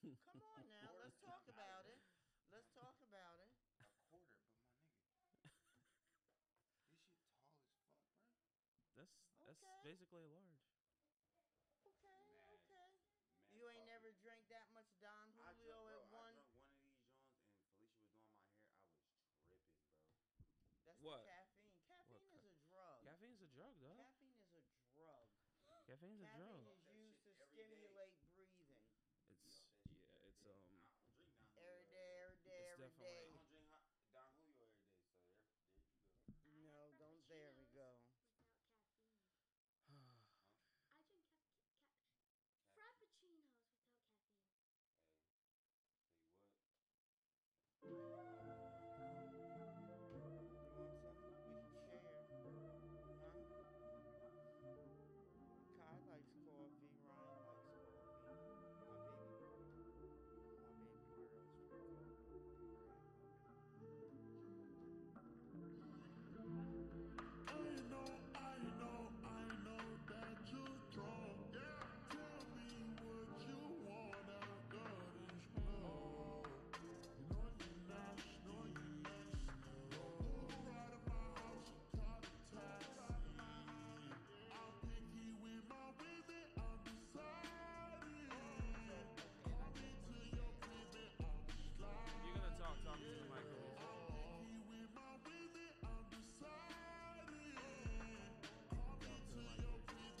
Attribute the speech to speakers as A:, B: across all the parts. A: Come on now, let's talk about it. Let's talk about it.
B: A quarter, but my nigga. This shit tall as fuck, bro.
C: That's that's
A: Okay.
C: basically a large.
A: Okay,
B: Mad.
A: okay.
B: Mad
A: You ain't
B: coffee.
A: never drank that much Don
B: I drunk,
A: Julio
B: bro, I
A: at one.
B: drunk one of these Johns and Felicia was doing my hair. I was tripping, bro.
A: That's
C: What?
A: the caffeine. Caffeine
C: ca-
A: is a drug.
C: Caffeine's a drug, dog.
A: Caffeine is a drug.
C: Caffeine's a
A: Caffeine
C: drug.
A: is
B: That
A: used to
B: shit every day.
A: stimulate breathing.
C: It's
B: Yo, that shit
C: yeah,
B: every
C: it's
B: day.
C: um.
B: I don't drink Don Julio I don't
A: Every day, every day, every day.
C: It's definitely-
B: drink hot- Don Julio every day, so there, there you go.
A: No, don't. There we go.
D: Without caffeine.
C: um,
D: I drink ca- ca-
B: Cap-
D: frappuccinos
B: Hey,
D: without caffeine.
B: tell you what.
A: You want something we can share? Huh? Kai likes coffee. Ryan likes coffee. My baby girl. My baby girl's drink coffee.
E: I know, I know, I know that you're drunk. Yeah, tell me what you want out of this club. You know you're nice, know you're nice. Don't move out of my house and call a taxi. I'm picky with my women, I'm decided. Call me to your crib and I'll be sliding.
C: You're gonna talk, talk to the mic. please.
E: Picky with my women, I'm decided. Call me to your crib and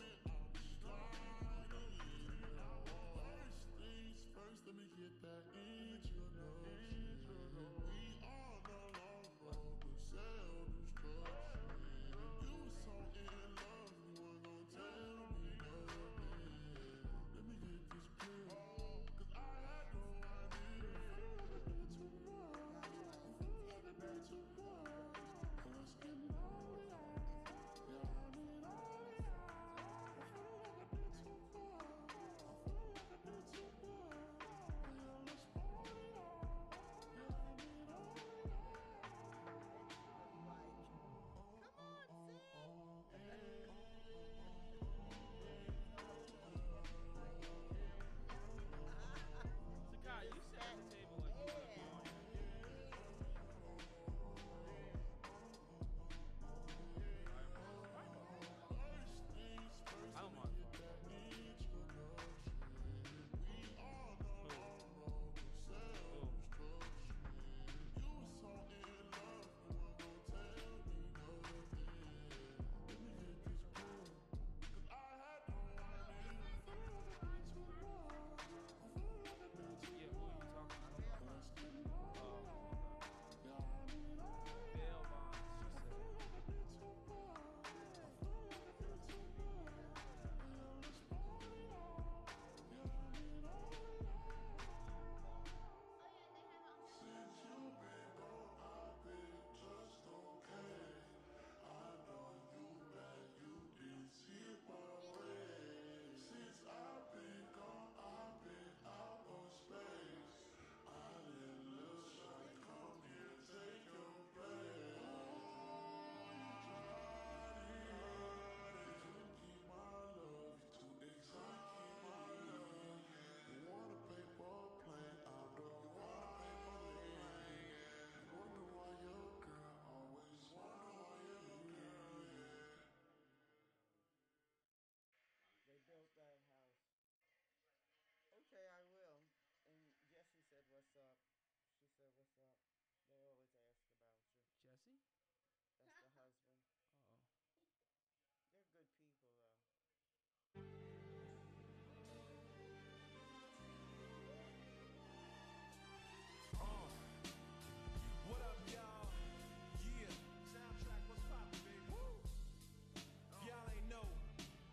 E: I'm sliding. First things first, let me get that introduction. We on the long road to self-destruction. You so in love, you weren't gonna tell me nothing. Let me get this clear, 'cause I had no idea. Tomorrow, tomorrow, let's get lonely. Yeah, I need all of you. I feel like a bitch too far. I feel like a bitch too far. Yeah, let's party on. Yeah, I need all of you.
A: Come on, sing.
C: Sakai, you sat at the table like you were
A: Yeah.
E: First things first,
C: I don't want
E: get that introduction. We all know our role in self-destruction. You so in love, you weren't gonna tell me nothing. Let me hit this pill, 'cause I had no idea. I feel like a bitch who loves. I feel like a bitch who
C: Yeah, who are you talking to?
E: loves. Getting all I need all
C: Oh,
E: of you.
C: okay. Bail bonds. She said.
D: Oh yeah, they have it on their
E: Since I've been gone, I've been out of space. I let little shawty come here, take your place. Ooh, you tried it. You couldn't keep my love, you too excited. Keep my love. You want a paper plane? I know you want a paper plane. You wonder why your girl always wonder why your girl. Yeah.
A: They built that house. Okay, I will. And Jesse said, "What's up?" She said, "What's up?" They always ask about you.
C: Jesse?
A: That's the husband.
C: Oh.
A: They're good people, though.
F: Uh. What up, y'all? Yeah. Soundtrack, what's poppin', baby? Woo! Y'all ain't know,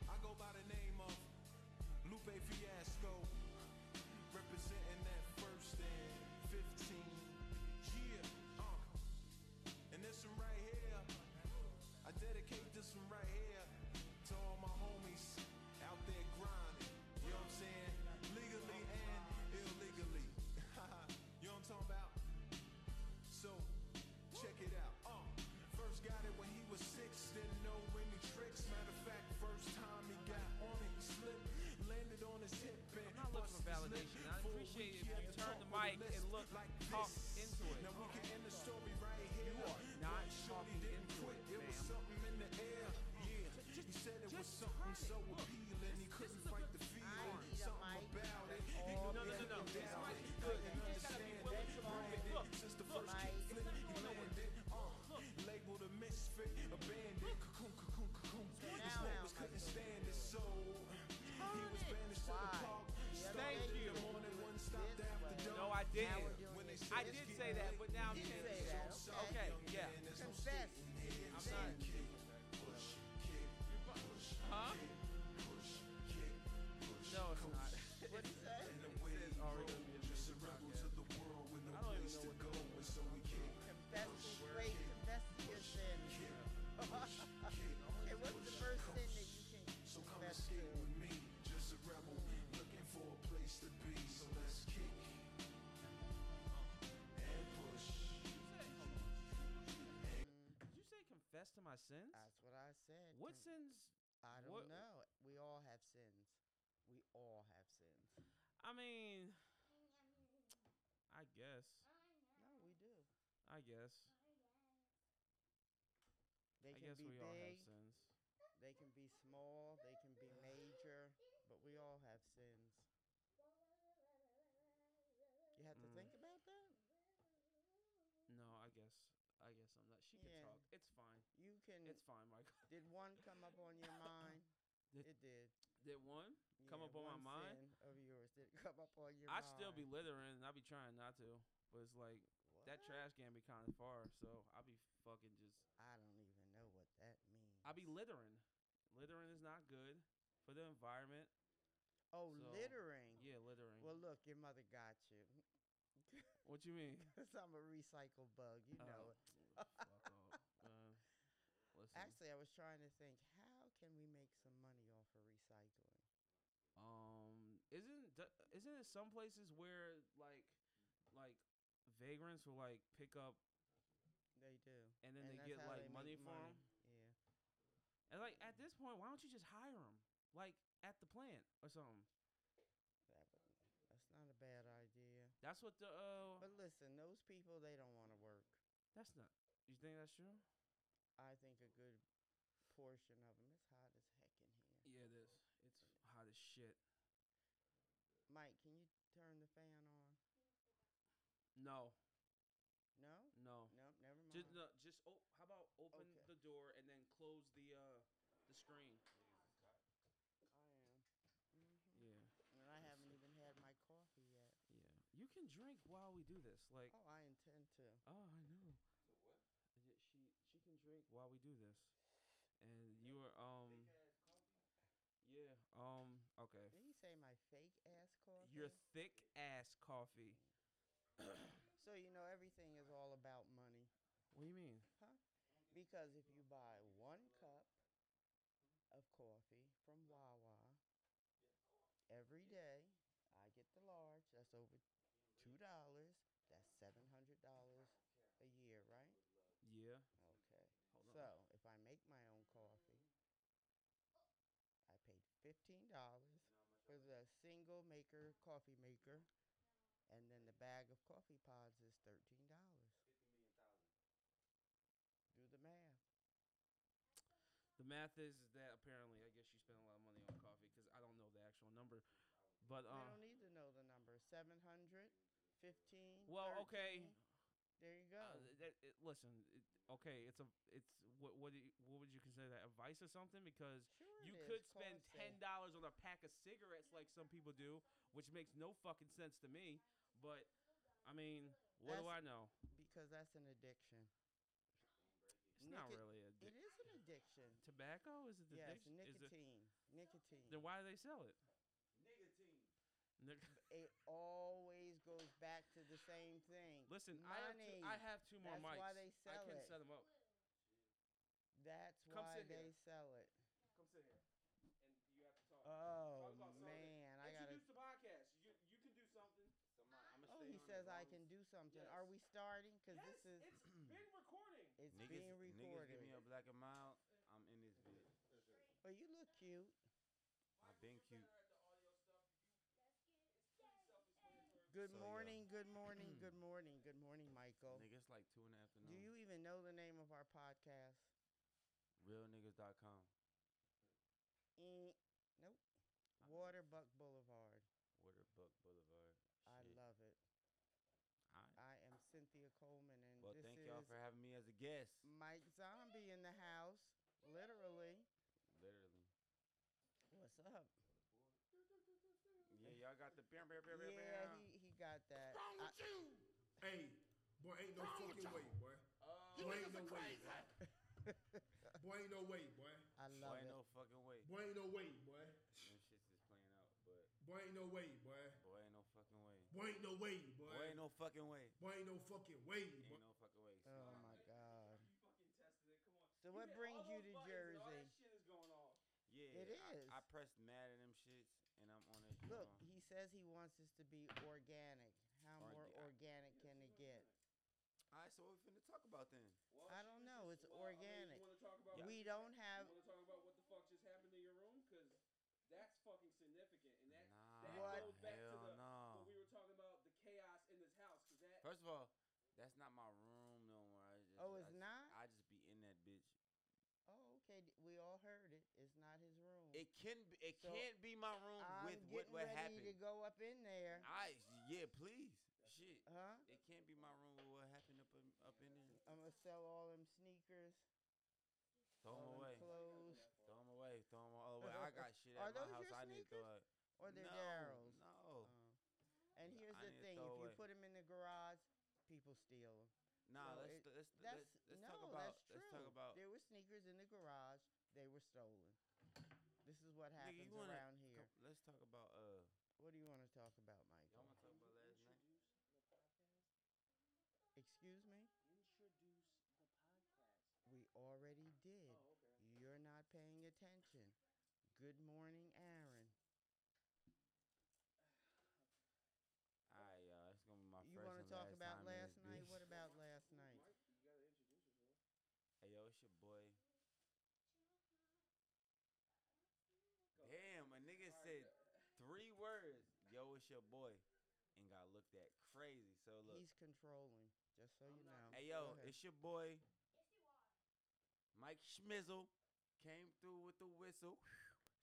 F: I go by the name of Lupe Fiasco, representing that first and 15 Uh,
C: like and look, talk into it.
F: Now we can end the story right here.
C: You are not talking into it,
F: It was
C: ma'am.
F: something in the air. Yeah, he said it was
C: just
F: something
C: turn it.
F: so
C: Look,
F: appealing. He couldn't fight the feeling.
A: need a
F: Something
A: mic.
F: about it.
A: That's
F: He
A: all
C: No, no, no,
A: that
C: no.
A: is
C: This
A: down.
C: might be good. You just gotta be willing to
A: That's
C: bring it.
A: all.
C: Look,
F: Since the
C: look,
F: first
A: Mike.
F: kick flip,
C: It's not
F: you
C: going
F: landed. Uh,
C: Look.
F: labeled a misfit, a bandit. Cocoon, cocoon, cocoon. His
A: now,
F: neighbors
A: Michael.
F: couldn't stand his soul. He was banished to the
A: Why?
F: park.
A: The other
C: Thank
A: day
C: you.
A: were
F: Morning
A: doing
F: one
A: it
F: stopped
A: this
F: after
A: way.
F: dark.
C: No, I didn't.
A: Now we're doing it
C: I
A: this
C: did
A: way.
C: say that, but now I'm
A: You did
C: changing.
A: say that.
C: Okay,
A: Okay.
C: yeah.
A: Confess.
C: I'm not. You're bu- Huh? No, it's not.
A: What'd you say?
C: It says already gonna be a mission podcast. I don't even know what the hell is going on.
A: Confess to great. Confess to your sin. okay, what's the first sin that you can confess to?
C: Did you say confess to my sins?
A: Mm, That's what I said.
C: What
A: Con-
C: sins?
A: I don't
C: what-
A: know. We all have sins. We all have sins.
C: I mean, I guess.
A: No, we do.
C: I guess.
A: They
C: I
A: can
C: guess
A: be
C: we all have
A: big.
C: sins.
A: They can be small. They can be major. But we all have sins. You have to
C: Mm.
A: think about that.
C: No, I guess. I guess I'm not. She can
A: Yeah. Mm.
C: talk. It's fine.
A: You can.
C: It's fine, Michael.
A: did one come up on your mind?
C: Did-
A: it did.
C: Did one? Come
A: Yeah,
C: up on my
A: one
C: mind?
A: sin Of yours did it come up on your
C: I
A: mind.
C: still be littering. and I be trying not to, but it's like that
A: What?
C: trash can be kind of far, so I be fucking just.
A: I don't even know what that means.
C: I be littering. Littering is not good for the environment.
A: oh,
C: so,
A: littering.
C: Yeah, littering.
A: Well, look, your mother got you.
C: what you mean?
A: Cause I'm a recycle bug, you
C: Oh,
A: know. it.
C: fuck off. Uh, listen.
A: Actually, I was trying to think, how can we make some money off of recycling?
C: Um, isn't d- isn't it some places where like like vagrants will like pick up
A: They do,
C: and then they
A: that's
C: get
A: how
C: like
A: they
C: money
A: make
C: for them?
A: Yeah,
C: And like at this point, why don't you just hire them like at the plant or something?
A: that, that's not a bad idea.
C: That's what the uh.
A: But listen, those people they don't want to work.
C: that's not. You think that's true?
A: I think a good portion of them. It's hot as heck in here.
C: Yeah, it is. It's hot as shit.
A: Mike, can you turn the fan on?
C: No,
A: No,
C: no.
A: no, never mind.
C: Just no, just oh, how about open
A: Okay.
C: the door and then close the uh the screen?
A: I am. Mhm.
C: Yeah,
A: And I haven't even had my coffee yet.
C: yeah. You can drink while we do this. Like,
A: Oh, I intend to.
C: oh, I know. Yeah, she she can drink while we do this, and you are um. Yeah. Um. Okay.
A: Did he say my fake ass coffee?
C: Your thick ass coffee.
A: so you know everything is all about money.
C: What do you mean?
A: Because if you buy one cup of coffee from Wawa every day, I get the large. That's over two dollars. That's seven hundred dollars a year, right?
C: Yeah.
A: Okay.
C: Hold
A: So
C: on.
A: if I make my own coffee, I paid fifteen dollars for the single maker coffee maker, and then the bag of coffee pods is thirteen dollars. Do the math.
C: The math is that apparently I guess you spend a lot of money on coffee because I don't know the actual number, but
A: I
C: um.
A: don't need to know the number. 700, 15.
C: Well, okay.
A: 13. There you go.
C: Uh, that, it, listen, it, okay, it's a it's what what do you, what would you consider that a vice or something? Because
A: sure it
C: you
A: is,
C: could spend
A: coffee.
C: ten dollars on a pack of cigarettes like some people do, which makes no fucking sense to me. But I mean, what do
A: That's-
C: I know?
A: because that's an addiction.
C: It's not
A: nicot-
C: really a
A: It is an addiction.
C: tobacco. Is it
A: Yes,
C: addiction? Is it,
A: nicotine. Nicotine.
C: then why do they sell it? Nic-
A: it always goes back to the same thing.
C: Listen, I have, two,
A: money.
C: I have two more
A: That's
C: mics.
A: why they
C: I
A: sell
C: can
A: it.
C: set them up.
A: that's
C: Come
A: why
C: sit here.
A: they sell it.
C: Come sit here, and you have to talk.
A: Oh
C: Comes on Sunday.
A: man, I gotta.
C: Introduce the podcast. You you can do something.
A: Oh, he says I can do something. Are we starting? Because
C: Yes,
A: this is
C: it's been recording.
A: it's
G: Niggas,
A: being
G: niggas give
A: recorded.
G: me a black and mild. I'm in this bitch.
A: Well, you look cute. Oh.
G: I've been cute.
A: Good
G: So, yeah.
A: morning, good morning, good morning, good morning, Michael.
G: Nigga, it's like two in the afternoon.
A: Do you even know the name of our podcast?
G: Realniggas.com.
A: Eh, nope. Waterbuck Boulevard.
G: Waterbuck Boulevard.
A: I
G: Shit.
A: love it.
G: Alright.
A: I am Cynthia Coleman, and
G: Well,
A: this
G: thank
A: is Mm.
G: y'all for having me as a guest.
A: Mike Zombie in the house. Literally.
G: Literally.
A: What's up?
G: Yeah, y'all got the bam, bam, bam, bam,
A: Yeah,
G: bam.
A: he, he got that.
F: Wrong
A: I-
F: with you?
D: Hey, boy, ain't no
F: Wrong with
D: fucking
F: y'all.
D: way, boy.
G: Oh.
F: You
D: Boy,
F: niggas
D: ain't no
F: are
D: way,
F: crazy.
D: boy. Boy, ain't no way, boy.
A: I
G: Boy,
A: love
G: ain't
A: it.
G: no fucking way.
D: Boy, ain't no way, boy.
G: Them shits is playing out, but
D: Boy, ain't no way, boy.
G: boy, ain't no fucking way.
D: Boy, ain't no way, boy.
G: Boy, ain't no fucking way.
D: Boy, ain't no fucking way,
G: Ain't
D: boy.
G: no fucking way.
A: Oh
G: Snoop.
A: my God. So
B: You
A: what
B: hit
A: brings
B: all
A: you
B: those
A: to
B: buttons and all
A: Jersey?
B: that shit is going off.
G: Yeah,
A: It
G: I-
A: is.
G: I, pressed mad at them shits, and I'm on it.
A: Look, he says he wants us to be organic. How
G: Orga-
A: more organic can it get?
G: all right, so what we finna talk about then?
B: Well,
A: I
B: shit,
A: don't
B: this
A: know.
B: is-
A: It's
B: well, I mean,
A: organic.
B: You want to talk about
A: We don't have.
B: You want to talk about what the fuck just happened in your room? Because that's fucking significant, and that
G: Nah,
B: that
A: What?
B: goes back
G: hell
B: to the
G: no.
B: when we were talking about the chaos in this house. Because that
G: First of all, that's not my room no more. I just,
A: Oh, it's
G: I just-
A: not?
G: I just be in that bitch.
A: Oh, okay. d- We all heard it. It's not his room.
G: It can be, it
A: So,
G: can't be my room
A: I'm
G: with
A: getting
G: what what
A: ready
G: happened.
A: to go up in there.
G: I yeah, please. Shit.
A: Huh?
G: It can't be my room with what happened up in, up in there.
A: I'm gonna sell all them sneakers,
G: Throw
A: all
G: them
A: them
G: away.
A: clothes,
G: Throw them away. Throw them all away. I got shit
A: Oh, Are
G: at my
A: those
G: house.
A: your
G: I need to throw it.
A: or they're
G: no,
A: Daryl's.
G: No.
A: Oh. And here's the
G: I need to
A: thing:
G: throw
A: if you
G: away.
A: put them in the garage, people steal them.
G: Nah,
A: No, it-
G: let's, th- let's, th-
A: That's
G: let's let's
A: no,
G: talk about
A: that's true.
G: let's talk about
A: there were sneakers in the garage. They were stolen. This is what
G: Nigga, you
A: happens
G: wanna-
A: around here.
G: come- let's talk about uh
A: What do you want to talk about, Michael?
G: y'all wanna talk about last night?
A: Excuse me?
B: introduce the podcast.
A: We already did.
B: Oh, okay.
A: You're not paying attention. Good morning, Aaron.
G: Alright, y'all, it's gonna be my
A: you
G: first
A: want
G: and
A: to talk
G: last
A: about
G: time in
A: last
G: this
A: night?
G: bitch.
A: What about last night?
B: Mike, you gotta introduce yourself.
G: Hey yo, it's your boy. Damn, a nigga said three words. Yo, it's your boy. And got looked at crazy. So look.
A: He's controlling, just so you
B: I'm
A: know.
B: not-
G: hey
A: Go
G: yo,
A: ahead.
G: it's your boy. Mike Schmizzle came through with the whistle.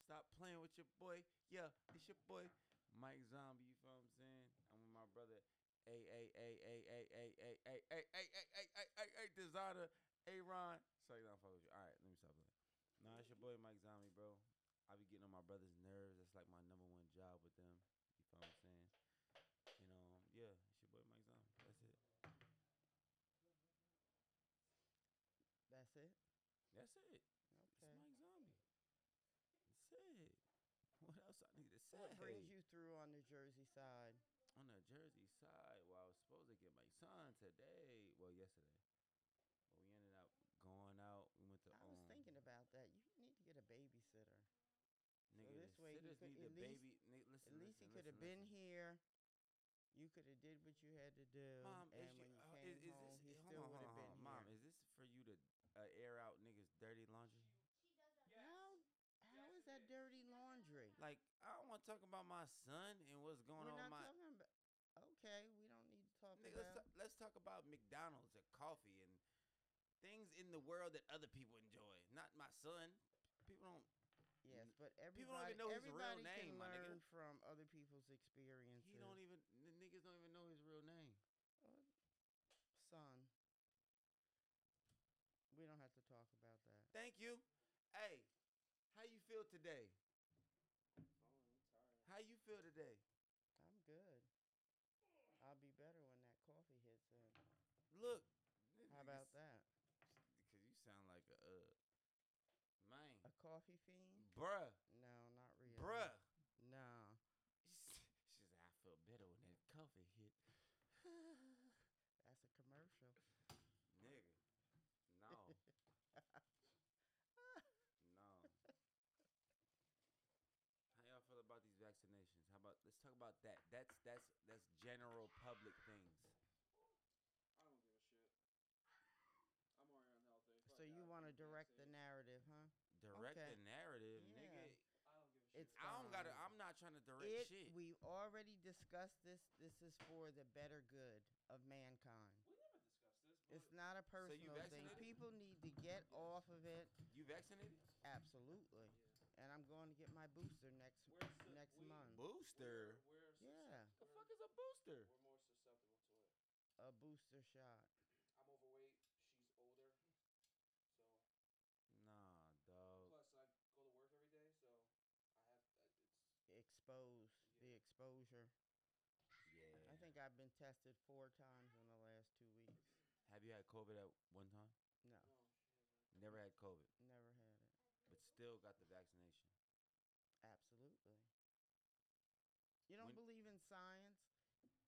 G: Stop playing with your boy. Yeah, it's your boy, Mike Zombie. You feel what I'm saying? I'm with my brother, A A A A A A A A A A A A A A A Designer, Aaron. Sorry, I don't fuck with you. All right, let me stop playing. Nah, it's your boy Mike Zombie, bro. I be getting on my brother's nerves. That's like my number one job with them. You feel what I'm saying? You know, yeah, it's your boy Mike Zombie. That's
A: That's it.
G: it. That's it. It's
A: Okay.
G: Mike Zombie. That's it. What else I need to say?
A: What brings you through on the Jersey side?
G: on the Jersey side? Well, I was supposed to get my son today. Well, yesterday. But we ended up going out. We went to.
A: I was
G: um,
A: thinking about that. You need to get a babysitter.
G: Nigga,
A: this
G: the
A: way he
G: sitters
A: could
G: need
A: at
G: the
A: least-
G: baby. Ni- listen,
A: At least
G: listen,
A: he could have
G: listen,
A: been
G: listen.
A: here. You could have did what you had to do,
G: Mom,
A: and
G: is
A: when you
G: you, uh,
A: came
G: is, is
A: home,
G: this,
A: he
G: hold
A: still
G: on,
A: would
G: hold
A: have
G: on,
A: been
G: hold on. Mom, is this for you to uh, air out niggas' dirty laundry?
A: here. How how is that dirty laundry?
G: Like, I don't want to talk about my son and what's going
A: We're
G: on
A: not
G: with my.
A: talking about. Okay, we don't need to talk
G: Nigga, let's,
A: about.
G: talk, let's talk about McDonald's and coffee and things in the world that other people enjoy. Not my son. People don't.
A: yes, but everybody,
G: people don't even know his real
A: everybody
G: name,
A: can
G: my nigga.
A: learn from other people's experiences.
G: He don't even. The niggas don't even know his real name. e-,
A: son. We don't have to talk about that.
G: Thank you. Hey, how you feel today? How you feel today?
A: I'm good. I'll be better when that coffee hits in.
G: Look.
A: How about that?
G: Because you sound like a uh, man,
A: A coffee fiend?
G: bruh,
A: No, not really.
G: bruh.
A: No.
G: She said, "I feel better when that coffee hit."
A: That's a commercial.
G: Nigga. No. no. How y'all feel about these vaccinations? How about let's talk about that. That's that's that's general public things.
B: I don't give a shit. I'm already unhealthy.
A: So you want to direct the narrative, huh?
G: Direct
A: Okay.
G: the narrative,
A: Yeah.
G: nigga.
B: I don't give a
A: It's
G: I don't gotta.
A: fine.
G: I'm not trying to direct
A: It,
G: shit.
A: we've already discussed this. This is for the better good of mankind.
B: We never discussed this. But
A: It's not a
G: you
A: personal thing.
G: vaccinated?
A: People need to get off of it.
G: you vaccinated?
A: Absolutely. And I'm going to get my booster next
B: We're su-
A: next
B: we-
A: month.
B: We're,
G: Booster.
B: we're
A: Yeah.
B: susceptible-
G: The fuck is a booster?
B: We're more susceptible to it.
A: A booster shot.
B: I'm overweight. She's older. So
G: Nah, dog.
B: plus I go to work every day, so I have. I, it's
A: Expose the exposure.
G: Yeah.
A: I think I've been tested four times in the last two weeks.
G: Have you had COVID at one time?
A: No,
G: Never had COVID,
A: never had it.
G: but still got the vaccination.
A: Absolutely. You don't
G: When-
A: believe in science?
G: Me?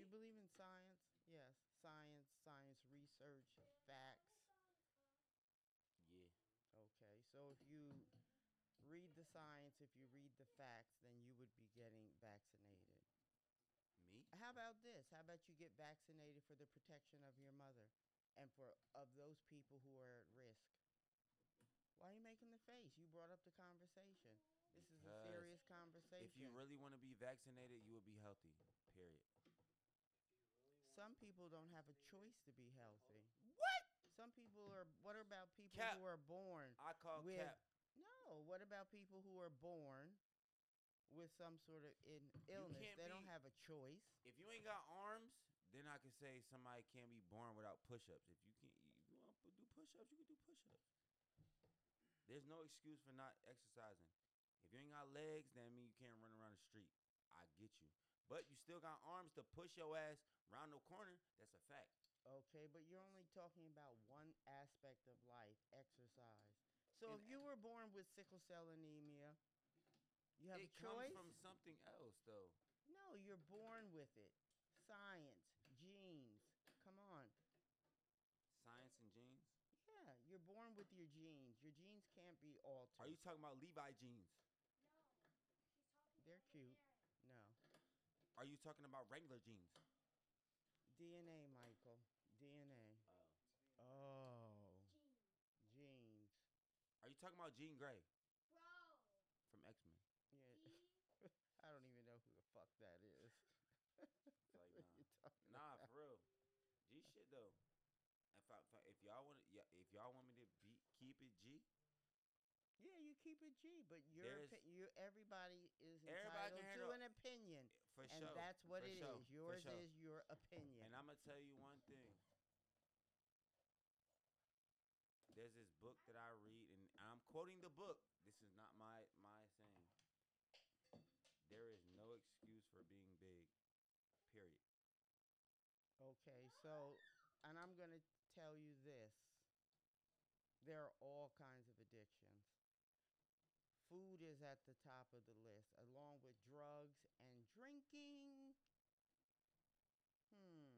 A: You believe in science? Yes. Science, science research, facts.
G: Yeah.
A: Okay. So if you read the science, if you read the facts, then you would be getting vaccinated.
G: Me?
A: How about this? How about you get vaccinated for the protection of your mother and for of those people who are at risk? Why are you making the face? You brought up the conversation. This is a
G: Because
A: serious conversation.
G: If you really want to be vaccinated, you will be healthy. Period.
A: Some people don't have a choice to be healthy. What? Some people are. What about people
G: Cap.
A: who are born?
G: I call
A: With-
G: cap.
A: No. What about people who are born with some sort of in illness?
G: can't
A: They don't
G: be-
A: have a choice.
G: If you ain't got arms, then I can say somebody can't be born without push-ups. If you can't, if you want to do push-ups, you can do push-ups. There's no excuse for not exercising. If you ain't got legs, that mean you can't run around the street. I get you, but you still got arms to push your ass round the corner. That's a fact.
A: Okay, but you're only talking about one aspect of life, exercise. So
G: And
A: if you were born with sickle cell anemia, you have
G: it
A: a choice?
G: comes from something else, though.
A: no, you're born with it. Science, genes. Come on.
G: Science and genes.
A: Yeah, you're born with your genes. Your genes can't be altered.
G: Are you talking about Levi jeans?
A: They're cute. No.
G: Are you talking about Wrangler jeans?
A: DNA, Michael. DNA. Oh. Genes.
G: Are you talking about Jean Grey
D: Bro,
G: from X Men?
A: Yeah.
D: he-
A: I don't even know who the fuck that is.
G: Like,
A: What
G: nah.
A: you talking
G: Nah,
A: about?
G: for real. G shit though. If I, if, I, if y'all want yeah, if y'all want me to be, keep it G,
A: Yeah, you keep it G, but your
G: There's-
A: opi- you everybody is entitled
G: Everybody can
A: to
G: handle-
A: an opinion,
G: for
A: and
G: sure.
A: that's what
G: for
A: it is.
G: sure, for
A: Yours
G: sure.
A: is your opinion.
G: And I'm gonna tell you one thing. There's this book that I read, and I'm quoting the book. This is not my my saying. There is no excuse for being big. Period.
A: okay, so and I'm gonna tell you this: there are all kinds of addictions. Food is at the top of the list, along with drugs and drinking. Hmm.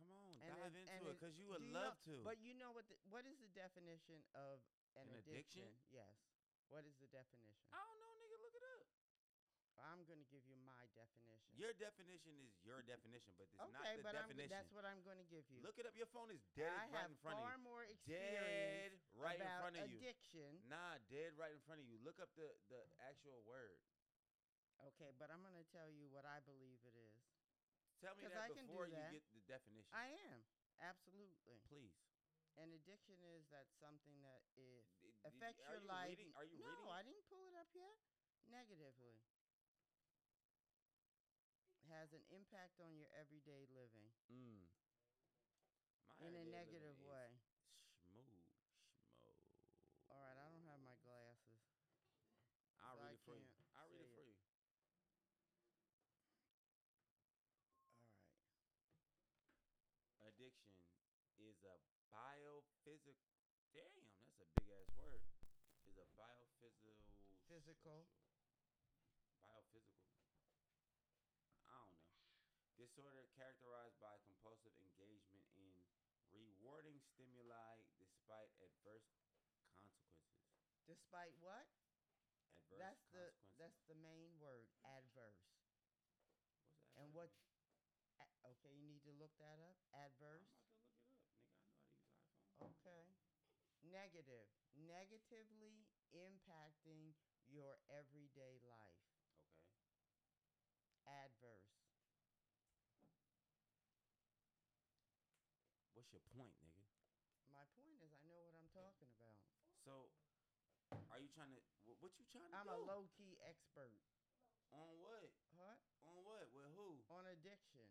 G: Come on,
A: And
G: dive
A: it-
G: into
A: and
G: it,
A: it-
G: cause you would
A: do you
G: love to.
A: But you know what? The, what is the definition of an,
G: An
A: addiction?
G: addiction?
A: Yes. What is the definition?
G: I don't know, nigga. Look it up.
A: I'm going to give you my definition.
G: Your definition is your definition, but it's not
A: okay,
G: the
A: but I'm,
G: definition.
A: that's what I'm going to give you.
G: Look it up. Your phone is
A: And
G: dead
A: I
G: right
A: have
G: in front of
A: far
G: you.
A: more
G: Dead
A: experience
G: right in
A: about
G: front of you.
A: addiction.
G: Nah, dead right in front of you. Look up the the actual word.
A: Okay, but I'm going to tell you what I believe it is.
G: Tell me
A: 'Cause
G: that
A: I can do
G: before
A: that.
G: you get the definition.
A: I am absolutely.
G: Please.
A: An addiction is that something that is
G: D- did you-
A: affects
G: are
A: your
G: you
A: life.
G: Reading? Are you
A: no,
G: reading?
A: I didn't pull it up yet. Negatively. Has an impact on your everyday living
G: mm. My
A: in a
G: idea of
A: negative
G: it is
A: way.
G: Schmoo, schmoo.
A: All right, I don't have my glasses.
G: I'll
A: so I
G: read it for you.
A: can't
G: I'll read
A: say
G: it
A: it.
G: for you.
A: All right.
G: Addiction is a biophysical. Damn, that's a big ass word. Is a biophysical.
A: Physical.
G: Biophysical. I don't know. Disorder characterized by compulsive engagement in rewarding stimuli despite adverse consequences.
A: Despite what?
G: Adverse
A: that's the
G: consequences.
A: that's the main word, adverse.
G: What's
A: And
G: adverse?
A: what? A, okay, you need to look that up.
G: I'm
A: Adverse.
G: about to look it up, nigga. I know how
A: Okay.
G: to use iPhone.
A: Negative. Negatively impacting your everyday life.
G: Okay.
A: Adverse.
G: What's your point, nigga?
A: My point is, I know what I'm talking about.
G: So, are you trying to? wh- What you trying to
A: I'm
G: do?
A: a low key expert.
G: On what?
A: What?
G: On what? With who?
A: On addiction.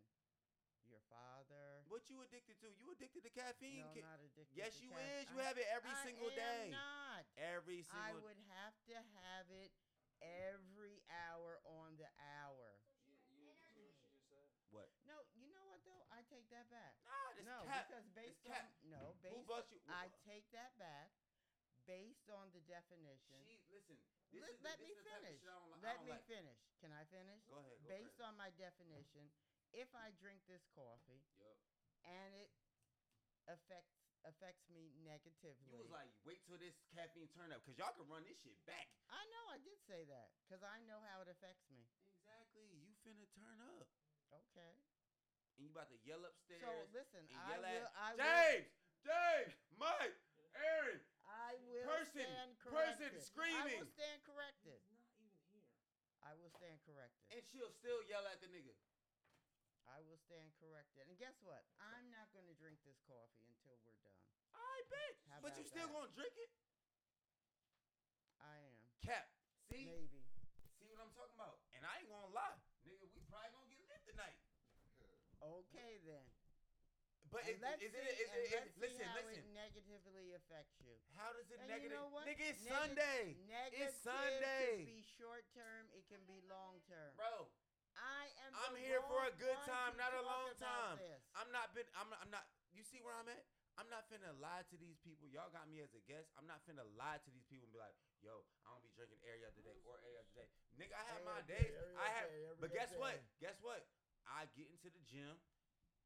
A: Your father.
G: What you addicted to? You addicted to caffeine?
A: No,
G: ki-
A: not addicted.
G: yes,
A: to
G: you
A: caffeine.
G: is. You
A: I-
G: have it every
A: I
G: single
A: am
G: day.
A: Not.
G: Every
A: I
G: single.
A: would have to have it every hour on the hour.
B: You, you, you see what you just said?
G: what?
A: No, you know what though? I take that back.
G: Nah, this
A: no,
G: cap.
A: because based
G: cap.
A: on no,
G: Who
A: based
G: bust you?
A: I take that back. Based on the definition.
G: She, listen. This
A: let
G: is
A: let
G: the,
A: me
G: this is the type of
A: finish.
G: shit I don't, li- I
A: Let
G: don't
A: me
G: like.
A: finish. Can I finish?
G: Go ahead. Go
A: Based
G: ahead.
A: on my definition, if I drink this coffee
G: Yup.
A: and it affects affects me negatively.
G: You was like, wait till this caffeine turn up, cause y'all can run this shit back.
A: I know I did say that because I know how it affects me.
G: Exactly. You finna turn up,
A: Okay.
G: and you about to yell upstairs.
A: So listen,
G: and
A: I
G: yell at
A: will. I will.
G: James, James, Mike, Aaron,
A: I will
G: person,
A: stand
G: person
A: corrected. I
G: screaming.
A: will stand corrected.
B: He's not even here.
A: I will stand corrected.
G: and she'll still yell at the nigga.
A: I will stand corrected. And guess what? I'm not going to drink this coffee until we're done.
G: I bet.
A: How
G: but you
A: about
G: still
A: that?
G: gonna drink it?
A: I am.
G: Cap. See,
A: Maybe.
G: see what I'm talking about. And I ain't gonna lie, nigga. We probably gonna get lit tonight.
A: Okay then.
G: But
A: And
G: is,
A: let's
G: is it?
A: see-
G: Is it?
A: and
G: Is,
A: let's see
G: listen,
A: how It
G: listen.
A: negatively affects you.
G: How does it
A: And you
G: negative?
A: know what?
G: Nigga, it's
A: Nega-
G: Sunday,
A: Negative It can
G: Sunday.
A: be short term. It can be long term.
G: bro.
A: I am.
G: I'm
A: the
G: here for a
A: wrong
G: good
A: one
G: time,
A: to
G: not a
A: talk
G: long
A: about
G: time.
A: this.
G: I'm not been. I'm. I'm not. You see where I'm at? I'm not finna lie to these people. Y'all got me as a guest. I'm not finna lie to these people and be like, "Yo, I don't be drinking area today or area today." Nigga, I have my days. I have. But guess what? Guess what? I get into the gym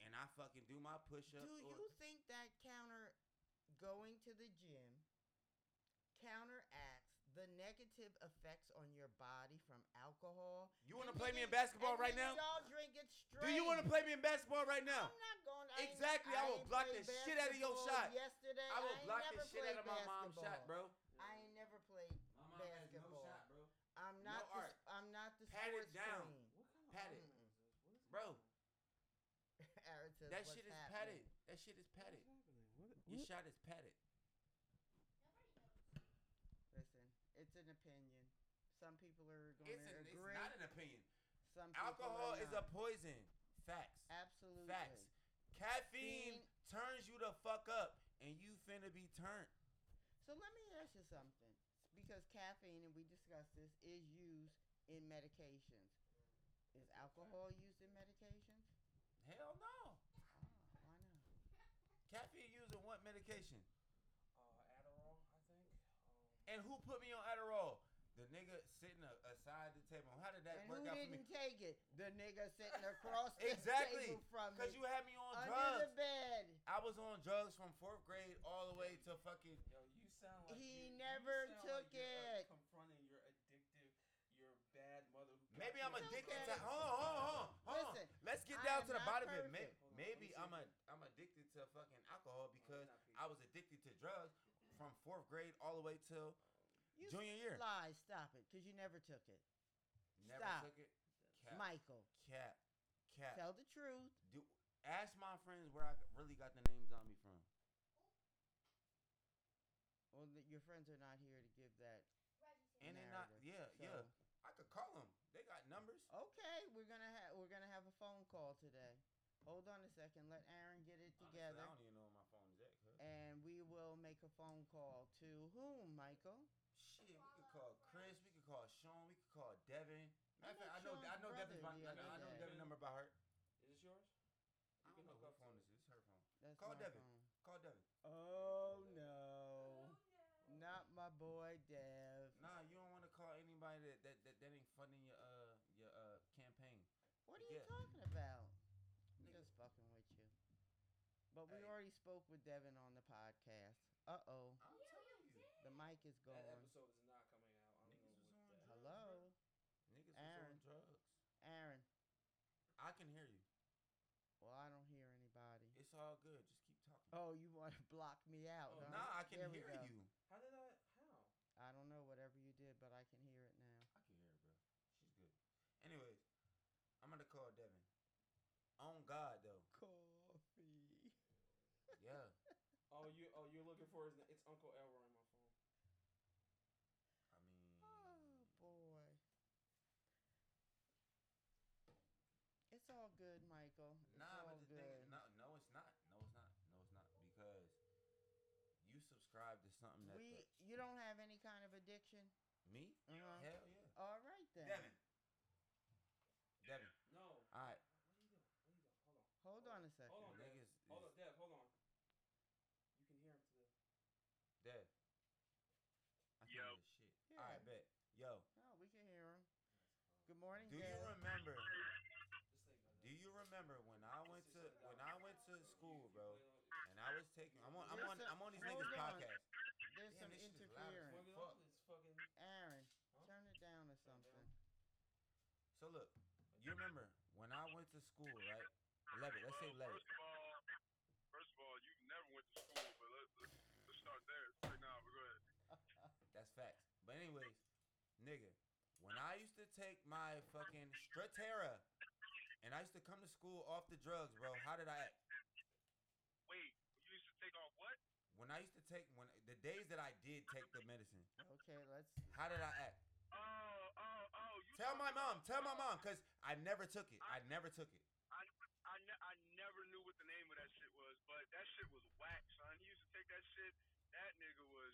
G: and I fucking do my
A: Do
G: push-ups. or-
A: you think that counter going to the gym counteracts the negative effects on your body from alcohol?
G: you want to
A: And
G: play me in
A: niggas-
G: basketball
A: and
G: right now?
A: niggas Y'all drink it
G: Do
A: straight.
G: you want to play me in basketball right now?
A: I'm not going. I ain't-
G: Exactly, I will
A: ain't
G: block
A: played
G: the shit outta your
A: basketball
G: shot.
A: Yesterday,
G: I will
A: ain't
G: block
A: never
G: the shit out of my
A: played
G: mom's shot,
A: basketball.
G: bro.
A: I ain't never played.
G: My mom has no
A: Basketball.
G: shot, bro.
A: I'm
G: No
A: not. the,
G: art.
A: s- I'm not the
G: Pat it
A: sports
G: down.
A: queen.
G: Pat it.
A: Mm-mm.
G: Bro,
A: Aaron says,
G: that
A: "What's
G: shit is
A: happening?"
G: padded. That shit is padded. Your shot is padded.
A: Listen, it's an opinion. Some people are going
G: It's,
A: to
G: an, it's
A: agree.
G: not an opinion.
A: Some people
G: Alcohol
A: are
G: is a
A: not.
G: poison. Facts.
A: absolutely
G: Facts. Caffeine
A: Being-
G: turns you the fuck up, and you finna be turned.
A: So let me ask you something, because caffeine, and we discussed this, is used in medications. Is alcohol used in medications?
G: Hell no.
A: Why not?
G: Caffeine using what medication?
B: Uh, Adderall, I think. Um,
G: And who put me on Adderall? The nigga sitting a, aside the table. How did that
A: and
G: work
A: who
G: out for me?
A: didn't take it? The nigga sitting across
G: Exactly,
A: the table from
G: Cause
A: me,
G: you had me on
A: under the
G: drugs.
A: bed.
G: I was on drugs from fourth grade all the way to fucking.
B: yo, you sound like
A: He
B: you,
A: never
B: you sound
A: took
B: like you're,
A: it.
B: Uh, confronting your addictive, your bad mother. who got
G: Maybe
B: you Oh,
G: I'm
B: in
A: It's
G: addicted
A: okay.
B: drugs.
G: to. Hold on, hold on, hold on, hold on.
A: Listen,
G: Let's get
A: I
G: down
A: am
G: to the
A: not
G: bottom of it.
A: perfect.
G: May-
B: Hold on, let me
G: Maybe
B: see
G: I'm a
B: if
G: I'm addicted to fucking alcohol because
B: not people.
G: I was addicted to drugs from fourth grade all the way till
A: You
G: junior year.
A: lie, stop it, because you never took it.
G: Never
A: Stop.
G: took it. Cap,
A: Michael,
G: cap, cap.
A: tell the truth.
G: Do, ask my friends where I really got the name zombie from.
A: Well, th- your friends are not here to give that.
G: And they not,
A: narrative,
G: yeah,
A: so-
G: yeah. I could call them. They got numbers.
A: Okay, we're gonna have we're gonna have a phone call today. Hold on a second. Let Aaron get it
G: Honestly,
A: together,
G: I don't even know where my phone is at. Cause.
A: and we will make a phone call to whom, Michael?
G: Shit, we could call Chris. We could call Sean. We could call Devin. Matter of fact,
A: know
G: I
A: Sean's
G: know, I know Devin's by,
A: brother the
G: I know, I
A: other
G: know
A: day.
G: Devin's number by heart.
B: Is this yours? You
G: I don't
B: can
G: know
B: hook
G: what
B: up
G: phone
B: to
G: this is. It's her phone.
A: That's
G: Call
A: my
G: Devin.
A: phone.
G: Call Devin.
A: Oh no,
D: Oh,
A: not my boy Dev.
G: Nah, you don't want to call anybody that that, that, that ain't funding your uh your uh campaign.
A: What are you
G: Yeah.
A: talking about? I'm
G: Nigga.
A: just fucking with you. But we
G: Hey.
A: already spoke with Devin on the podcast. Uh oh,
G: I'm telling you,
A: the mic is
B: That
A: gone.
B: episode is not coming out. I don't
G: Niggas
B: know what that.
G: was on
A: Hello,
G: drugs. niggas was
A: Aaron.
G: on drugs.
A: Aaron.
G: I can hear you.
A: Well, I don't hear anybody.
G: It's all good. Just keep talking.
A: Oh, you want to block me out?
B: Oh,
A: huh?
G: Nah, I can
A: There we
G: hear
A: go.
G: you.
B: How did I? How?
A: I don't know what I can hear it now.
G: I can hear it, bro. She's good. Anyways, I'm gonna call Devin. On God though.
A: Coffee.
G: Yeah.
B: Oh, you oh you're looking for his. na- It's Uncle Elroy on my phone.
G: I mean
A: Oh boy. It's all good, Michael. It's
G: Nah,
A: all
G: but the
A: good.
G: thing is no no it's not. No it's not. No it's not. Because you subscribe to something that
A: we,
G: the-
A: you don't have any kind of addiction.
G: me?
A: Uh-huh.
G: Hell yeah.
A: All right then.
G: Devin. Devin.
B: No.
G: Alright.
A: Hold on a second.
B: Hold on, Dev.
G: Niggas is
B: Hold on, Dev. Hold on. You can hear him to the.
G: Dev. I Yo. Shit.
A: Yeah.
G: I bet. Yo.
A: Oh, we can hear him. Good morning,
G: Do you
A: Dad.
G: remember?
B: Just think about that.
G: Do you remember when I went to when I went to school, bro? And I was taking. I'm on. I'm
A: Yes,
G: on.
A: sir.
G: I'm on these
A: Hold
G: niggas
A: on.
G: podcast.
A: There's
G: Damn,
A: some
G: this shit is loud as
A: interference.
G: fuck.
B: fucking.
A: Aaron,
B: Huh?
A: turn it down or
B: Turn it
A: something.
G: So look, you remember when I went to school, right? Eleven. Let's say eleven.
H: First of all, first of all, you never went to school, but let's let's, let's start there. Right now, but go ahead.
G: That's facts. But anyways, nigga, when I used to take my fucking Stratera, and I used to come to school off the drugs, bro. How did I act?
H: Wait, you used to take off what?
G: When I used to take when the days that I did take the medicine,
A: Okay, let's.
G: how did I act?
H: Oh, oh, oh. You
G: Tell my
H: talking
G: mom.
H: about-
G: Tell my mom, cause I never took it. I never took it.
H: I, ne- I never knew what the name of that shit was, but that shit was whack, son. He used to take that shit. That nigga was.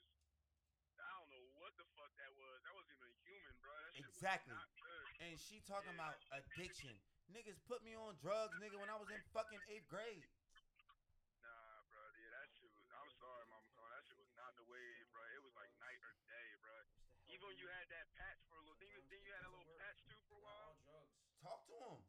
H: I don't know what the fuck that was. That wasn't even human, bro. That shit
G: Exactly.
H: was not good.
G: and she talking about addiction. Niggas put me on drugs, nigga, when I was in fucking eighth grade.
H: Nah, bro. Yeah, that shit was. I'm sorry, Mama Cone. That shit was not the way, bro. It was like night or day, bro. Even when you had that patch for a little, then you, then you had a little patch too for a while.
B: All drugs.
G: Talk to him.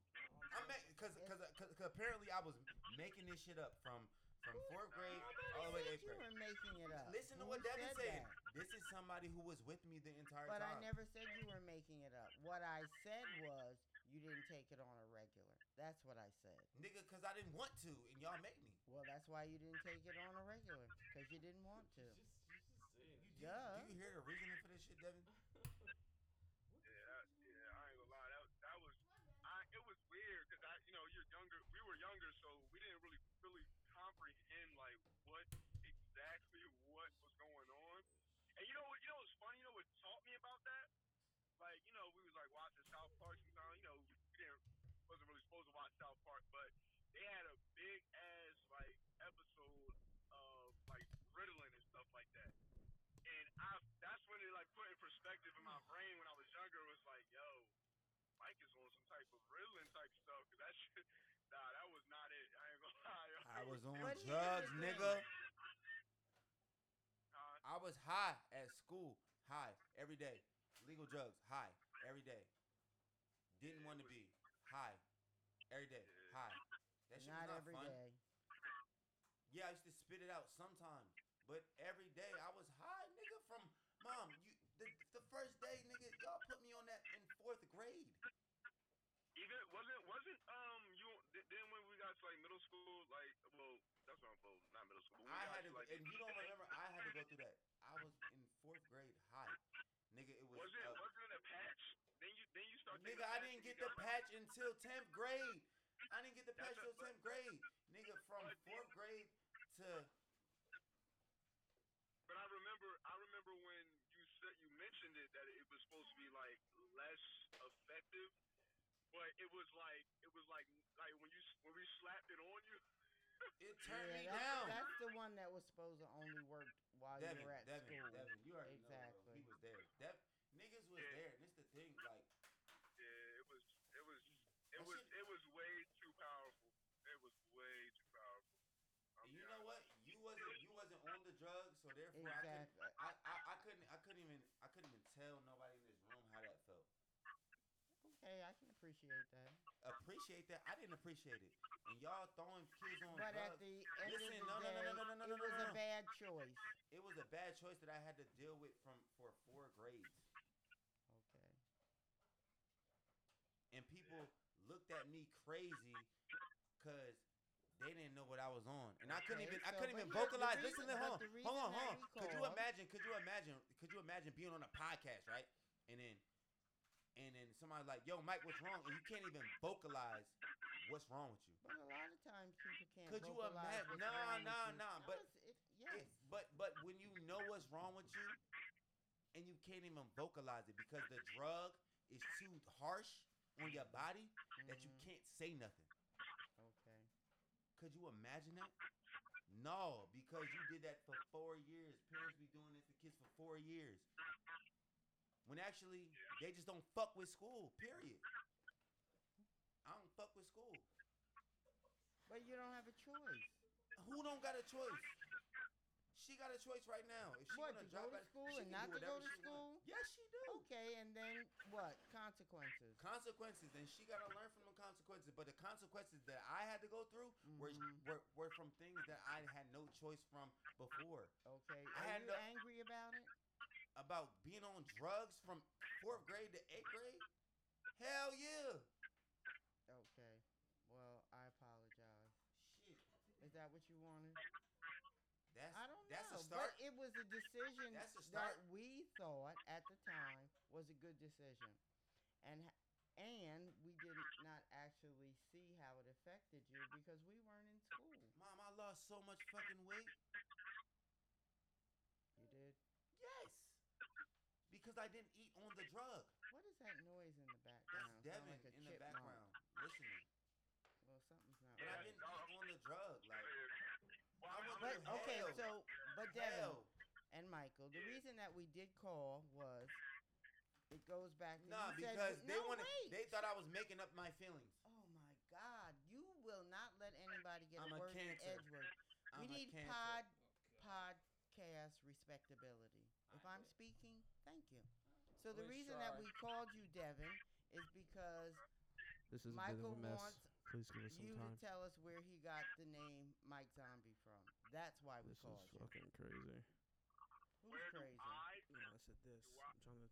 G: I met cause, cause, cause, 'cause apparently I was making this shit up from from fourth grade all the way to
A: Nobody said
G: eighth
A: you
G: grade.
A: were making it up.
G: Listen to
A: Who
G: what Devin
A: said
G: said.
A: that?
G: This is somebody who was with me the entire
A: But I
G: time.
A: never said you were making it up. What I said was you didn't take it on a regular. That's what I said.
G: nigga, cause I didn't want to, and y'all made me.
A: Well, that's why you didn't take it on a regular because you didn't want to.
G: Do you,
A: Duh.
G: do you hear the reasoning for this shit, Devin?
H: Yeah, that, yeah. I ain't gonna lie. That that was. I it was weird because I, you know, you're younger. We were younger, so we didn't really really comprehend like what exactly what was going on. And you know what? You know what's funny? You know what taught me about that? Like, you know, we was like watching South Park sometimes. You know, we didn't wasn't really supposed to watch South Park, but they had a big ass like episode of like riddling and stuff like that. And I that's when it like put in perspective in my brain when I was younger it was like, yo, Mike is on some type of riddling type stuff. 'cause that shit, nah, that was not it. I ain't gonna lie. yo.
G: I was on
A: What he
G: drugs,
A: did
G: nigga.
H: Huh?
G: I was high at school, high every day. Legal drugs, high every day. Didn't want to be high every day, high. That shit
A: Not
G: was not
A: every
G: fun.
A: day.
G: Yeah, I used to spit it out sometimes, but every day I was high, nigga. From mom, you the, the first day, nigga, y'all put me on that in fourth grade.
H: Even wasn't wasn't um you th- then when we got to like middle school like well that's not well not middle school. but when
G: I
H: we got
G: had to,
H: to, like
G: and you don't remember, I had to go through that. I was in fourth grade high, nigga. It was.
H: was it
G: uh,
H: wasn't it a patch? Then you then you start. taking
G: Nigga, I
H: patch
G: didn't
H: when
G: get
H: you
G: the
H: got-
G: patch until tenth grade. I didn't get the
H: That's
G: patch
H: a-
G: until tenth grade. Nigga, from fourth grade to
H: But I remember, I remember when you said you mentioned it that it was supposed to be like less effective, but it was like it was like like when you s- when we slapped it on you.
G: it turned
A: yeah,
G: me
A: that's,
G: down.
A: that's the one that was supposed to only work while
G: Devin,
A: you were at
G: Devin,
A: school.
G: Devin, you already know bro.
A: Exactly.
G: he was there. Dev, niggas was
H: Yeah.
G: there. And this the thing, like
H: Yeah, it was it was it
G: That
H: was
G: shit-
H: it was way too powerful. It was way too powerful. I'll
G: and
H: be
G: you know
H: honest.
G: what? You wasn't you wasn't on the drugs, so therefore I
A: Exactly.
G: couldn't I, I, I couldn't I couldn't even I couldn't even tell nobody in this room how that felt.
A: Okay, I can appreciate that.
G: Appreciate that. I didn't appreciate it. And y'all throwing kids on
A: But at
G: drugs.
A: the end of
G: Listen,
A: the
G: no, no,
A: day,
G: no, no, no, no, no,
A: it
G: no,
A: was
G: no,
A: a
G: no.
A: bad choice.
G: it was a bad choice that I had to deal with from for four grades.
A: Okay.
G: and people looked at me crazy because they didn't know what I was on, and I couldn't
A: Okay,
G: even I
A: so-
G: couldn't
A: but
G: even
A: look, the
G: vocalize.
A: reason-
G: Listen to
A: but
G: him.
A: the
G: Hold on,
A: reason
G: hold on.
A: that he
G: Could you
A: called-
G: imagine? Could you imagine? Could you imagine being on a podcast, right? and then and then somebody like, yo, Mike, what's wrong? And you can't even vocalize what's wrong with you.
A: But a lot of times people can't.
G: Could you
A: vocalize
G: imagine-
A: what's
G: Nah,
A: wrong with
G: nah,
A: you.
G: nah,
A: No,
G: but
A: it's- it- yes.
G: It- but but when you know what's wrong with you and you can't even vocalize it because the drug is too harsh on your body that you
A: Mhm,
G: can't say nothing.
A: Okay.
G: Could you imagine that? No, because you did that for four years. Parents be doing this to kids for four years. When actually they just don't fuck with school, period. I don't fuck with school.
A: But you don't have a choice.
G: Who don't got a choice? She got a choice right now. If she
A: What,
G: wanna
A: to go
G: drop
A: to
G: out,
A: school
G: she
A: and
G: can
A: not to
G: do
A: go
G: whatever
A: to
G: she want.
A: school? Oh.
G: Yes, she do.
A: Okay, and then what? Consequences.
G: consequences, and she gotta learn from the consequences. But the consequences that I had to go through were
A: Mhm.
G: were, were from things that I had no choice from before.
A: Okay.
G: I
A: Are
G: had
A: you
G: no-
A: angry about it?
G: About being on drugs from fourth grade to eighth grade. Hell yeah.
A: Okay. Well, I apologize.
G: Shit.
A: Is that what you wanted?
G: That's
A: I don't
G: that's
A: know.
G: a start.
A: But it was a decision
G: That's a
A: that
G: start.
A: we thought at the time was a good decision, and h- and we did not actually see how it affected you because we weren't in school.
G: Mom, I lost so much fucking weight.
A: You did.
G: Yes. Because I didn't eat on the drug.
A: What is that noise in the
G: That's
A: background? Sound
G: Devin
A: like a
G: in the
A: chipmunk.
G: background listening.
A: Well, something's not
G: But I
A: right.
G: didn't eat on the drug. Like
H: Well,
G: I
H: I'm,
G: went
H: I'm,
A: But
G: through
A: okay,
G: hell.
A: so but Devin
G: Hell.
A: and Michael, the
H: Yeah.
A: reason that we did call was it goes back to
G: Nah,
A: you said
G: because
A: you-
G: they
A: no,
G: wanted.
A: wait.
G: They thought I was making up my feelings.
A: Oh my God! You will not let anybody get
G: I'm
A: a
G: a
A: word in
G: cancer.
A: edgeward.
G: I'm
A: we
G: a
A: need
G: cancer.
A: pod podcast respectability. If I'm speaking, thank you. So the
D: We're
A: reason that
D: sorry.
A: we called you Devin is because
C: This is
A: Michael
C: a bit of a mess.
A: wants
C: Please give us some
A: you to
C: time.
A: tell us where he got the name Mike Zombie from. That's why we
C: This is
A: called you.
C: fucking crazy.
A: Who's
H: where do
A: crazy?
H: I?
C: No, I said this. I'm trying to.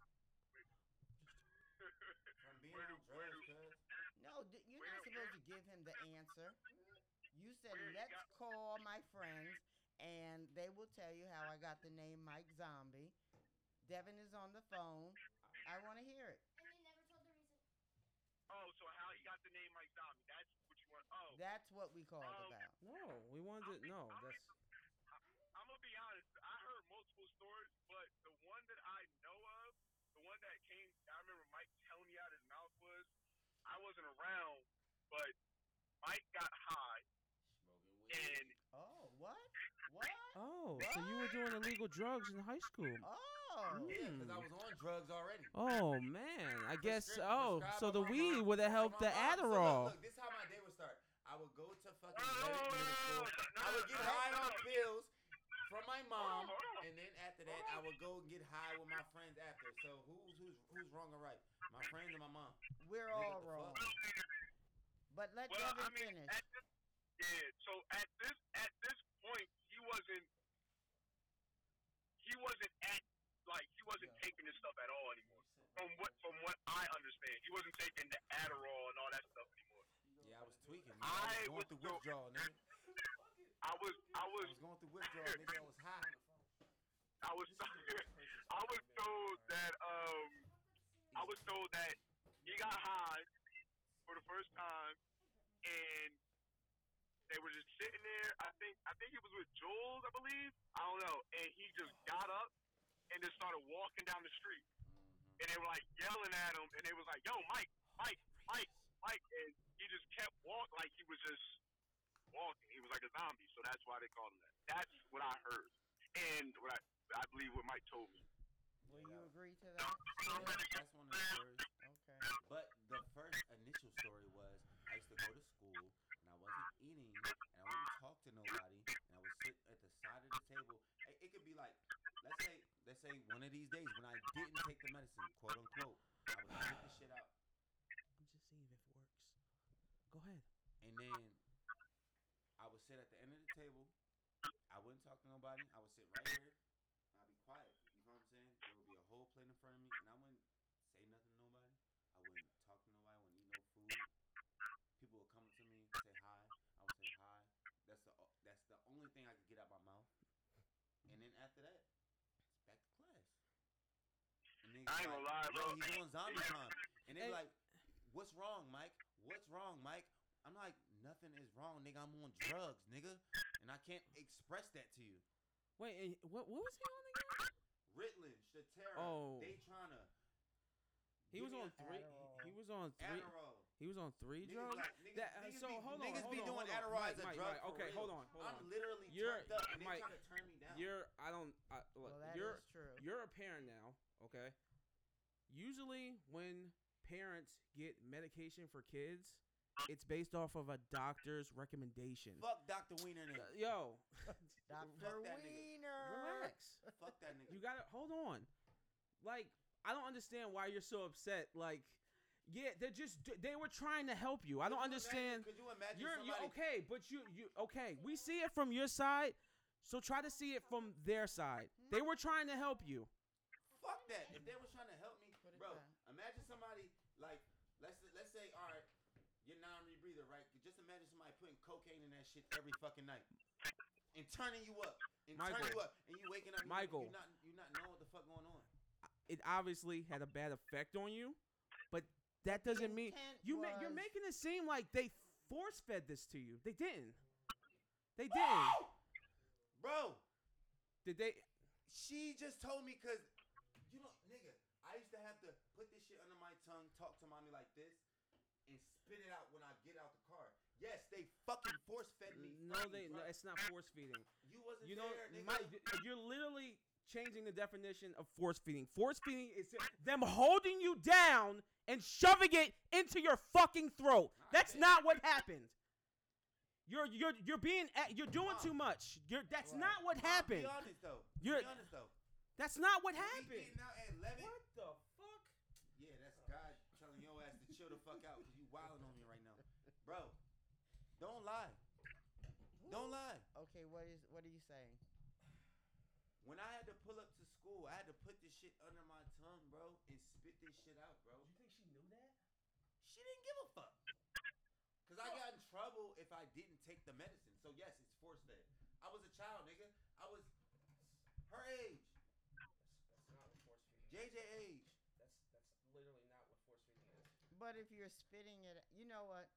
G: From being
H: Where
G: on
H: do- where
G: drugs, cuz.
A: No, d- you're not
H: Where-
A: supposed to give him the answer. You said,
H: Where he
A: let's
H: got-
A: call my friends, and they will tell you how I got the name Mike Zombie. Devin is on the phone. I want to hear it.
I: And they never told the reason.
H: Oh, so how he got the name Mike Zombie? That's what you want. Oh,
A: That's what we called
H: Oh.
A: about.
C: No, we wanted. No, that's.
H: I'm gonna be honest. I heard multiple stories, but the one that I know of, the one that came, I remember Mike telling me out his mouth was, I wasn't around, but Mike got high and
A: Oh, what? What?
C: Oh, so you were doing illegal drugs in high school.
A: Oh.
G: Yeah, because I
C: Mm.
G: was on drugs already.
C: Oh man, I guess.
G: Prescrip-
C: Oh,
G: prescribed
C: so
G: by
C: the
G: my
C: weed
G: mom.
C: would have helped
G: So
C: the
G: my mom- so
C: Adderall.
G: Look, look, this is how my day would start. I would go to fucking Medic
H: Oh,
G: Middle School.
H: no, no,
G: I would get
H: no,
G: high
H: no.
G: on pills from my mom,
H: Hold on.
G: and then after that, I would go and get high with my friends after. So who's who's who's wrong or right? My friends and my mom.
A: We're
G: Nigga,
A: all
G: the
A: wrong.
G: fuck?
A: But let
H: Well,
A: Devin
H: I mean,
A: finish.
H: at this, yeah. So at this at this point, he wasn't he wasn't at like he wasn't taking this stuff at all anymore. From what from what I understand, he wasn't taking the Adderall and all that stuff anymore.
G: Yeah, I was tweaking. nigga.
H: I
G: I was going
H: was
G: through
H: so-
G: withdrawal, nigga.
H: I was
G: I
H: I
G: was
H: was
G: going through withdrawal, nigga. I was high.
H: I was I was told that um I was told that he got high for the first time and they were just sitting there. I think I think he was with Jules, I believe. I don't know. And he just got up and just started walking down the street. And they were like yelling at him and they was like, Yo, Mike, Mike, Mike, Mike and he just kept walking like he was just walking. He was like a zombie, so that's why they called him that. That's what I heard. And what I I believe what Mike told me.
A: Will you agree to that?
G: Yeah, that's one of the stories.
A: Okay.
G: But the first initial story was I used to go to school and I wasn't eating and I wouldn't talk to nobody and I would sit at the side of the table. It, it could be like, let's say, let's say one of these days when I didn't take the medicine, quote unquote, I would spit the shit out
C: I'm just seeing if it works. Go ahead.
G: and then I would sit at the end of the table. I wouldn't talk to nobody. I would sit right here. And I'd be quiet. You know what I'm saying? There would be a whole plate in front of me, and I wouldn't say nothing to nobody. I wouldn't talk to nobody. I wouldn't eat no food. People would come up to me, say hi. I would say hi. That's the o- that's the only thing I could get out my mouth. And then after that, it's back to class. And niggas
H: I ain't gonna lie,
G: yo,
H: bro.
G: he's doing zombie time. And they're
C: Hey.
G: like, what's wrong, Mike? What's wrong, Mike? I'm like, nothing is wrong, nigga. I'm on drugs, nigga. And I can't express that to you.
C: Wait, and what what was he on again?
G: Ritalin, Shatera,
C: Oh.
G: they trying to.
C: He was on three. he- He was on three.
G: Adderall.
C: He was on three
G: Niggas,
C: drugs.
G: like, niggas,
C: That- uh,
G: niggas
C: so
G: be,
C: hold on,
G: niggas
C: hold
G: be
C: on,
G: doing
C: hold on.
G: Adderall
C: Mike,
G: as a
C: Mike,
G: drug
C: Mike,
G: for
C: okay,
G: real.
C: hold on, hold
G: I'm
C: on.
G: literally
C: You're-
G: turned up, and they
C: Mike,
G: trying to turn me down.
C: You're I don't I, look.
A: Well, that
C: you're
A: is true.
C: you're a parent now, okay? Usually, when parents get medication for kids, it's based off of a doctor's recommendation.
G: Fuck Dr. Wiener,
C: Uh,
G: nigga.
C: Yo,
A: Dr.
G: that nigga.
A: Wiener.
C: relax.
G: Fuck that nigga.
C: You gotta hold on. Like, I don't understand why you're so upset. Like, yeah, they're just they were trying to help you. I don't understand.
G: Could you imagine
C: You're, you're
G: somebody?
C: okay, but you you okay. We see it from your side, so try to see it from their side. They were trying to help you.
G: Fuck that. If they was trying to help me,
A: Put it
G: bro,
A: down.
G: imagine somebody like let's let's say all right, you're non-rebreather, right? Just imagine somebody putting cocaine in that shit every fucking night and turning you up and turning
C: Michael.
G: you up and you waking up. you-
C: Michael.
G: you're not you're not knowing what the fuck going on.
C: It obviously had a bad effect on you, but that doesn't mean
A: Intent
C: you ma- you're
A: was-
C: making it seem like they force fed this to you. They didn't. They didn't.
G: Bro,
C: Did they?
G: she just told me because you know, nigga, I used to have to put this shit under my tongue, talk to mommy like this, and spit it out when I get out the car. Yes, they fucking force fed me.
C: No,
G: fucking
C: they. No,
G: drugs.
C: it's not force feeding.
G: You wasn't
C: You know,
G: there, nigga.
C: my, you're literally changing the definition of force feeding. Force feeding is them holding you down and shoving it into your fucking throat. That's not what happened. You're you're you're being a- you're doing too much. You're that's
A: Right.
C: not what
G: Nah,
C: happened.
G: Be honest though.
C: You're-
G: be honest though.
C: That's not what
G: We
C: happened.
G: Getting out at 11?
C: What the fuck?
G: Yeah, that's God telling your ass to chill the fuck out because you wilding on me right now, bro. Don't lie. Don't lie.
A: Okay, what is what are you saying?
G: When I had to pull up to school, I had to put this shit under my tongue, bro, and spit this shit out, bro.
C: You think she knew that?
G: She didn't give a fuck. Cause I got in trouble if I didn't take the medicine. So yes, it's force fed. I was a child, nigga. I was her age,
B: That's not what force feeding is.
G: JJ age.
B: That's that's literally not what force feeding is.
A: But if you're spitting it, you know what?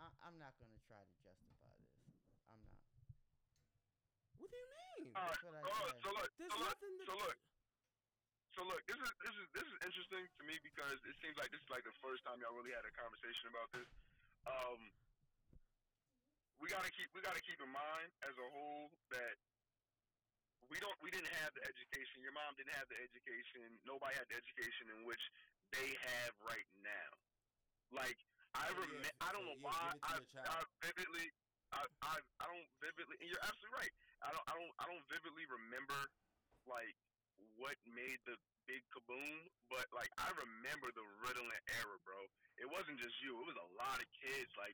A: I, I'm not going to try to justify this. I'm not.
C: What do you mean?
H: Uh,
A: That's what I
H: Oh,
A: said.
H: so look,
C: There's
H: so look,
C: nothing to
H: so look. So look, this is this is this is interesting to me because it seems like this is like the first time y'all really had a conversation about this. Um, we gotta keep we gotta keep in mind as a whole that we don't we didn't have the education. Your mom didn't have the education. Nobody had the education in which they have right now. Like I
G: Yeah,
H: remember,
G: yeah,
H: I don't know
G: yeah,
H: why
G: give it to
H: I,
G: your child.
H: I vividly I, I I don't vividly and you're absolutely right. I don't I don't I don't vividly remember like what made the big kaboom, but like I remember the Ritalin era, bro. It wasn't just you; it was a lot of kids. Like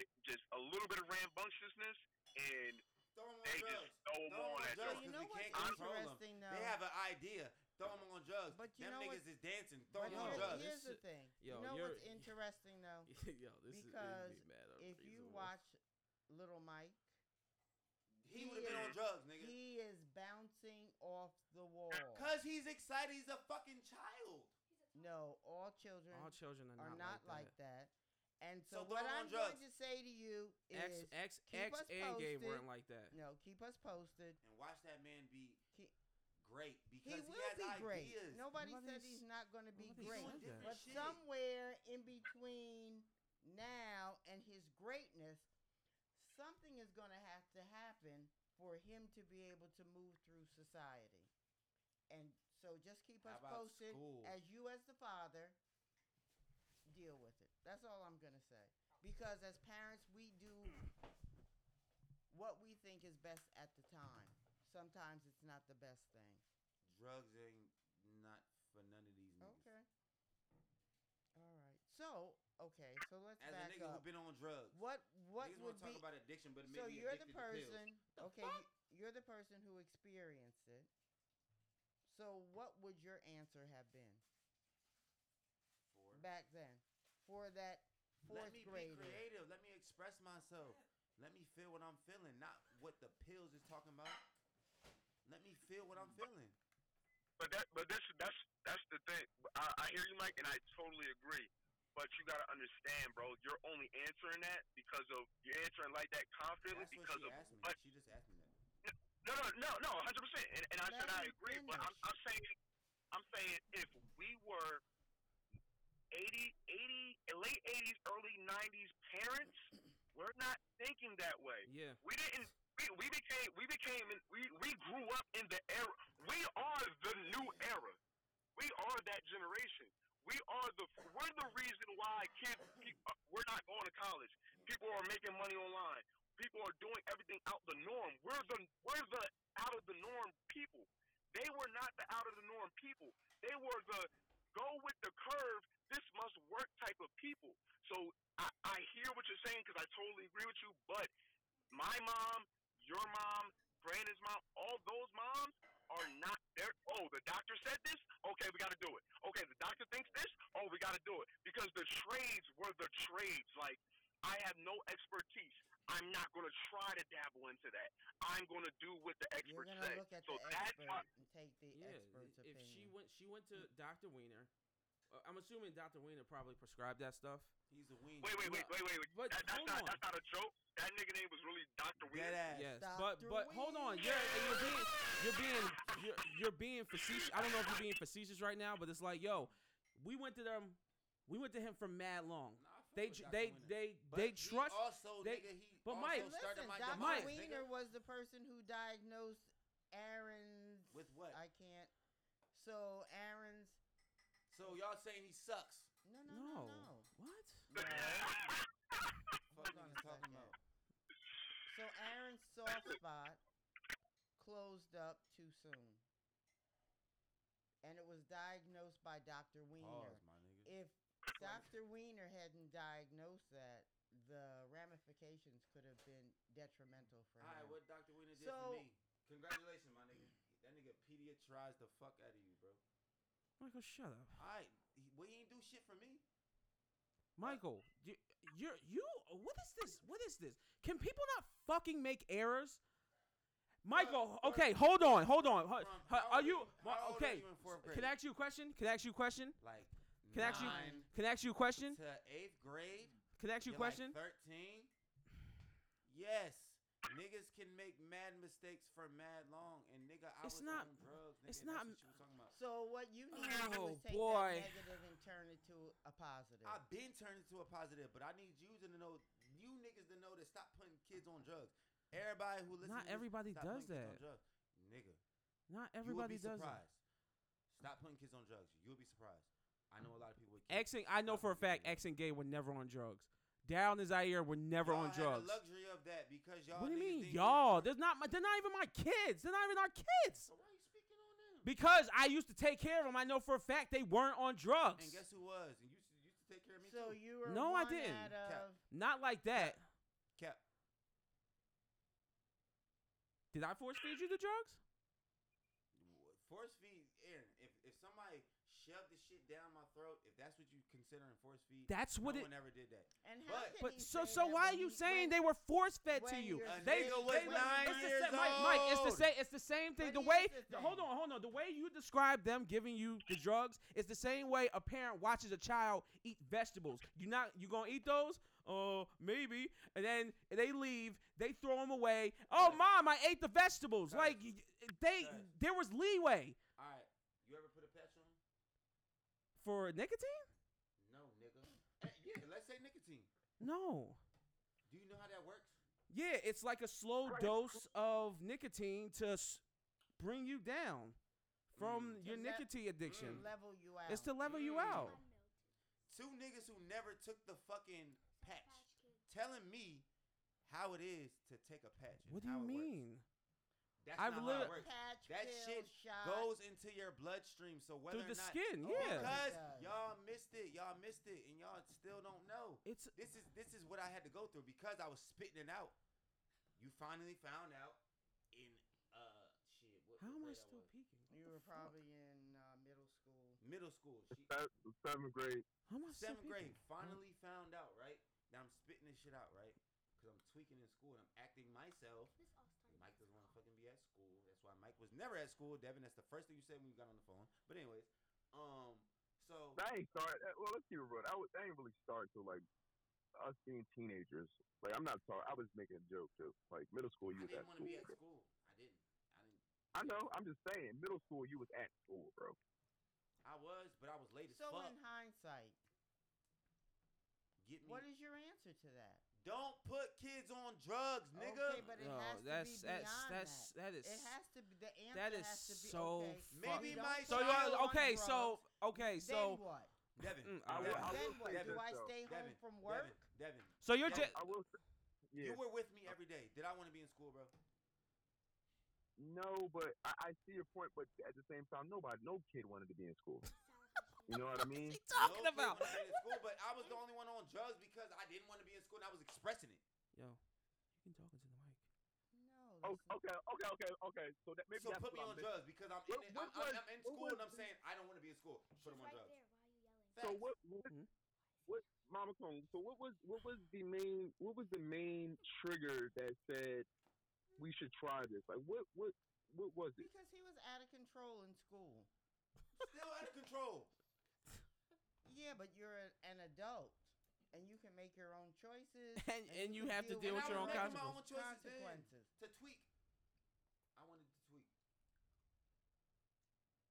H: th- just a little bit of rambunctiousness, and
G: Throw 'em on
H: they
G: drugs.
H: just throw
G: Throw 'em
H: on
G: on
H: at
G: drugs
A: But you
G: 'cause
H: you.
A: know
G: we
A: what's
G: can't control 'em.
A: interesting,
G: They
A: though?
G: have an idea. Throw them on drugs.
A: But you
G: them
A: know
G: niggas is dancing. Throw
A: But
G: them
C: Yo,
G: on
A: here's,
G: drugs.
A: here's the
C: this-
A: thing.
C: yo,
A: you know
C: you're-
A: what's interesting, though?
C: Yo, this
A: Because
C: is this is mad
A: If you
C: unreasonable.
A: watch Little Mike,
G: He would have been on drugs, nigga.
A: he is bouncing off the wall.
G: Cause he's excited. He's a fucking child.
A: No, all children
C: all children are,
A: are not, like that. And
G: So
A: so,
G: throw
A: what
G: 'em
A: I'm
G: on drugs.
A: going to say to you is
C: X X
A: keep
C: X
A: us
C: and game
A: posted.
C: weren't like that.
A: no, keep us posted.
G: And watch that man be
A: He-
G: great because
A: He
G: he,
A: will
G: has
A: be
G: ideas.
A: great. Nobody said
C: Nobody's-
A: he's not going to be
C: nobody
A: great.
C: said that.
A: But
G: Shit.
A: somewhere in between now and his greatness, something is going to have to happen for him to be able to move through society. And so just keep
G: How
A: us
G: about
A: posted
G: school?
A: as you, as the father, deal with it. That's all I'm going to say. Because as parents, we do what we think is best at the time. Sometimes it's not the best thing.
G: Drugs ain't not for none of these niggas.
A: Okay. All right. So okay. So let's
G: As a
A: back
G: nigga who
A: up.
G: been on drugs,
A: What what
G: niggas
A: would be?
G: wanna talk about addiction, but it
A: so
G: may be
A: you're the
G: addicted to pills.
A: person. okay, you, you're the person who experienced it. So what would your answer have been
G: For-
A: back then for that
G: Let
A: fourth
G: me
A: grade?
G: be creative. Let me express myself. Let me feel what I'm feeling, not what the pills is talking about. Let me feel what I'm feeling.
H: but that, but this, that's, that's the thing. I, I hear you, Mike, and I totally agree. But you gotta understand, bro. You're only answering that because of you're answering like that
G: That's
H: confidently
G: what
H: because
G: she
H: of
G: asked me.
H: what
G: She just asked me that.
H: No, no, no, no, hundred percent. And, and I
A: Let
H: said I
A: him
H: agree, but I'm,
A: finish.
H: I'm saying, I'm saying if we were 80, 80, late eighties, early nineties parents, we're not thinking that way.
C: Yeah.
H: We didn't. We, we became. We became. in- We we grew up in the era. We are the new era. We are that generation. We are the. We're the reason why kids. Keep, uh, we're not going to college. People are making money online. People are doing everything out the norm. We're the. We're the out of the norm people. They were not the out of the norm people. They were the go with the curve. This must work type of people. So I, I hear what you're saying because I totally agree with you. But my mom, your mom, Brandon's mom, all those moms are not there. Oh, the doctor said this? Okay, we got to do it. Okay, the doctor thinks this? Oh, we got to do it. Because the trades were the trades. Like, I have no expertise. I'm not going to try to dabble into that. I'm going to do what the
A: You're
H: experts
A: gonna
H: say.
A: look at
H: so
A: the
H: that's
A: expert
H: why.
A: and take the
B: Yeah,
A: expert's
B: if
A: opinion.
B: she went, she went to Doctor Weiner. Uh, I'm assuming Doctor Weiner probably prescribed that stuff.
G: He's a wing.
H: Wait, wait, wait, wait, wait, wait.
B: But
H: That, that's,
B: hold
H: not,
B: on.
H: that's not a joke. That nigga name was really Dr. Weird.
A: ass.
B: Yes,
A: Dr.
B: but but hold on, you're you're being you're being you're, you're being facetious. I don't know if you're being facetious right now, but it's like, yo, we went to them, we went to him for mad long.
G: Nah, I fuck
B: They
G: with
B: tr-
G: Dr.
B: they
G: Wiener.
B: they
G: But
B: they
G: he
B: trust.
G: Also,
B: they-
G: nigga, he
B: but
G: also
B: Mike-
G: started
A: Listen,
G: my
A: Dr.
B: Mike.
G: demise,
A: Wiener
G: nigga.
A: was the person who diagnosed Aaron's.
G: With what?
A: I can't. So Aaron's.
G: So y'all saying he sucks?
A: No, no, no,
B: No,
A: no.
B: what?
G: No.
A: Hold
G: Fuck
A: on a
G: niggas talking
A: second.
G: about?
A: So Aaron's soft spot closed up too soon, and it was diagnosed by Dr. Wiener.
G: Pause, my nigga.
A: If Dr. Wiener hadn't diagnosed that, the ramifications could have been detrimental for
G: All right,
A: him.
G: what Dr. Wiener did
A: So-
G: for me? Congratulations, my nigga. That nigga pediatrized the fuck out of you, bro.
C: Michael, shut up.
G: All right, he, well, he ain't do shit for me.
C: Michael, you, you're you. What is this? What is this? Can people not fucking make errors? Michael,
G: Bro,
C: okay, hold on, hold on. hu-
G: Bro,
C: hu-
G: how
C: Are
G: old
C: you
G: how
C: Ma-
G: old are
C: okay?
G: you in fourth
C: Can
G: grade?
C: I ask you a question? Can I ask you a question?
G: like
C: Can I ask you-
G: nine
C: Can I ask you a question?
G: to eighth grade?
C: Can I ask you a
G: You're like
C: question?
G: 13? Yes. Niggas can make mad mistakes for mad long, and nigga, I
C: It's
G: was
C: not-
G: on drugs. Nigga,
C: it's
G: and that's
C: not-
G: what she was talking about.
A: So what you need to do
C: Oh,
A: is take
C: boy.
A: that negative and turn it to a positive.
G: I've been turned into a positive, but I need you to know, you niggas to know to stop putting kids on drugs. Everybody who listens,
C: Not
G: to this,
C: everybody
G: stop
C: does
G: putting kids
C: that.
G: on drugs. Nigga,
C: Not
G: you
C: everybody
G: will be
C: does it.
G: surprised. Stop putting kids on drugs. You'll be surprised. I know a lot of people with kids.
C: X and I know
G: Stop
C: for a
G: putting kids
C: fact
G: on drugs.
C: X and Gay were never on drugs. Down and Zaire were never
G: Y'all
C: on
G: had
C: drugs.
G: The luxury of that because y'all.
C: What do you
G: niggas
C: mean,
G: didn't get-
C: y'all? They're not. My, they're not even my kids. They're not even our kids.
G: So why you speaking on them?
C: Because I used to take care of them. I know for a fact they weren't on drugs.
G: And guess who was? And you used to, used to take care of me
A: so
G: too.
A: you were
C: No, I
A: one
C: didn't.
A: out
G: Cap.
A: of
C: Not like that.
G: Cap.
C: Did I force feed you the drugs?
G: w- Force feed, Aaron. If if somebody shoved the shit down my throat, if that's what you considering force feed,
C: That's what
G: no
C: it.
G: one ever did that.
A: and how
G: But-
A: can
C: But
A: he
C: so
A: say
C: so
A: that
C: why are
A: when
C: you
A: he-
C: saying
A: when-
C: they were force fed to
A: when
C: you?
A: you're oh.
G: A
C: They,
G: nigga was
C: they were-
G: nine
C: it's the
G: years
C: sa- Mike, Mike, it's the
G: old.
C: same. It's the same thing.
A: But
C: The
A: here's
C: way,
A: the
C: the- hold
A: thing.
C: on, hold on. The way you describe them giving you the drugs is the same way a parent watches a child eat vegetables. You not you gonna eat those? Uh, maybe. And then they leave. They throw them away. Oh,
G: Right.
C: mom, I ate the vegetables.
G: Right.
C: Like y- they,
G: Right.
C: there was leeway
G: All right, you ever put a patch on?
C: for nicotine.
G: No, nigga. Eh, yeah, let's say nicotine.
C: No.
G: Do you know how that works?
C: Yeah, it's like a slow dose of nicotine to s- bring you down from
A: Mm.
C: your
A: To let-
C: nicotine addiction.
A: to level you out?
C: It's to level you
G: Mm.
C: out.
G: Two niggas who never took the fucking patch, telling me how it is to take a patch. and
C: What do you
G: how it works.
C: mean?
G: That's
C: I've
G: not
C: lit-
G: how it works.
A: Patch,
G: That
A: pill,
G: shit
A: shot.
G: goes into your bloodstream. So whether
C: Through the
G: or not
C: skin,
A: Oh,
C: yeah.
G: Because
A: Yeah.
G: y'all missed it, y'all missed it, and y'all still don't know.
C: It's
G: This is this is what I had to go through because I was spitting it out. You finally found out in uh shit. What,
C: how
G: what
C: am I
G: grade
C: still
G: was?
C: peeking?
A: You were probably in uh, middle school.
G: middle school? She,
H: Seventh grade.
C: How am I still
G: seventh grade.
C: peeking?
G: Finally found out, right? Now I'm spitting this shit out, right? Because I'm tweaking in school and I'm acting myself. Mike doesn't want to fucking be be at school. That's why Mike was never at school. Devin, that's the first thing you said when you got on the phone. But anyways, um, so
H: I ain't start. uh, Well, let's be real. I, was, I ain't really start till like us being teenagers. Like I'm not sorry. I was making a joke too. Like middle school,
G: I
H: you was
G: didn't
H: at
G: want to
H: school.
G: be at
H: bro.
G: school. I didn't. I didn't.
H: I know. I'm just saying, middle school, you was at school, bro.
G: I was, but I was late as
A: So
G: fuck.
A: in hindsight,
G: Get me.
A: what is your answer to that?
G: Don't put kids on drugs, nigga.
A: Okay, but it
H: Mm,
B: No,
A: has
B: that's
A: to be beyond
B: that's that's that
A: that.
B: is
A: It has to be the answer.
B: that is
A: has to be,
B: so
A: okay,
G: Maybe
A: we don't
G: my-
A: put
B: so. You
A: our
G: Well, I
B: are,
A: children
B: okay,
A: on
B: so
A: drugs,
B: okay, so
A: then what?
G: Devin,
B: Mm, I
G: Devin,
H: I will. I
A: Then
H: will
A: what?
H: say
A: Do
H: this,
A: I
H: though.
A: stay home
G: Devin,
A: from work?
G: Devin, Devin,
C: So you're
G: Yeah.
B: just
H: I will. Say, yeah.
G: you were with me every day. Did I want to be in school, bro?
H: No, but I, I see your point. But at the same time, nobody, no kid wanted to be in school. You know what I mean?
B: talking
G: no kid
B: about.
G: wanted to be in school, but I was the only one on drugs because I didn't want to be in school and I was expressing it.
B: Yo, you can talk into the mic.
A: No.
H: Oh,
A: that's not-
H: okay, okay, okay, okay. So that maybe
G: so
H: that's
G: put me
H: what
G: on
H: I'm missing.
G: drugs because I'm in,
H: What-
G: it,
H: what
G: I'm, I'm,
H: was-
G: I'm in
H: what
G: school and
H: was-
G: I'm saying I don't want to be in school. Put
I: She's
G: them on
I: right
G: drugs.
I: there. Why are you yelling?
H: So
G: Facts.
H: what? What?
B: Mhm.
H: What? Mama Cone. So what was? What was the main? What was the main trigger that said we should try this? Like what? What? What was it?
A: Because he was out of control in school.
G: Still out of control.
A: Yeah, but you're a, an adult and you can make your own choices.
B: And- and you
A: can
B: have to deal
G: with your own
A: my
G: consequences.
A: consequences.
G: To tweak. I wanted to tweak.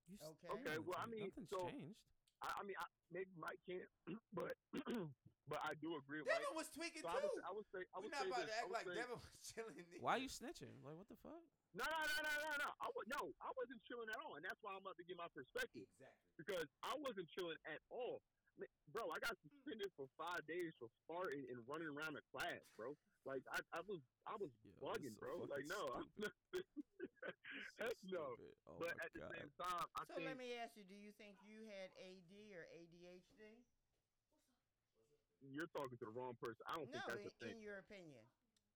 B: You s-
A: Okay.
H: Okay, well, I mean,
B: nothing's
H: so-
B: changed.
H: I, I mean, I, maybe Mike can't, but but I do agree. with Mike.
G: Devin was tweaking
H: So I
G: too.
H: would, I would say, I
G: We're
H: would
G: not
H: say
G: about to
H: this. I
G: act
H: would
G: like
H: say,
G: Devin was chilling. Nigga.
B: Why are you snitching? Like, what the fuck?
H: No, no, no, no, no, no. I was, no, I wasn't chilling at all, and that's why I'm about to give my perspective
G: Exactly.
H: because I wasn't chilling at all, Li- bro. I
A: Hmm.
H: got suspended for five days for farting and running around the class, bro. Like I, I was, I was
B: Yo, that's
H: bugging,
B: so
H: bro.
B: fucking
H: Like no, I'm not,
B: So
H: heck no.
B: stupid. Oh
H: but
B: my
H: at the
B: god.
H: same time, I
A: So
H: think
A: let me ask you, do you think you had AD or ADHD?
H: you're talking to the wrong person. I don't
A: No,
H: think that's
A: in,
H: a thing.
A: in your opinion.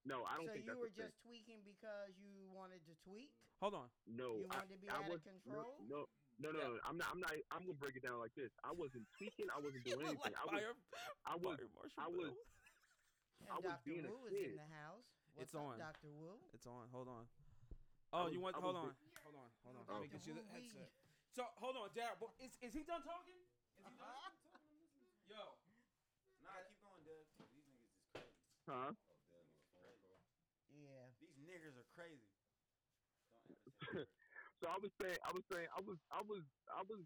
H: No, I don't
A: so
H: think
A: you
H: that's
A: were
H: a thing.
A: just tweaking because you wanted to tweak?
B: Hold on.
H: No,
A: you
H: Oh, I,
A: wanted to be
H: I
A: out of
H: was
A: control?
H: no. No, no, no, I'm not. I'm not. I'm gonna break it down like this. I wasn't tweaking. I wasn't doing anything. I was. I was. I was.
A: And
H: I was
A: Dr.
H: being a
A: Wu is in
H: kid.
A: the house. What's
B: It's
A: up,
B: on.
A: Dr. Wu?
B: It's on. Hold on. Oh,
H: was-
B: you want?
H: I was
B: Hold on.
H: big-
B: Hold on. Hold on.
A: Oh.
B: Let me get you the
A: Dr. Wu Wee.
B: headset. So hold on, Dad. What, is is he done talking? Is he done? Yo.
G: Nah, keep going, Dev. These niggas is crazy.
H: Huh?
A: Yeah.
G: These niggas are crazy.
H: Oh, So I was saying, I was saying, I was, I was, I was,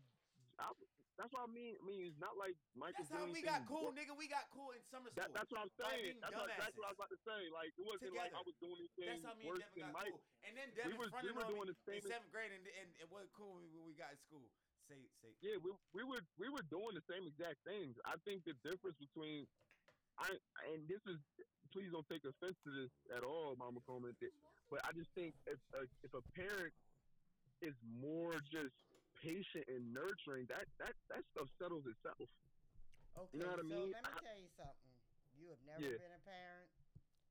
H: I was that's what I mean. I mean, it's not like Michael.
G: That's how
H: did
G: we
H: anything
G: got cool,
H: wor-
G: nigga. We got cool in summer
H: That,
G: school.
H: that's what I'm
G: By
H: saying.
G: being
H: That's what, that's what I was about to say. Like it wasn't like I
G: Together.
H: was doing anything
G: That's how me and
H: worse
G: Devin
H: than
G: got
H: Mike.
G: cool. And then
H: We
G: Devin
H: was we
G: fronted
H: were
G: on
H: doing
G: me
H: the same.
G: in seventh grade, and, and it wasn't cool when we, when we got in school. Say, say,
H: Yeah, we we were we were doing the same exact things. I think the difference between I and this is please don't take offense to this at all, Mama Coleman. th- But I just think if a, if a parent is more just patient and nurturing, that that that stuff settles itself.
A: Okay,
H: You know what
A: so
H: I mean?
A: let me
H: I-
A: tell you something. You have never
H: Yeah.
A: been a parent,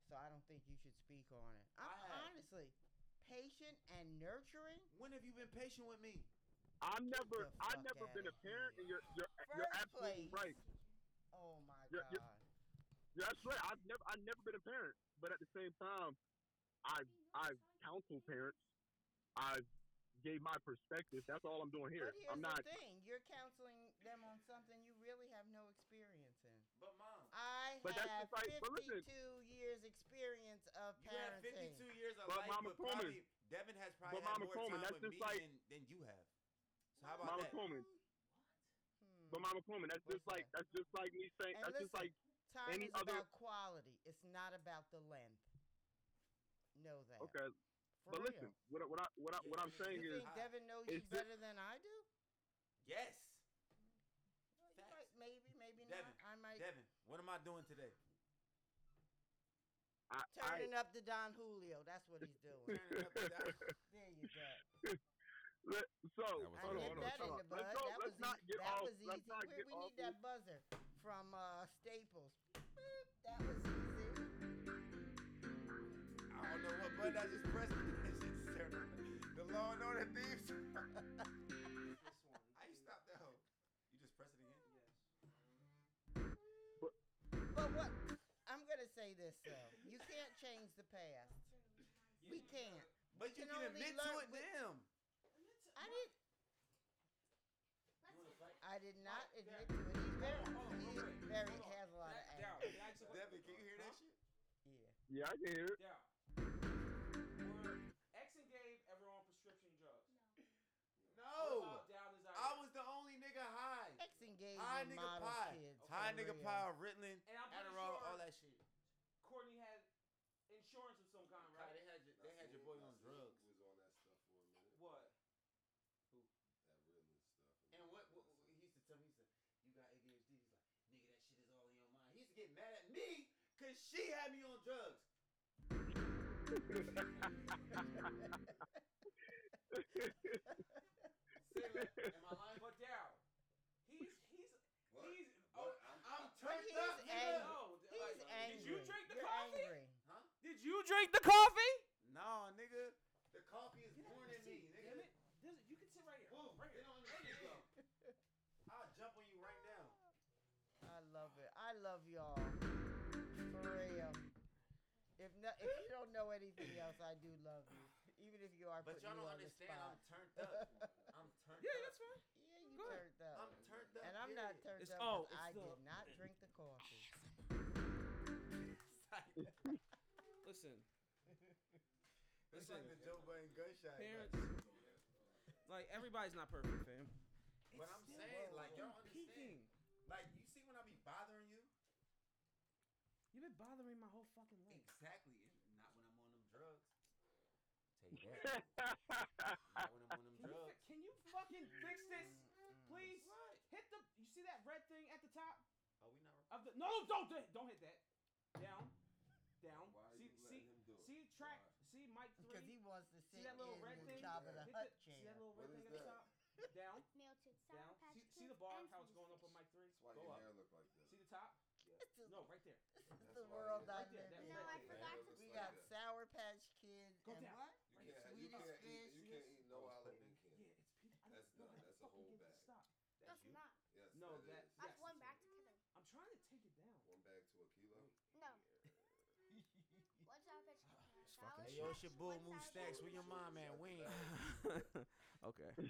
A: so I don't think you should speak on it. I'm
G: I have.
A: honestly patient and nurturing.
G: when have you been patient with me?
H: I never
A: The
H: I
A: fuck
H: never
A: outta
H: been a parent, and you're you're, you're
A: First
H: absolutely
A: place.
H: right.
A: Oh my
H: You're-
A: god.
H: you're- You're absolutely right. I've never I've never been a parent, but at the same time, I I counsel parents. I gave my perspective. That's all I'm doing here.
A: But here's
H: I'm not.
A: the thing: you're counseling them on something you really have no experience in.
G: But mom,
A: I
H: But that's
A: have
H: just like- but listen.
A: 52 years experience of
G: you have
A: parenting.
G: 52 years of
H: But
G: life,
H: Mama
G: but
H: Coleman-
G: probably Devin has
H: but
G: probably had
H: Mama
G: more
H: Coleman,
G: time
H: that's
G: with
H: just
G: me
H: like-
G: than, than you have. So how about
H: Mama
G: that?
H: Coleman,
A: Hmm.
H: but Mama Coleman, that's just like that's just like me saying
A: And
H: that's just
A: listen,
H: like
A: Time
H: any
A: is
H: other-
A: about quality. It's not about the length. Know that.
H: okay.
A: For
H: But
A: real.
H: listen, what I- what I what I what I'm saying
A: You
H: is
A: think Devin knows you
H: it's just-
A: better than I do?
G: Yes,
A: Well, you
G: Facts.
A: might- Maybe, maybe
G: Devin,
A: not. I might
G: Devin. What am I doing today?
H: I, I
A: turning up the Don Julio. That's what he's doing.
G: Turning up and down.
A: there you go.
H: let, so
D: That was
A: I
H: hold
A: nip
H: on, hold on,
A: that in
H: hold on.
A: the bud.
H: Let's go.
A: That was
H: Let's not
A: easy.
H: get
A: that
H: off.
A: was easy.
H: Let's not
A: Where
H: get
A: we
H: off.
A: need that buzzer from uh, Staples. Boop, That was easy.
G: I don't know what button I just pressed, but that shit's terrible. The Law and Order thieves. How you stop that hoe? You just press it again?
A: But what? I'm gonna say this though. You can't change the past. We can't.
G: But you
A: can
G: can
A: only
G: admit to
A: learn
G: it,
A: with-
G: damn.
A: I did.
D: Let's get
A: I did not admit to it. He's very, he's very has a lot of
B: Dow,
A: anger.
B: can I ask you a
G: Devin,
B: question?
G: can you hear that shit?
A: Yeah.
H: Yeah, I can hear it.
B: Dow. Were Exxon gave everyone prescription drugs?
G: No.
B: What about Dow is out?
G: I was the only nigga high.
A: X engaged
G: High
A: in
G: nigga
A: model
G: pie.
A: kids.
G: High
A: for
G: nigga
A: real.
G: pile, Ritalin,
B: And I'm pretty
G: Adderall, all
B: sure
G: that shit.
B: Courtney had insurance of some kind,
G: Nah,
B: right?
G: they had your, they had your boy on drugs. What? And what, what, what he used to tell me, he said, "You got ADHD." He's like, "Nigga, that shit is all in your mind." He used to get mad at me because she had me on drugs. Say, like, am I lying?
B: But Dow, he's he's he's.
J: What?
B: Oh,
J: I'm,
G: I'm
A: But
G: turned
A: he's
G: up.
A: angry.
G: nigga.
B: no,
A: He's
B: Oh, like,
A: angry.
B: Did you drink the
A: You're
B: coffee?
A: Angry.
G: Huh?
B: Did you drink the coffee?
G: Nah, nigga. The coffee is born in me, nigga.
B: Damn it! This, you can sit right here.
G: Whoa,
B: right
G: get
B: here.
G: on the radio, go. I'll jump on you right now.
A: I love it. I love y'all. For real. If no, if you don't know anything else, I do love you. Even if you are
G: But
A: putting
G: y'all
A: me
G: don't
A: on
G: understand.
A: the spot.
G: I'm turned up. I'm turned
B: Yeah,
G: up.
B: that's fine.
A: yeah, you
B: Go ahead.
A: turned up.
G: I'm turned up.
A: and I'm not
G: period.
A: turned
B: It's-
A: up
B: oh,
A: because I
B: it's the-
A: did not drink the coffee.
B: Listen,
G: It's like the Joe Budden gunshot.
B: parents,
G: Like,
B: like everybody's not perfect, fam.
G: but I'm saying, like, y'all understand. Like, you see when I be bothering you?
B: You've been bothering me my whole fucking life.
G: Exactly. and Not when I'm on them drugs. Take that.
H: That's
G: Not when I'm on them
B: Can you, fi- can
G: drugs.
B: you fucking fix this,
A: Mm-mm.
G: Mm-hmm.
B: please? Hit the. You see that red thing at the top
G: Are we not
B: of the? No, don't hit- don't hit that. Down, down.
H: Why are
B: see
H: you
B: see
H: letting him do it?
B: see track. See Mike
A: Because
B: three.
A: he wants to
B: See
A: sit
B: that little
A: in
B: red
A: the
B: thing?
A: top of the
B: Hit
A: hut
B: the- see
A: chair.
B: that little red
H: What
B: thing
H: is
B: at the top. Down,
D: melted
B: down.
D: sour patch
B: See, see the
D: Kids
B: bar?
D: and
B: How it's going
D: Sweet
B: up on
D: Fish.
B: Mike three?
H: why
B: Go
H: your
B: up.
H: hair look like that.
B: See the top?
A: It's the,
B: No, right there.
A: it's
H: That's
A: the
H: why
A: world
H: he-
A: I
B: Right there,
A: live
B: that
A: in.
D: No,
B: red
D: I
B: thing.
D: forgot
H: Hair
D: to
H: looks
A: We
H: like
A: got
H: that.
A: Sour Patch Kids
B: Go
A: and
B: down.
A: what?
H: You
A: Sweetest
H: can't, you can't eat,
A: fish.
H: you can't eat no olive and
B: Yeah, it's
H: candy.
B: peanut. I
H: That's
B: don't know how
H: done.
B: to
H: That's a
B: fucking
H: whole
B: get it to
H: bag.
B: stop.
D: That's not.
H: Yes,
B: No, that-
H: is.
B: yes.
D: That's one back together.
B: I'm trying to take it down.
H: One bag to a kilo.
D: No. One sour patch Kids and a sour
G: Hey, yo, it's
D: patch,
G: your boy
D: one
G: Moon
D: sour
G: Stacks.
D: patch
G: Where your mom at? When?
B: okay.
H: All
G: All right, so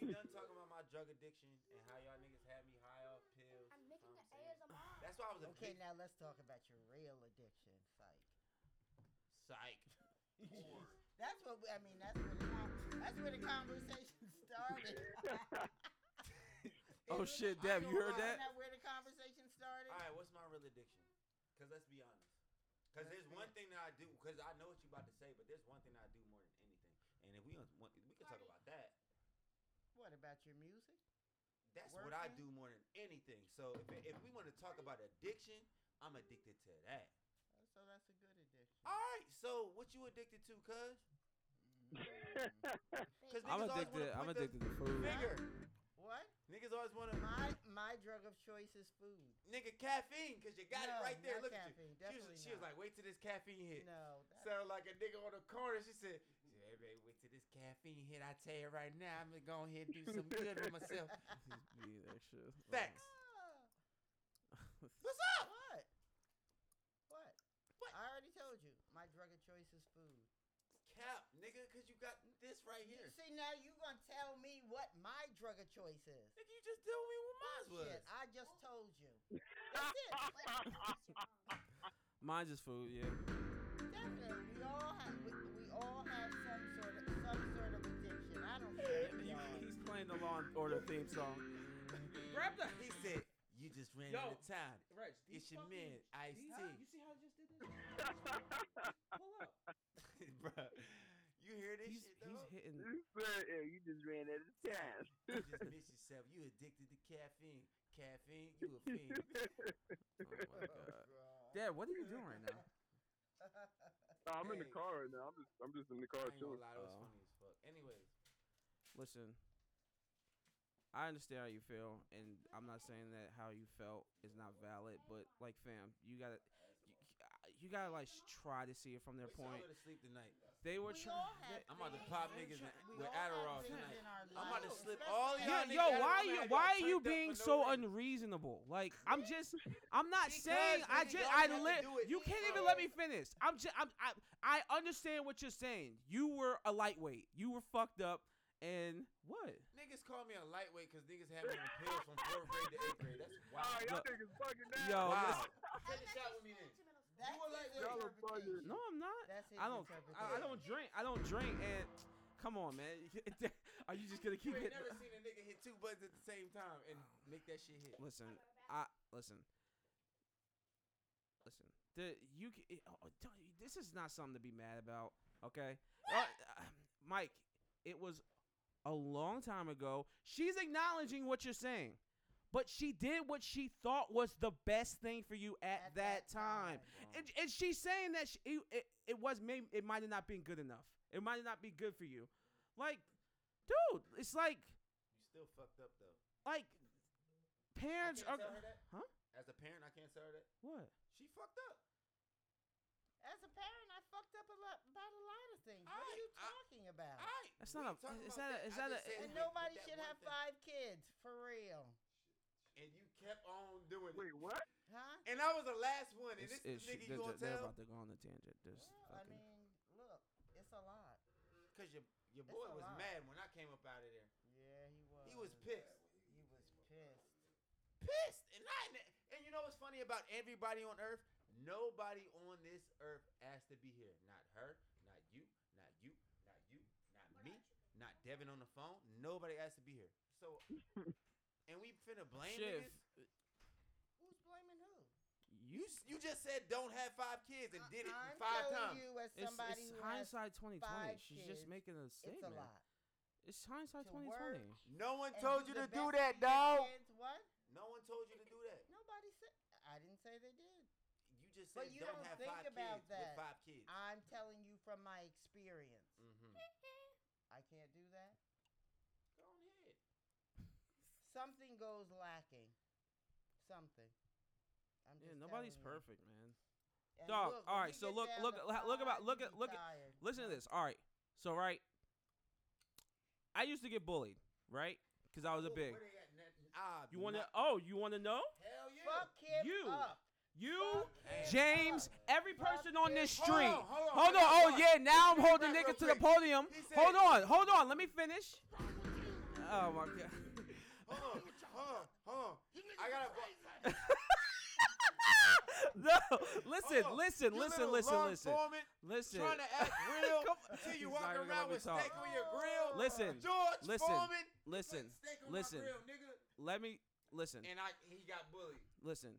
G: we done talking about my drug addiction and how y'all niggas had me high off pills.
D: I'm making
G: you know
D: the
G: what I'm
D: ASMR.
G: saying? That's why I was a
A: Okay,
G: big
A: now let's talk about your real addiction, psych.
G: psych.
A: That's what we, I mean. That's where the con- that's where the conversation started.
B: Oh,
A: Isn't
B: shit,
A: it?
B: Deb,
A: Isn't
B: you heard that?
A: That where the conversation started.
G: All right, what's my real addiction? Because let's be honest. Because there's one thing that I do. Because I know what you about to say, but there's one thing I do more than anything. And if we don't want, we can talk about that.
A: What about your music?
G: That's what I
A: Working.
G: do more than anything. So if, if we want to talk about addiction, I'm addicted to that.
A: Oh, So that's a good addiction.
G: All right. So what you addicted to, cuz? Cause
D: Baby.
G: I'm niggas always wanna put the
B: to food.
G: Finger.
A: What?
G: Niggas always want to.
A: My my drug of choice is food.
G: Nigga, caffeine. Cause you got it
A: No,
G: right there.
A: not
G: Look
A: caffeine,
G: at you. She
A: definitely
G: was, she was
A: not.
G: like, wait till this caffeine hit.
A: No, that's
G: Sound like a nigga on the corner. She said, "Hey, baby, wait till this caffeine hit. I tell you right now, I'm gonna go ahead and do some good with myself." Facts.
A: Ah.
G: What's up?
A: What? What?
G: What?
A: I already told you. My drug of choice is food.
G: Cap, nigga, cause you got this right
A: You-
G: here.
A: See now you gonna tell me what my drug of choice is.
G: Nigga, you just told me what mine was.
A: Shit, I just told you. That's it.
D: What? That's your mom.
B: Mine's just food, yeah.
A: Definitely, we all have we, we all have some sort of some sort of addiction. I don't care. who
B: You,
A: you are.
B: he's playing the Law and Order theme song. Grab the.
G: he said, "You just ran
B: Yo.
G: out of time.
B: Right.
G: It's your man, Ice T,
B: these- You see how I just did this?
D: Oh
B: Pull up.
G: bro. You hear this shit though?
B: hitting. oh
H: You said, yeah, you just ran out of time.
G: you just miss yourself. You addicted to caffeine. Caffeine, you a fiend.
B: Oh my god.
A: God.
B: Dad, what are you doing right now?
H: Nah, I'm in the
G: Hey.
H: car right now. I'm just, I'm just in
G: I
H: the car
G: ain't
H: chilling.
G: gonna lie, that
B: Oh.
G: was funny as fuck. Anyways,
B: Listen, I understand how you feel, and I'm not saying that how you felt is not valid, but like, fam, you gotta.
C: you gotta like sh- try to see it from their
G: Wait till I
C: point.
G: go to sleep tonight.
C: They were
A: We
C: trying.
A: all have
G: I'm about to
A: things.
G: pop
A: We
G: niggas
A: try-
G: in-
A: we
G: with
A: all have
G: Adderall
A: things
G: tonight.
A: in our
G: I'm about to
A: lives.
G: slip
A: That's
G: all
A: the
G: y'all
A: thing.
G: niggas
C: yo,
G: out of
C: why
G: the
C: you
G: way.
C: why
G: I
C: are you
G: turned up
C: being
G: for no
C: so
G: reason.
C: unreasonable? Like I'm just I'm not
G: Because,
C: saying I
G: nigga,
C: just
G: y'all
C: I
G: never
C: li-
G: do it.
C: you can't even let me finish. I'm just I'm, I I understand what you're saying. You were a lightweight. You were fucked up and what?
G: Niggas call me a lightweight because niggas have me on pills from fourth grade to eighth grade. That's wild.
H: Alright, y'all
C: Look.
H: niggas fucking down.
C: Yo,
G: Wow.
C: listen-
G: Finish out with me then.
A: That's
G: were like
A: his
G: that.
H: Y'all are fucking.
A: interpretation.
C: no, I'm not.
A: That's his
C: I don't I, I
A: interpretation.
C: don't drink. I don't drink and come on, man. are you just going to
G: You
C: keep
G: ain't
C: it
G: never seen a nigga hit two buttons at the same time and make that shit hit.
C: Listen, I listen. Listen, the you. c- it- oh, don't- This is not something to be mad about. Okay, Uh, Mike. It was a long time ago. She's acknowledging what you're saying, but she did what she thought was the best thing for you at,
A: At
C: that, time. And, and she's saying that she, it, it, it was maybe it might have not been good enough. It might not be good for you. Like, dude, it's like
G: You still fucked up though.
C: like parents
G: can't
C: are
G: tell her that?
C: huh?
G: As a parent, I can't tell her that.
C: What?
G: She fucked up.
A: As a parent, I fucked up a lot about a lot of things. What
G: I-
A: are you
G: I-
A: talking about?
G: Alright,
C: That's
G: we
C: not a-
G: ain't talking
C: is
G: about
C: that a- is
G: I
C: that a-
G: just said
A: and
G: with- with
A: nobody
G: that
A: should
G: one
A: have
G: thing.
A: five kids, for real.
G: And you kept on doing it.
H: Wait, what?
A: Huh?
G: And I was the last one. And
C: It's- it's-
G: this is the nigga
C: they're
G: you gonna
C: ju- they're
G: tell?
C: about to go on a tangent. This
A: Well, I
C: fucking-
A: mean, look, it's a lot.
G: Cause your your
A: It's
G: boy
A: a
G: was
A: lot.
G: mad when I came up out of there.
A: Yeah, he was.
G: He was pissed.
A: He was pissed.
G: Pissed. And I and you know what's funny about everybody on earth? Nobody on this earth asked to be here. Not her, not you, not you, not you, not me, not Devin on the phone. Nobody asked to be here. So and we finna blame
C: Shit,
G: niggas.
A: Who's blaming who?
G: You s- you just said don't have five kids and
A: I-
G: did it
A: I'm
G: five
A: telling
G: times.
A: you, as
C: It's,
A: somebody
C: it's
A: who has,
C: hindsight twenty twenty.
A: five
C: She's just
A: kids,
C: making a
A: it's a
C: statement.
A: lot.
C: It's hindsight
A: To
C: twenty
A: work
C: twenty.
G: No one
A: And
G: told you
A: the
G: to do
A: best
G: that,
A: for your
G: dog.
A: kids, What?
G: No one told you to do that.
A: Nobody said. I didn't say they did.
G: You just
A: But
G: said
A: you
G: don't
A: don't
G: have
A: think
G: five
A: about
G: kids with
A: that.
G: five kids.
A: I'm telling you from my experience.
G: Mm-hmm.
A: I can't do that.
G: Go on ahead.
A: Something goes lacking. Something. I'm
C: Yeah,
A: just
C: nobody's
A: telling you.
C: perfect, man.
A: And look,
C: Dog, all
A: when
C: right,
A: you
C: so
A: get
C: look-
A: down
C: look
A: to
C: at- look about-
A: five,
C: look
A: you
C: at-
A: be
C: look at-
A: tired.
C: Listen to this. All right, so right, I used to get bullied, right? Because I was a
G: Where-
C: big.
G: where they at? Nothing. Ah,
C: You want to?
G: not-
C: Oh, you want to know?
G: Hell yeah.
A: Fuck him
C: You.
A: up.
C: You,
A: Fuck him
C: James,
A: up.
C: every
A: Fuck
C: person on
A: him
C: this
G: Hold
C: street.
G: on,
C: Hold
G: hold on.
C: on.
G: hold on,
C: Oh
G: hold on.
C: yeah, now I'm
G: Let's get
C: holding
G: back real
C: niggas to the
G: quick.
C: podium.
G: He said-
C: Hold on, hold on. Let me finish. Oh my god.
G: Hold on, hold on, hold on. I gotta.
C: no, listen,
G: Hold on.
C: listen,
G: Oh, You
C: listen,
G: little
C: listen,
G: lawn
C: listen,
G: foreman
C: listen.
G: Trying to act real
C: Come on.
G: till you
C: He's
G: walk
C: not even gonna
G: around
C: let me
G: with
C: talk.
G: steak on your grill.
C: Listen,
G: George
C: listen,
G: Foreman.
C: listen,
G: put steak on my
C: listen.
G: grill, nigga.
C: Let me listen,
G: And I, he got bullied.
C: listen.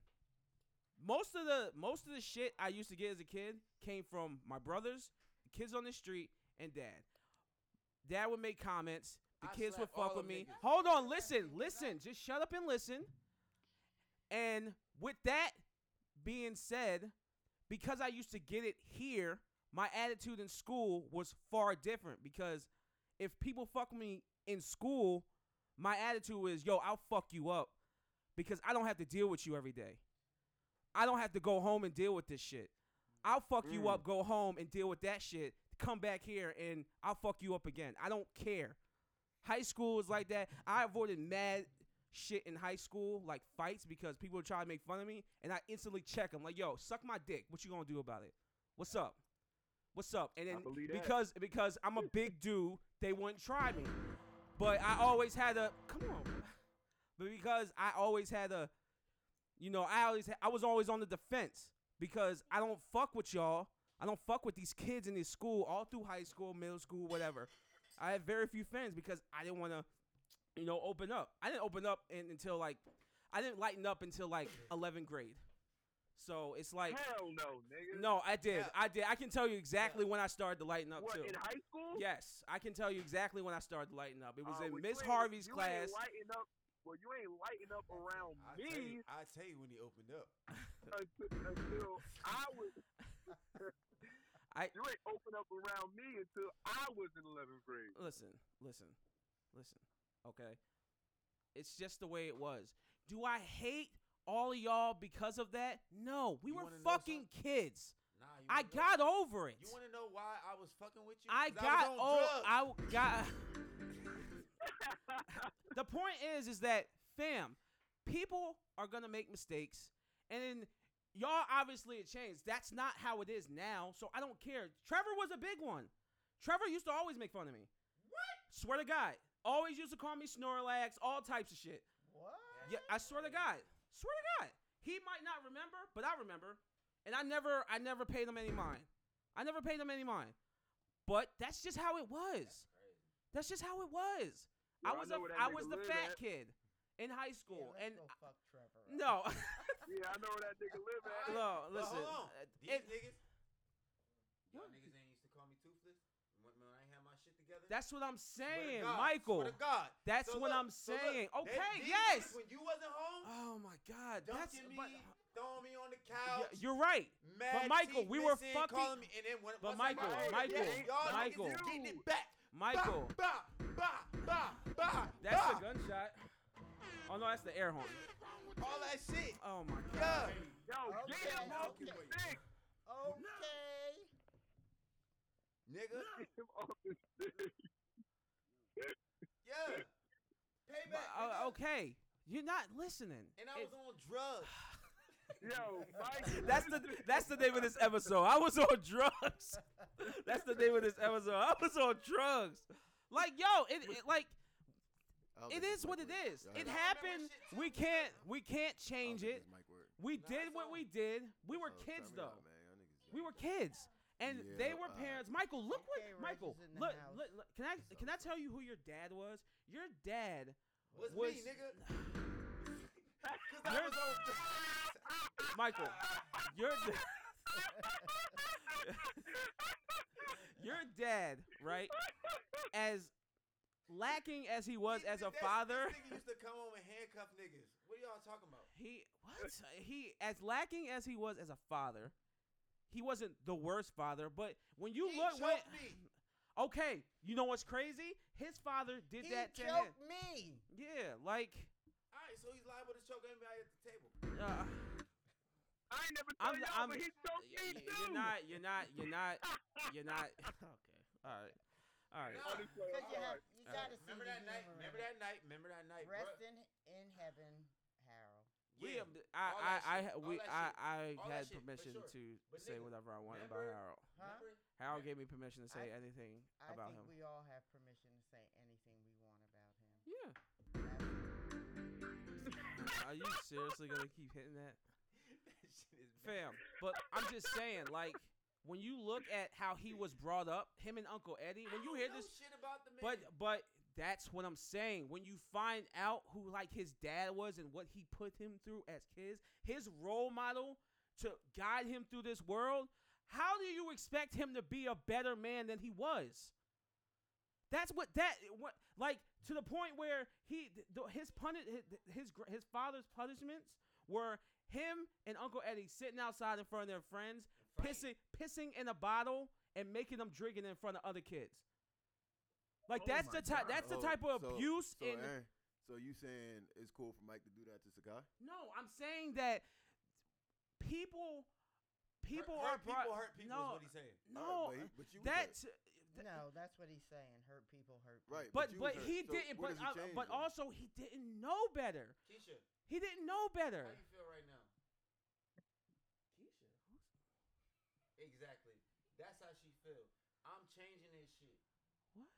C: Most of the most of the shit I used to get as a kid came from my brothers, kids on the street, and dad. Dad would make comments. The
G: I
C: kids would
G: slapped
C: fuck
G: all
C: with
G: them
C: me.
G: niggas.
C: Hold on, listen, listen. Just shut up and listen. And with that being said, because I used to get it here, my attitude in school was far different. Because if people fuck me in school, my attitude is, yo, I'll fuck you up because I don't have to deal with you every day. I don't have to go home and deal with this shit. I'll fuck you
H: Mm.
C: up, go home and deal with that shit. Come back here and I'll fuck you up again. I don't care. High school is like that. I avoided mad shit in high school, like fights, because people would try to make fun of me, and I instantly check them, like, "Yo, suck my dick. What you gonna do about it? What's up? What's up?" And then
H: believe that.
C: because because I'm a big dude, they wouldn't try me. But I always had a come on. bro. But because I always had a, you know, I always ha- I was always on the defense because I don't fuck with y'all. I don't fuck with these kids in this school all through high school, middle school, whatever. I had very few friends because I didn't want to, you know, open up. I didn't open up in, until like, I didn't lighten up until like 11th grade. So it's like,
H: Hell no, nigga.
C: no, I did,
G: Yeah.
C: I did. I can tell you exactly when I started to lighten up
H: What
C: too.
H: in high school?
C: Yes, I can tell you exactly when I started to lighten up. It was
H: Uh,
C: in
H: well,
C: Miss
H: you ain't-
C: Harvey's
H: you ain't
C: class.
H: lighting up- Well, you ain't lighting up around
G: I tell
H: me
G: you, I tell you when he opened up.
H: until, until I was.
C: I-
H: you ain't open up around me until I was in 11th grade.
C: Listen, listen, listen. Okay, it's just the way it was. Do I hate all of y'all because of that? No, we
G: You
C: were
G: wanna know
C: fucking kids.
G: Nah, you
C: I
G: wanna know-
C: got over it.
G: You want to know why I was fucking with you?
C: I
G: 'Cause
C: got
G: was on
C: oh
G: drugs.
C: I w- got The point is is that fam, people are going to make mistakes and then y'all obviously it changed. That's not how it is now, so I don't care. Trevor was a big one. Trevor used to always make fun of me. What? Swear to God. Always used to call me Snorlax, all types of shit.
A: What?
C: Yeah, I swear to God. Swear to God. He might not remember, but I remember. And I never I never paid him any mind. I never paid him any mind. But that's just how it was. That's just how it was.
H: Yo,
C: I
H: I
C: was
H: know where
C: a,
H: that
C: I
H: nigga
C: was the
H: live
C: fat
H: at.
C: kid in high school
A: let's
C: and
A: go fuck Trevor. up.
C: no.
H: Yeah, I know where that nigga live at.
C: no, listen.
G: hold on.
C: uh,
G: These
C: it-
G: niggas, y'all niggas ain't used to call me toothless when, when I ain't had my shit together.
C: that's what I'm
G: Swear to
C: saying,
G: God,
C: Michael.
G: Swear to God.
C: That's
G: So
C: what
G: look,
C: I'm
G: so look,
C: saying.
G: they-
C: okay,
G: these niggas,
C: yes.
G: When you wasn't home,
C: Oh my God. That's
G: dunking me,
C: but,
G: throwing me on the
C: yeah,
G: couch.
C: you're right.
G: mad
C: but Michael,
G: teeth
C: we were
G: missing,
C: fucking-
G: calling Me, and then when,
C: but
G: once I got
C: Michael,
G: home,
C: Michael,
G: y'all niggas is
C: Michael.
G: getting it back.
C: Michael.
G: Bah, bah, bah, bah, bah,
C: That's the
G: bah.
C: gunshot. Oh no, that's the air horn.
G: All that shit.
C: Oh my God.
G: Yeah.
H: Yo,
A: Okay,
H: get him off
A: okay.
H: the stick.
A: Okay.
G: Nigga.
H: Get him off the stick.
G: Yeah. Payback.
C: But, uh,
G: nigga.
C: okay, you're not listening.
G: And I was
C: It-
G: on drugs.
H: Yo, Mike.
C: that's the that's the name of this episode. I was on drugs. that's the name of this episode. I was on drugs. Like yo, it, it like
F: Oh,
C: it is what it is. It
G: Y'all remember
C: happened.
G: shit too,
C: We
G: bro.
C: can't we can't change it.
F: Mike word.
C: We
G: Nah,
C: did
G: it's
C: what
G: on.
C: we did. We
F: Oh,
C: were kids though. We were kids. And
F: Yeah,
C: they were
F: uh,
C: parents. Michael, look what
A: Okay, Reg
C: Michael.
A: is in the
C: Look,
A: house.
C: look, look, can I
F: It's
C: can I
F: over.
C: tell you who your dad was? Your dad
G: Was,
C: was-
G: me, nigga. 'Cause I
C: You're-
G: was on drugs.
C: Michael,
G: Ah,
C: your da- your dad, right? As lacking as he was
G: These
C: as a
G: niggas- this
C: father,
G: nigga used to come home and handcuff niggas. What are y'all talking about?
C: he what he as lacking as he was as a father, he wasn't the worst father. But when you
G: He
C: look, what,
G: choked me.
C: okay, you know what's crazy? His father did
A: He
C: that to him.
A: choked me.
C: Yeah, like
G: All right, so he's liable to choke everybody at the table.
C: uh,
H: I ain't never
C: I'm-
H: told y'all,
C: I'm-
H: but he choked
C: y-
H: me
C: y-
H: too.
C: you're not, you're not, you're not, you're not. Okay, all right, all right.
G: Nah,
H: Honestly, all
A: Because you, have,
H: right.
A: you
C: All right.
A: gotta see
G: Remember
A: the
G: that night?
A: humor in
G: Remember
A: it.
G: that night? Remember that night? bruh?
A: Rest in, in heaven, Harold.
C: We, have,
G: Yeah.
C: I,
G: all
C: I,
G: that
C: I,
G: shit,
C: ha-
G: all
C: we,
G: that
C: I,
G: shit,
C: I
G: all that
C: had
G: shit, for
C: permission
G: sure.
C: to
G: But
C: say
G: nigga,
C: whatever I wanted
G: remember-
C: about Harold.
A: Huh?
G: Remember?
C: Harold
G: remember-
C: gave me permission to say
A: I-
C: anything
A: I
C: about
A: think
C: him.
A: we all have permission to say anything we want about him.
C: yeah.
A: Absolutely.
C: Are you seriously gonna keep hitting that,
G: That shit is bad.
C: fam? But I'm just saying, like, when you look at how he was brought up, him and Uncle Eddie, when
G: I
C: you
G: don't
C: hear
G: know
C: this,
G: shit about the man.
C: but, but that's what I'm saying. When you find out who like his dad was and what he put him through as kids, his role model to guide him through this world. How do you expect him to be a better man than he was? That's what that what like to the point where he th- th- his puni- his his, gr- his father's punishments were him and Uncle Eddie sitting outside in front of their friends, pissing pissing in a bottle and making them drink it in front of other kids. Like
K: Oh
C: that's
K: my
C: the type
K: God.
C: that's the
F: Oh,
C: type of
F: so-
C: abuse
F: So,
C: in
F: Aaron, so you saying it's cool for Mike to do that to Sakai?
C: No, I'm saying that people people
G: hurt,
C: are brought
G: people hurt people.
C: no,
G: Is what he's saying.
C: no
F: Alright, but, he- but you was hurt.
C: that's
A: No, that's what he's saying. Hurt people, hurt people.
F: right.
C: But
F: you was
C: but
F: hurt.
C: he
F: So
C: didn't. But
F: what does
C: uh,
F: it change
C: but
F: then?
C: also he didn't know better.
G: Keisha,
C: He didn't know better.
G: how you feel right now? Keisha, exactly. That's how she feels. I'm changing this shit.
C: What?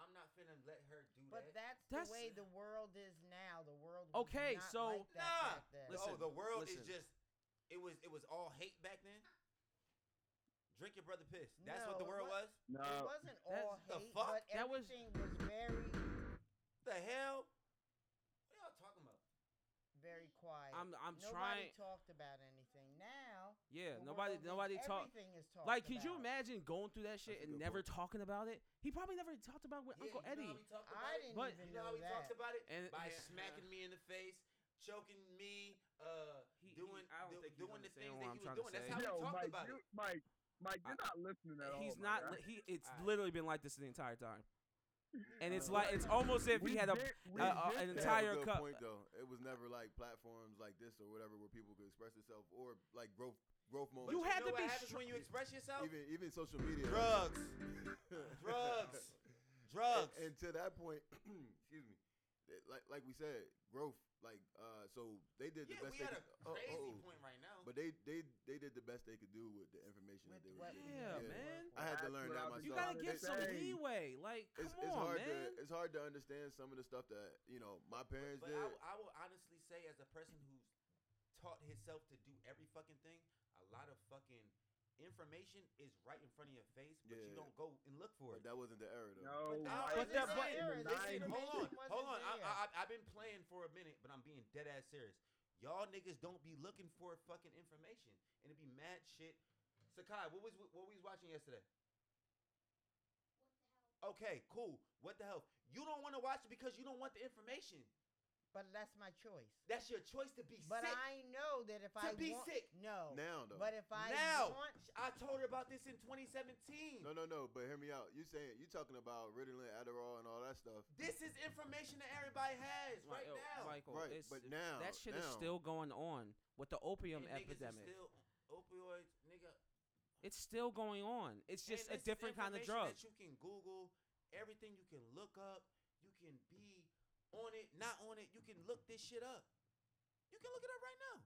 G: I'm not finna let her do
A: But
G: that.
A: that's,
C: That's-
A: the way the world is now. The world. Was
C: Okay,
A: not
C: so-
A: like that
G: Nah,
A: back then.
C: listen,
G: oh, the world
C: listen.
G: is just. It was it was all hate back then. Drink your brother piss. That's what
A: No,
G: the world
A: what-
G: was.
A: it
F: No.
A: wasn't
C: That's
A: all
G: the
A: hate,
G: uh, fuck-
A: but
C: that was-
A: everything was, very,
G: The hell? What y'all talking about?
A: very quiet.
C: I'm I'm
A: Nobody
C: trying.
A: talked about anything now.
C: Yeah.
A: the
C: Nobody
A: world is-
C: nobody talk.
A: Everything is talked.
C: Like, could you
A: about.
C: imagine going through that shit
F: That's a
C: and
F: good
C: never
F: point.
C: talking about it? He probably never talked about it with
G: Yeah,
C: Uncle
G: you know how
C: Eddie.
G: we talked about
A: I
G: it?
A: didn't
C: But-
A: even
G: You know
A: know,
G: how he
A: that.
G: talks about it?
C: And
G: By
C: yeah,
G: smacking me in the face, choking me, uh,
C: He- he-
G: doing
C: I don't
G: do-
C: think he's
G: doing the
C: understanding
G: things that
C: what
G: he
C: I'm
G: was doing.
C: trying to
G: That's
C: say.
G: how we
H: Yo,
G: talked
H: Mike,
G: about
H: you,
G: it.
H: Mike, Mike,
C: I-
H: you're not listening at all.
L: Oh
C: he's
H: my
C: not.
H: guy.
C: li- He. It's
G: Alright.
C: literally been like this the entire time.
F: And
L: Uh,
F: it's like it's almost if he had a, a, a- an entire
L: good
F: cup.
L: Point though, it was never like platforms like this or whatever where people could express themselves or like growth growth moments.
B: you know what happens when you express yourself?
L: Even even social media.
B: Drugs. Drugs. Drugs.
L: And, and to that point, excuse me. that- Like like we said, growth. Like uh, so they did
B: Yeah,
L: the best. uh,
B: we
L: they
B: at
L: could,
B: a crazy
L: oh.
B: point right now.
L: But they they they did the best they could do with the information that they were
C: what-
L: given.
C: Yeah, man.
L: I had to learn that myself.
C: You gotta give some
L: It-
C: leeway. Like, come
L: it's, it's
C: on,
L: hard
C: man.
L: To, it's hard to understand some of the stuff that you know my parents
G: But I,
L: did.
G: w- I will honestly say, as a person who's taught himself to do every fucking thing, a lot of fucking information is right in front of your face, but you
L: Yeah.
G: don't go and look for it.
L: But that wasn't the era though.
H: Oh
G: But I-
L: But
G: listen,
L: that- but-
G: listen,
L: Listen,
G: hold on, hold on. I,
L: there.
G: I, I- I've been playing for a minute, but I'm being dead ass serious. Y'all niggas don't be looking for fucking information, and it be mad shit. Sakai, what was what we was watching yesterday? Okay, cool. What the hell? You don't want to watch it because you don't want the information.
A: But that's my choice.
G: That's your choice to be
A: But
G: sick.
A: I know that if
G: To
A: I
G: be
A: want,
G: sick.
A: no.
L: Now, though.
A: But if I
G: now,
A: want,
G: I told her about this in 2017.
L: No, no, no. But hear me out. You saying you talking about Ritalin, Adderall, and all that stuff.
G: This is information that everybody has right
C: Yo,
G: now.
C: Michael,
L: Right,
C: Oh, it's-
L: but now-
C: that shit is
L: now-
C: still going on with the opium
G: And niggas is
C: epidemic.
G: still opioids, nigga.
C: it's still going on. It's
G: And
C: just a
G: this is
C: different kind of
G: information
C: drug.
G: That you can Google everything. You can look up. You can be on it, not on it. You can look this shit up. You can look it up right now.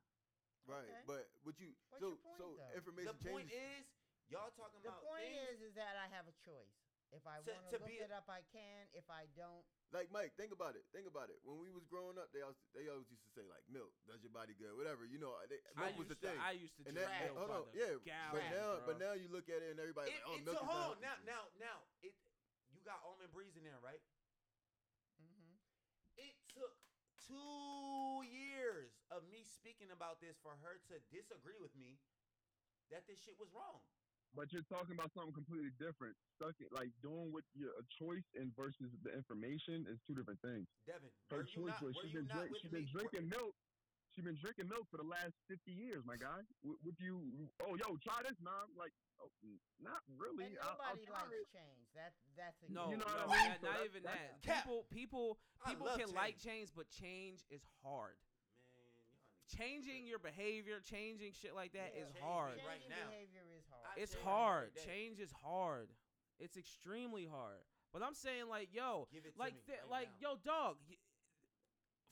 L: Right.
A: Okay.
L: But what you
A: What's
L: so
A: your point,
L: so
A: though?
L: information
G: the point
L: changes.
G: is, y'all talking
A: the
G: about
A: point is,
G: things.
A: is that I have a choice. If I
G: To-
A: want
G: to
A: to look
G: be-
A: it up, I can. If I don't,
L: like Mike, think about it. Think about it. When we was growing up, they always, they always used to say like milk does your body good, whatever. You know, they,
C: I
L: milk was the
C: used to-
L: thing.
C: I used to
L: And that-
C: drink
L: and-
C: milk
L: hold
C: by
L: on,
C: the
L: yeah. but
C: gallons,
L: now, but
C: bro.
L: now you look at it and everybody's
G: It-
L: like, oh,
G: it-
L: milk
G: so
L: is
G: hold
L: not
G: on, now, now, now, it. You got almond breeze in there, right?
A: mm-hmm.
G: It took two years of me speaking about this for her to disagree with me that this shit was wrong.
H: But you're talking about something completely different. Stuck it like doing what your a choice and versus the information is two different things.
G: Devin,
H: Her
G: were you
H: choice
G: not,
H: was
G: were
H: she's
G: you
H: been,
G: not
H: drink,
G: with
H: she's
G: me?
H: been drinking milk. She's been drinking milk for the last fifty years, my guy. Would, would you? Oh, yo, try this, mom. Like, oh, n- not really.
A: and
H: I- I'll
A: nobody
H: try
A: likes
H: it.
A: change. That that's a
C: No,
H: You know
C: no,
H: what I mean?
C: not,
H: So
C: not
H: that-
C: even
H: that's-
C: that. People, people,
G: I
C: people
G: love
C: can like change, but change is hard. Changing your behavior, changing shit like that
A: Yeah.
C: is
A: Change
C: hard.
A: Changing
G: right now.
A: behavior is hard.
G: I
C: It's
G: change every
C: hard.
G: day.
C: Change is hard. It's extremely hard. But I'm saying like, yo,
G: Give it to
C: like,
G: me
C: th-
G: right
C: like,
G: now.
C: yo, dog. y-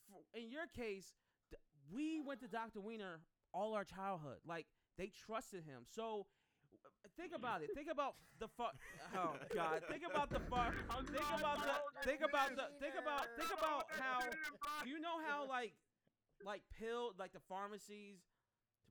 C: For, in your case, th- we went to Dr. Wiener all our childhood. Like they trusted him. So uh, think about it. Think about the fuck. Oh God. Think about the fuck.
H: I'm
C: Think
H: sorry,
C: about
H: Dr.
C: the. Think about the. Think about. Think
H: Wiener.
C: about how.
H: Fuck.
C: Do you know how like, like pill like the pharmacies,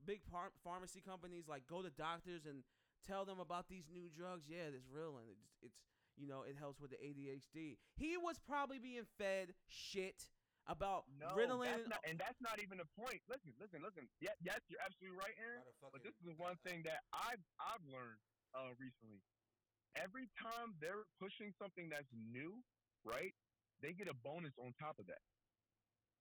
C: big par- pharmacy companies like go to doctors and tell them about these new drugs. Yeah, it's real and it's, it's you know it helps with the ADHD. He was probably being fed shit about
H: No,
C: Ritalin.
H: that's not- and that's not even the point. Listen, listen, listen. Yes, yes, you're absolutely right, Aaron.
G: By the
H: But
G: fucking-
H: this is one thing that I've I've learned uh, recently. Every time they're pushing something that's new, right? They get a bonus on top of that.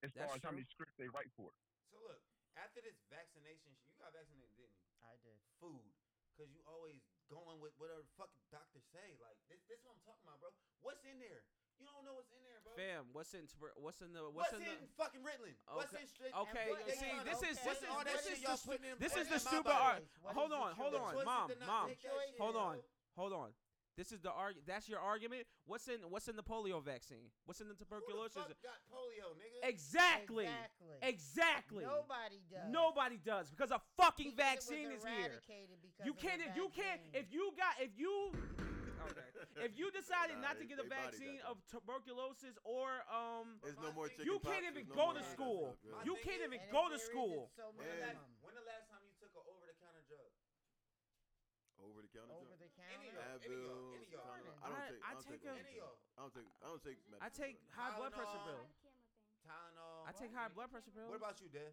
H: As far
C: That's
H: as how
C: true.
H: many scripts they write for.
G: So look, after this vaccination, sh- you got vaccinated, didn't you?
A: I did.
G: Food, because you always going with whatever the fucking doctor say. Like this, this what I'm talking about, bro. What's in there? You don't know what's in there, bro.
C: Fam, what's in tbr- what's in the
G: What's,
C: what's, in,
G: in,
C: the
G: fucking Ritalin? What's
C: Okay,
G: in straight?
C: Okay,
G: and what
C: you
G: they
C: see,
G: got-
C: this is
A: okay.
C: this is
G: all that
C: this
G: shit
C: is the,
G: y'all
C: stu-
G: putting in
C: this is
G: blood in
C: the
G: my
C: stupid art.
G: body.
A: What
C: Hold
A: is the
C: on, hold
A: choice?
G: The
C: on,
G: choice is
C: mom,
G: to not
C: mom,
G: take that
A: Choice
G: shit,
C: hold
G: yo.
C: on, hold on. This is the argument. That's your argument. What's in what's in the polio vaccine? What's in the
G: Who the
C: tuberculosis?
G: fuck got polio, nigga?
C: Exactly.
A: Exactly.
C: Exactly.
A: Nobody does.
C: Nobody does because a fucking
A: Because it was
C: vaccine is here.
A: eradicated because of
C: You
A: the
C: can't. If you can't.
A: vaccine.
C: If you got. If you. If you decided not
L: Nah,
C: to
L: they-
C: get a
L: they body
C: vaccine
L: got
C: of tuberculosis or um,
L: There's
G: But my
L: no more
G: thing-
L: chicken
C: you can't
L: pox,
C: even
L: there's no
C: go
L: more
C: to
L: none of that
C: school.
L: stuff, yeah.
G: My
C: You
G: thing
C: can't
G: is-
C: even
A: And if
C: go to
A: there is,
C: school.
A: it's so
G: When the, last,
A: minimum.
G: when the last time you took an over-the-counter drug?
L: Over the counter.
A: Over the counter.
G: Any of y'all, any of y'all,
L: Advil,
G: any of y'all.
L: Tylenol.
C: I-
L: I don't take.
C: I
L: I don't
C: take
L: take.
C: a-
L: anything.
G: Any of y'all.
L: I don't take. I don't take
C: I
L: medicine,
C: take
L: bro.
C: high blood pressure
G: Tylenol.
C: pill.
G: Tylenol.
C: I take high blood pressure pill.
G: What about you, Dev?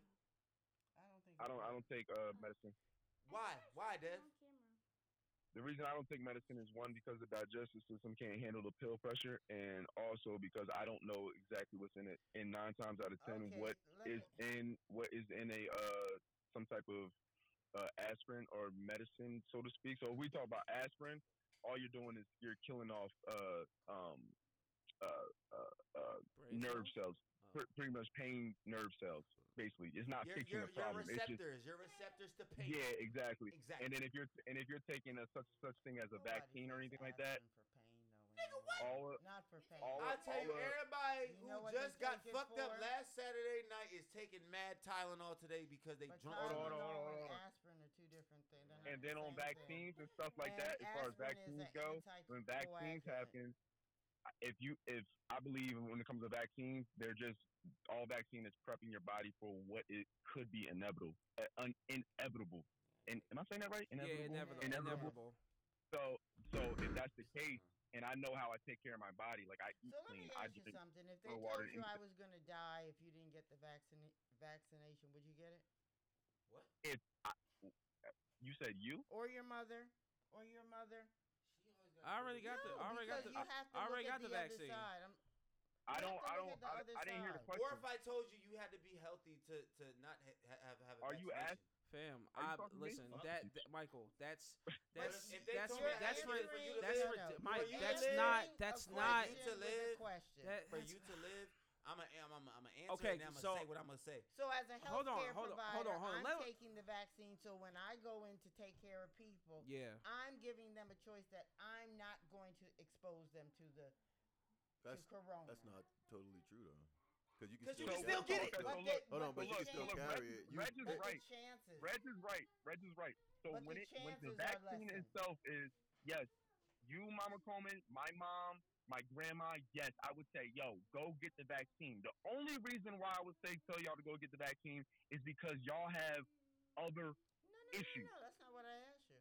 A: I don't think.
H: I don't I don't take uh, medicine.
G: Why? Why, Dev?
H: The reason I don't take medicine is one because the digestive system can't handle the pill pressure, and also because I don't know exactly what's in it. And nine times out of ten,
A: Okay,
H: what
A: let
H: is
A: me-
H: in what is in a uh some type of uh, aspirin or medicine, so to speak. So if we talk about aspirin, all you're doing is you're killing off uh um uh, uh, uh, nerve cells, Pre- pretty much pain nerve cells. Basically, it's not
G: Oh. Your,
H: fixing
G: your, your
H: a problem. It's just
G: receptors, your receptors to pain.
H: yeah, exactly.
G: Exactly.
H: And then if you're and if you're taking a such such thing as a vaccine or anything like that, all of-
A: Not for pain.
H: all
G: I
H: of-
G: tell you,
H: all of-
G: everybody
A: You know what
G: who just
A: they
G: got
A: take it
G: fucked up
A: for?
G: last Saturday night is taking mad Tylenol today because they drunk.
A: Tylenol
H: Hold on, hold on, hold
A: and
H: on.
A: aspirin are two different things. They're not
H: and
A: the
H: then
A: same
H: on
A: thing.
H: vaccines and stuff like
A: Man,
H: that, as far as
A: aspirin is oh,
H: vaccines
A: a
H: go, when vaccines happen, if you if I believe when it comes to vaccines, they're just all vaccine is prepping your body for what it could be inevitable, uh, un, inevitable. And am I saying that right?
C: Yeah, inevitable, inevitable.
H: So so if that's the case, and I know how I take care of my body, like I eat
A: So let
H: clean,
A: me
H: I
A: ask you
H: drink,
A: something. If they
H: throw
A: told
H: water
A: you
H: in-
A: I was gonna die if you didn't get the vaccina- vaccination, would you get it?
G: What?
H: if I, you said you.
A: Or your mother? Or your mother?
C: I already got the.
A: No,
C: I already got the.
A: because you have to
C: I already
A: look at
C: got the
A: the other
C: vaccine.
A: side. I'm-
H: I
A: You have
H: don't.
A: to
H: I
A: look
H: don't.
A: at the
H: I,
A: other
H: I didn't hear the
A: side.
H: question.
G: Or if I told you you had to be healthy to to not ha- ha- have have a
C: Are you
G: vaccination.
C: Fam,
G: Are you
C: I
G: talking to me?
C: listen.
G: Fuck.
C: That, that Michael, that's
G: But
C: that's
G: if- if they
C: that's
G: told
C: ri-
G: me
C: that's
G: I
C: ri-
G: had to
C: that's
G: live-
C: ri-
G: for
C: Mike.
G: you to
C: That's
G: live-
C: not that's
G: for
C: not.
G: you to live.
A: question.
C: that-
G: for
C: that's-
G: you to live. I'm a, I'm a, I'm a answer
C: Okay,
G: and I'm gonna
C: so-
G: say what I'm gonna say.
A: So as a
C: Hold on,
A: healthcare
C: hold on,
A: provider,
C: hold on, hold on.
A: I'm
C: Let-
A: taking the vaccine. So when I go in to take care of people,
C: Yeah.
A: I'm giving them a choice that I'm not going to expose them to the
L: That's
A: to corona.
L: that's not totally true though, because you can
A: 'Cause
L: still,
A: you can still get it. But
L: Hold on,
A: they-
L: hold on,
A: but
L: but you
A: the
L: can still
A: chances-
L: carry it. You,
H: Reg is
A: But the
H: right.
A: chances.
H: Reg is right. Reg is right. So
A: But
H: when
A: the
H: it when
A: chances
H: the
A: are
H: vaccine
A: lessened.
H: itself is yes, you Mama Coleman, my mom, my grandma, yes, I would say yo go get the vaccine. The only reason why I would say tell y'all to go get the vaccine is because y'all have other
A: No,
H: issues.
A: no, that's not what I asked you.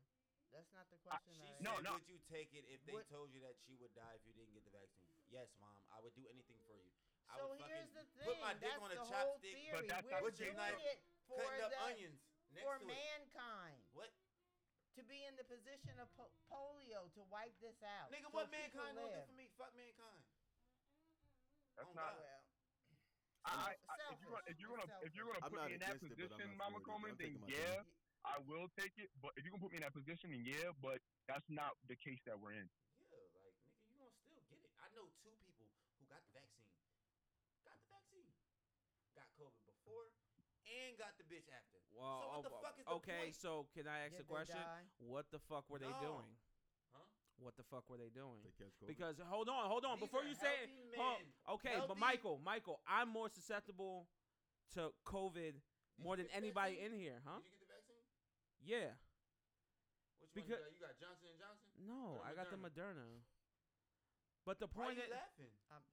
A: That's not the question.
G: She
A: I asked.
G: said,
H: no.
G: Would you take it if they told you that she would die if you didn't get the vaccine? Yes, mom. I would do anything for you. I
A: So
G: would
A: here's
G: fucking
A: the thing.
G: put my dick
A: that's
G: on a
A: the whole
G: chopstick,
A: theory. We're
G: with your
A: doing
G: knife,
A: it for
G: cutting up
A: the,
G: onions next
A: for
G: to it.
A: mankind.
G: What?
A: To be in the position of po- polio to wipe this out.
G: Nigga,
A: so
G: what
A: people
G: mankind gonna do
A: live.
G: for me? Fuck mankind.
H: That's
G: Oh,
H: not.
G: God.
H: I, I, I, if
A: Selfish.
H: you're gonna if you're
A: It's
H: gonna if you're gonna
L: selfish. I'm
H: put
L: not
H: me in that
L: against it, but I'm
H: position,
L: not
H: Mama
L: for it.
H: Coleman,
L: I'm
H: then
L: taking my
H: yeah, I will take it. But if you're gonna put me in that position, then yeah, but that's not the case that we're in.
G: Yeah, like nigga, you gonna still get it. I know two people who got the vaccine. Got the vaccine. Got COVID before and got the bitch after.
C: Well,
G: so what
C: oh,
G: the
C: well,
G: fuck is the
C: okay,
G: point?
C: so can I ask
A: Did they
C: a question?
A: die?
C: What the fuck were they
G: No.
C: doing?
G: Huh?
C: What the fuck were they doing?
L: catch COVID.
C: Because hold on, hold on.
G: These
C: Before
G: are
C: you say it,
G: healthy
C: hold-
G: men,
C: okay, but
G: healthy-
C: Michael, Michael, I'm more susceptible to COVID more than anybody in here, huh?
G: Did you get the vaccine?
C: Yeah.
G: Which
C: Because-
G: one uh, you got? You got Johnson and Johnson?
C: No,
G: Or
C: I got the
G: Moderna?
C: Moderna. But the
G: Why
C: point
G: you
C: is,
G: laughing?
A: I'm-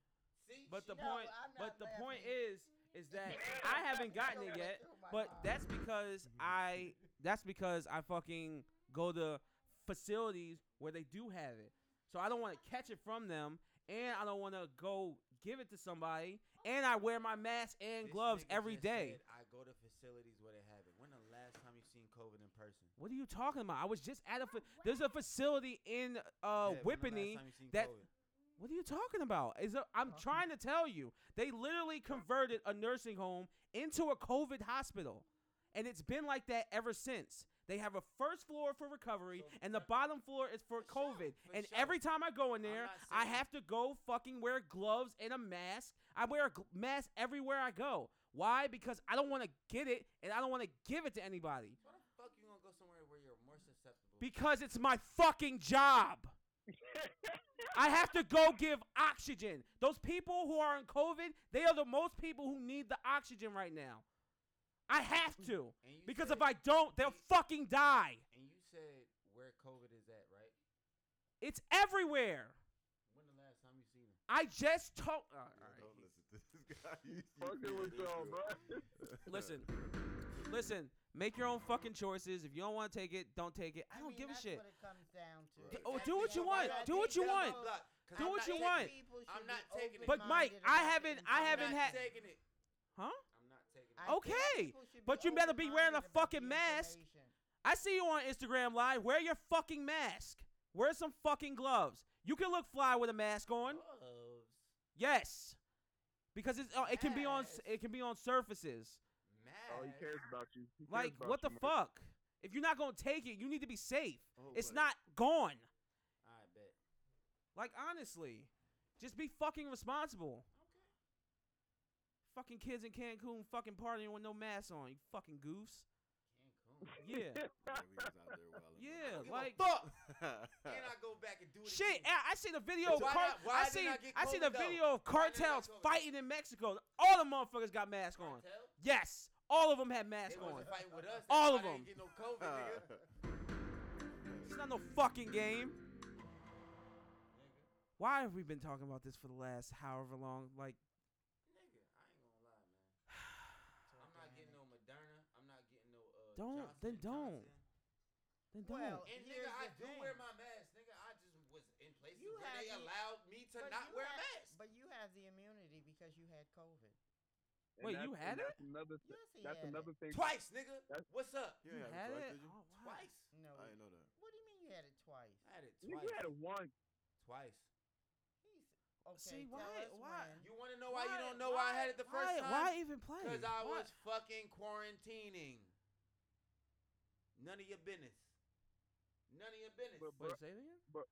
G: See,
C: but
G: she-
C: the point,
A: I'm not
C: but the point
A: laughing.
C: is, is that I haven't gotten it yet. But that's because I, that's because I fucking go to facilities where they do have it. So I don't want to catch it from them, and I don't want to go give it to somebody. And I wear my mask and
G: This
C: gloves
G: nigga
C: every
G: just
C: day.
G: said, I go to facilities where they have it. When the last time you seen COVID in person?
C: What are you talking about? I was just at a. Fa- there's a facility in uh
G: Yeah, when the last
C: Whippany
G: time you seen
C: that.
G: COVID?
C: What are you talking about? Is a, I'm trying to tell you, they literally converted a nursing home into a COVID hospital, and it's been like that ever since. They have a first floor for recovery, and the bottom floor is for, COVID. and
G: sure.
C: every time I go in
G: I'm
C: there,
G: not
C: I
G: saying-
C: have to go fucking wear gloves and a mask. I wear a gl- mask everywhere I go. Why? Because I don't want to get it, and I don't want to give it to anybody.
G: Why the fuck you gonna go somewhere where you're more susceptible?
C: Because it's my fucking job. I have to go give oxygen. Those people who are in COVID, they are the most people who need the oxygen right now. I have to.
G: And you
C: Because
G: said-
C: if I don't, they'll fucking die.
G: and you said where COVID is at, right?
C: It's everywhere.
G: When the last time you seen it?
C: I just told. all right.
L: Don't listen to this guy. You- you
H: Fucking with
L: feel this
H: y'all,
L: good.
H: bro.
C: Listen, listen. Make your own fucking choices. If you don't want to take it, don't take it. I don't
A: mean,
C: give a
A: that's
C: shit.
A: What it comes down to.
C: D- oh, do what you want.
A: I
C: Do what
A: think
C: you
A: that
C: want.
A: people-
C: Do
A: I
C: what
A: think
C: you
A: that
C: want.
A: people should
G: I'm
A: be
G: not taking it.
C: But Mike,
A: open-minded
C: I
A: about
C: haven't.
A: things.
C: I
A: I'm
C: haven't
G: not
C: had. Oh.
G: taking it.
C: Huh?
G: I'm not taking
A: I
G: it.
A: think
C: Okay,
A: people should
C: but you better be wearing a
A: open-minded about
C: fucking
A: the
C: mask.
A: information.
C: I see you on Instagram Live. Wear your fucking mask. Wear some fucking gloves. You can look fly with a mask on.
G: Gloves,
C: Yes, because it's, uh, it can be on s-
G: Yes.
C: it can be on surfaces.
A: Oh,
H: All he
G: mask.
H: cares about you. He cares
C: Like
H: about
C: what the
H: you, Mike.
C: fuck? If you're not gonna take it, you need to be safe.
L: Oh,
C: It's
L: but-
C: not gone.
G: I bet.
C: Like honestly, Just be fucking responsible. Fucking kids in Cancun fucking partying with no mask on, you fucking goofs. Yeah. yeah, like
G: Can I go back and do it?
C: Shit,
G: again?
C: I, I seen a video of
G: Why
C: car-
G: not- why
C: I
G: did
C: seen
G: I get
C: I seen a
G: COVID though?
C: video of
G: Why did I get
C: cartels
G: COVID?
C: fighting in Mexico. All the motherfuckers got masks on.
G: Cartels?
C: Yes, all of them had masks
G: They
C: on.
G: wasn't fighting with us. That's
C: All
G: why
C: of
G: they
C: them.
G: ain't get no COVID,
A: Uh.
G: nigga.
C: It's not no fucking game. Why have we been talking about this for the last however long? Like,
G: I'm not getting no Moderna. I'm not getting no. Uh,
C: don't
G: Johnson
C: then
G: and
C: don't, then don't.
A: Well,
G: And
A: Here's
G: nigga, I
A: the
G: do
A: thing.
G: wear my mask. Nigga, I just was in places
A: You
G: where
A: have
G: they
A: the-
G: allowed me to
A: But
G: not
A: you
G: wear a
A: have-
G: mask.
A: But you have the immunity because you had COVID.
H: And
C: Wait,
H: that's-
C: you
H: and
C: had
H: that's Another th-
A: Yes, he
H: that's
A: had
H: another thing.
G: Twice, nigga.
H: That's-
G: What's up?
L: You ain't
C: You
L: had
C: had it?
L: it twice, did you?
C: Oh, wow.
G: Twice.
A: No.
L: I didn't know that.
A: What do you mean you had it twice?
G: I had it
H: Nigga, you
G: twice.
H: had a one.
G: Twice.
A: He's okay.
C: See,
A: tell
C: why-
A: us
C: why-
A: when.
G: You want to know why, you
C: Why-
G: don't know why I had it the first
C: why,
G: time?
C: Why even play?
G: Because I
C: Why?
G: was fucking quarantining. None of your business. None of your business.
H: But,
C: Wait,
H: bro,
C: say it again?
H: but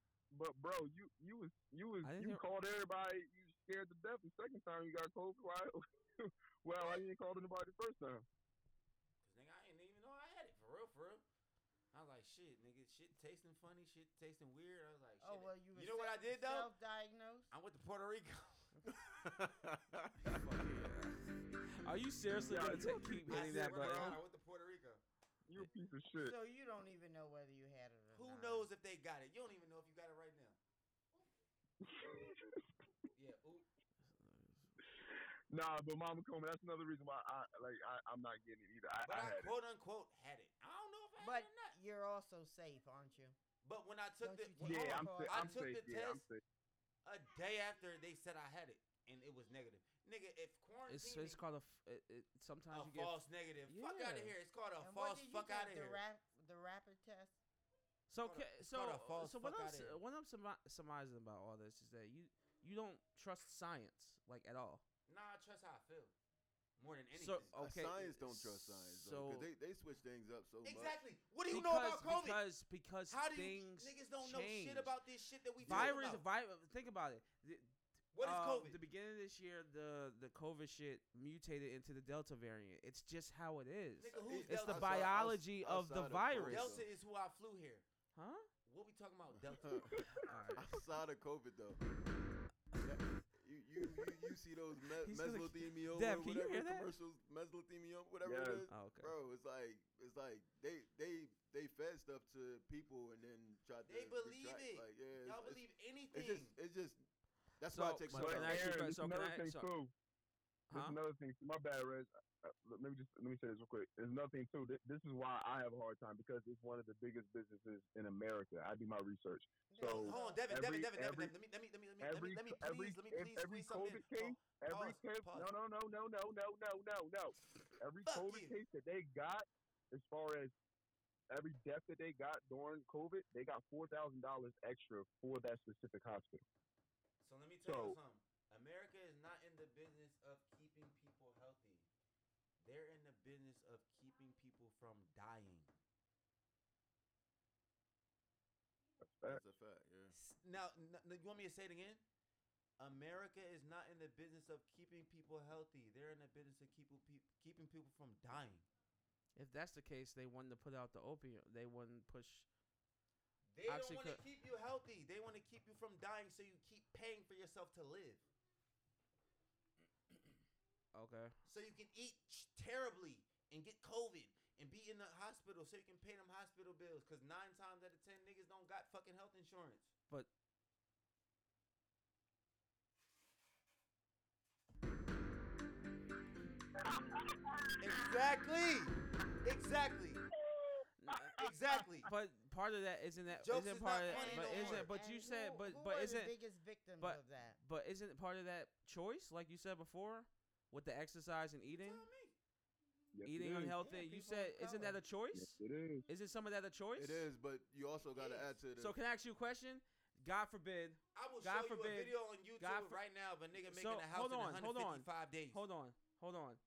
H: bro, you you was you was
C: I didn't
H: you
C: hear-
H: called everybody. You scared to death the second time you got COVID. Why? well, I didn't call anybody the first time.
G: Cause nigga, I didn't even know I had it for real, for real. I was like, shit, nigga, shit tasting funny, shit tasting weird. I was like, shit.
A: Oh well, you.
G: You know what I did, though?
A: Self-diagnosed.
G: I went to Puerto Rico.
C: Are you seriously
H: Yeah,
C: gonna
H: you
C: ta-
H: a
C: keep
G: I
C: hitting that
G: swear to
C: button?
G: God, I went to Puerto Rico.
H: You a piece of shit.
A: So you don't even know whether you had it or not.
G: Who knows if they got it? You don't even know if you got it right now. Yeah, oop.
H: nah, but Mama Coma, that's another reason why I like I, I'm not getting it either. I,
G: But
H: I
G: I,
H: had it.
G: quote unquote had it. I don't know if I had
A: But
G: it or not.
A: you're also safe, aren't you?
G: But when I took
A: Don't
G: the
A: you
G: when-
A: dare.
G: hold
H: Yeah, I'm,
G: on.
H: sa-
G: I
H: I'm
G: took
H: safe.
G: the
H: Yeah, I'm
G: test.
H: safe.
G: a day after they said I had it and it was negative. Nigga, if quarantine
C: It's it's called a. f- It, it, sometimes
G: a
C: you get
G: false negative. Fuck out of
C: Yeah.
G: here. It's called a
A: and what
G: false
A: did you
G: fuck
A: get,
G: out of
A: the
G: here.
A: Rap, the rapid test.
C: So,
G: Called a-
C: ca
G: it's
C: so,
G: called a
C: uh,
G: false
C: so what
G: fuck
C: I'm
G: outta
C: s-
G: here.
C: what I'm summa- surmising about all this is that you you don't trust science like at all.
G: Nah, I trust how I feel more than anything.
C: So oh,
L: Uh,
C: okay,
L: Science don't trust science. So
C: So
L: they they switch things up so much.
G: exactly. What do you know about
C: because-
G: COVID?
C: Because because
G: how do you
C: things
G: niggas don't know
C: change.
G: shit about this shit that we talk
C: virus.
G: about?
C: Vi- think about it. The-
G: What is
C: um,
G: COVID?
C: The beginning of this year, the the COVID shit mutated into the Delta variant. It's just how it is.
G: Nigga, who's
C: It's the
G: Delta?
L: outside- outs-
C: biology of the
L: outside
C: virus.
L: COVID,
G: Delta is who I flew here.
C: Huh?
G: What we talking about?
L: though.
G: Delta.
C: Alright.
L: Outside of COVID though. That- You, you, you, you see those me-
C: He's gonna-
L: mesothelioma
C: Dev, can you
L: whatever
C: hear that?
L: commercials mesothelioma whatever it
H: Yes.
L: is
C: Oh, okay.
L: bro it's like it's like they they they fed stuff to people and then tried to
G: They believe
L: retract,
G: it.
L: like yeah
G: Y'all
L: it's,
G: believe
L: it's, it's just
G: anything?
L: it's just that's why I
C: So-
L: take my
H: But
C: so
L: time
C: I ask you a
H: Aaron,
C: question?
H: this
C: So can
H: another
C: I-
H: thing
C: so-
H: too. There's
C: Huh?
H: another thing. My bad, Rez. Uh, let me just let me say this real quick. There's another thing too. This, this is why I have a hard time because it's one of the biggest businesses in America. I do my research. So
G: Hold on, Devin, Devin,
H: every-
G: Devin, Devin,
H: every-
G: Devin. Let me, let me, let me, let me,
H: every
G: let me, let me
H: every
G: please, let me please
H: every
G: squeeze something
H: COVID
G: in.
H: case, every
G: pause,
H: case.
G: pause.
H: No, no, no, no, no, no, no, no, no. Every
G: Fuck
H: COVID
G: you.
H: case that they got, as far as every death that they got during COVID, they got four thousand dollars extra for that specific hospital.
G: So let me tell you
H: So-
G: something. America is not in the business of keeping people healthy. They're in the business of keeping people from dying.
L: that's a fact yeah
G: S- Now, n- n- you want me to say it again? America is not in the business of keeping people healthy. They're in the business of keeping peop keeping people from dying.
C: If that's the case, they wanted to put out the opium. They wouldn't push.
G: They
C: Actually,
G: don't want to
C: could-
G: keep you healthy. They want to keep you from dying, so you keep paying for yourself to live,
C: Okay.
G: so you can eat ch- terribly and get COVID and be in the hospital, so you can pay them hospital bills. Cause nine times out of ten, niggas don't got fucking health insurance. Exactly. Exactly. Exactly.
C: But part of that isn't that
G: Jokes
C: not
G: is
C: part
G: not
C: of that,
G: funny
C: but
G: no more.
C: isn't but you
A: And
C: said
A: who-
C: but
A: who
C: but
A: are
C: isn't
A: the biggest victims
C: but-
A: of that?
C: but isn't part of that choice like you said before with the exercise and eating
H: Yes, it
C: eating
H: is.
C: unhealthy you
A: people of
C: said isn't that a
H: Yes,
C: choice
H: it is.
C: isn't some of that a choice
L: it is but you also got to add to the
C: so can I ask you a question God forbid
G: I will
C: God
G: show you
C: forbid-
G: a video on YouTube
C: God for-
G: right now of a nigga making
C: So,
G: a house
C: hold on,
G: in
C: hold on,
G: 155 days.
C: hold on hold on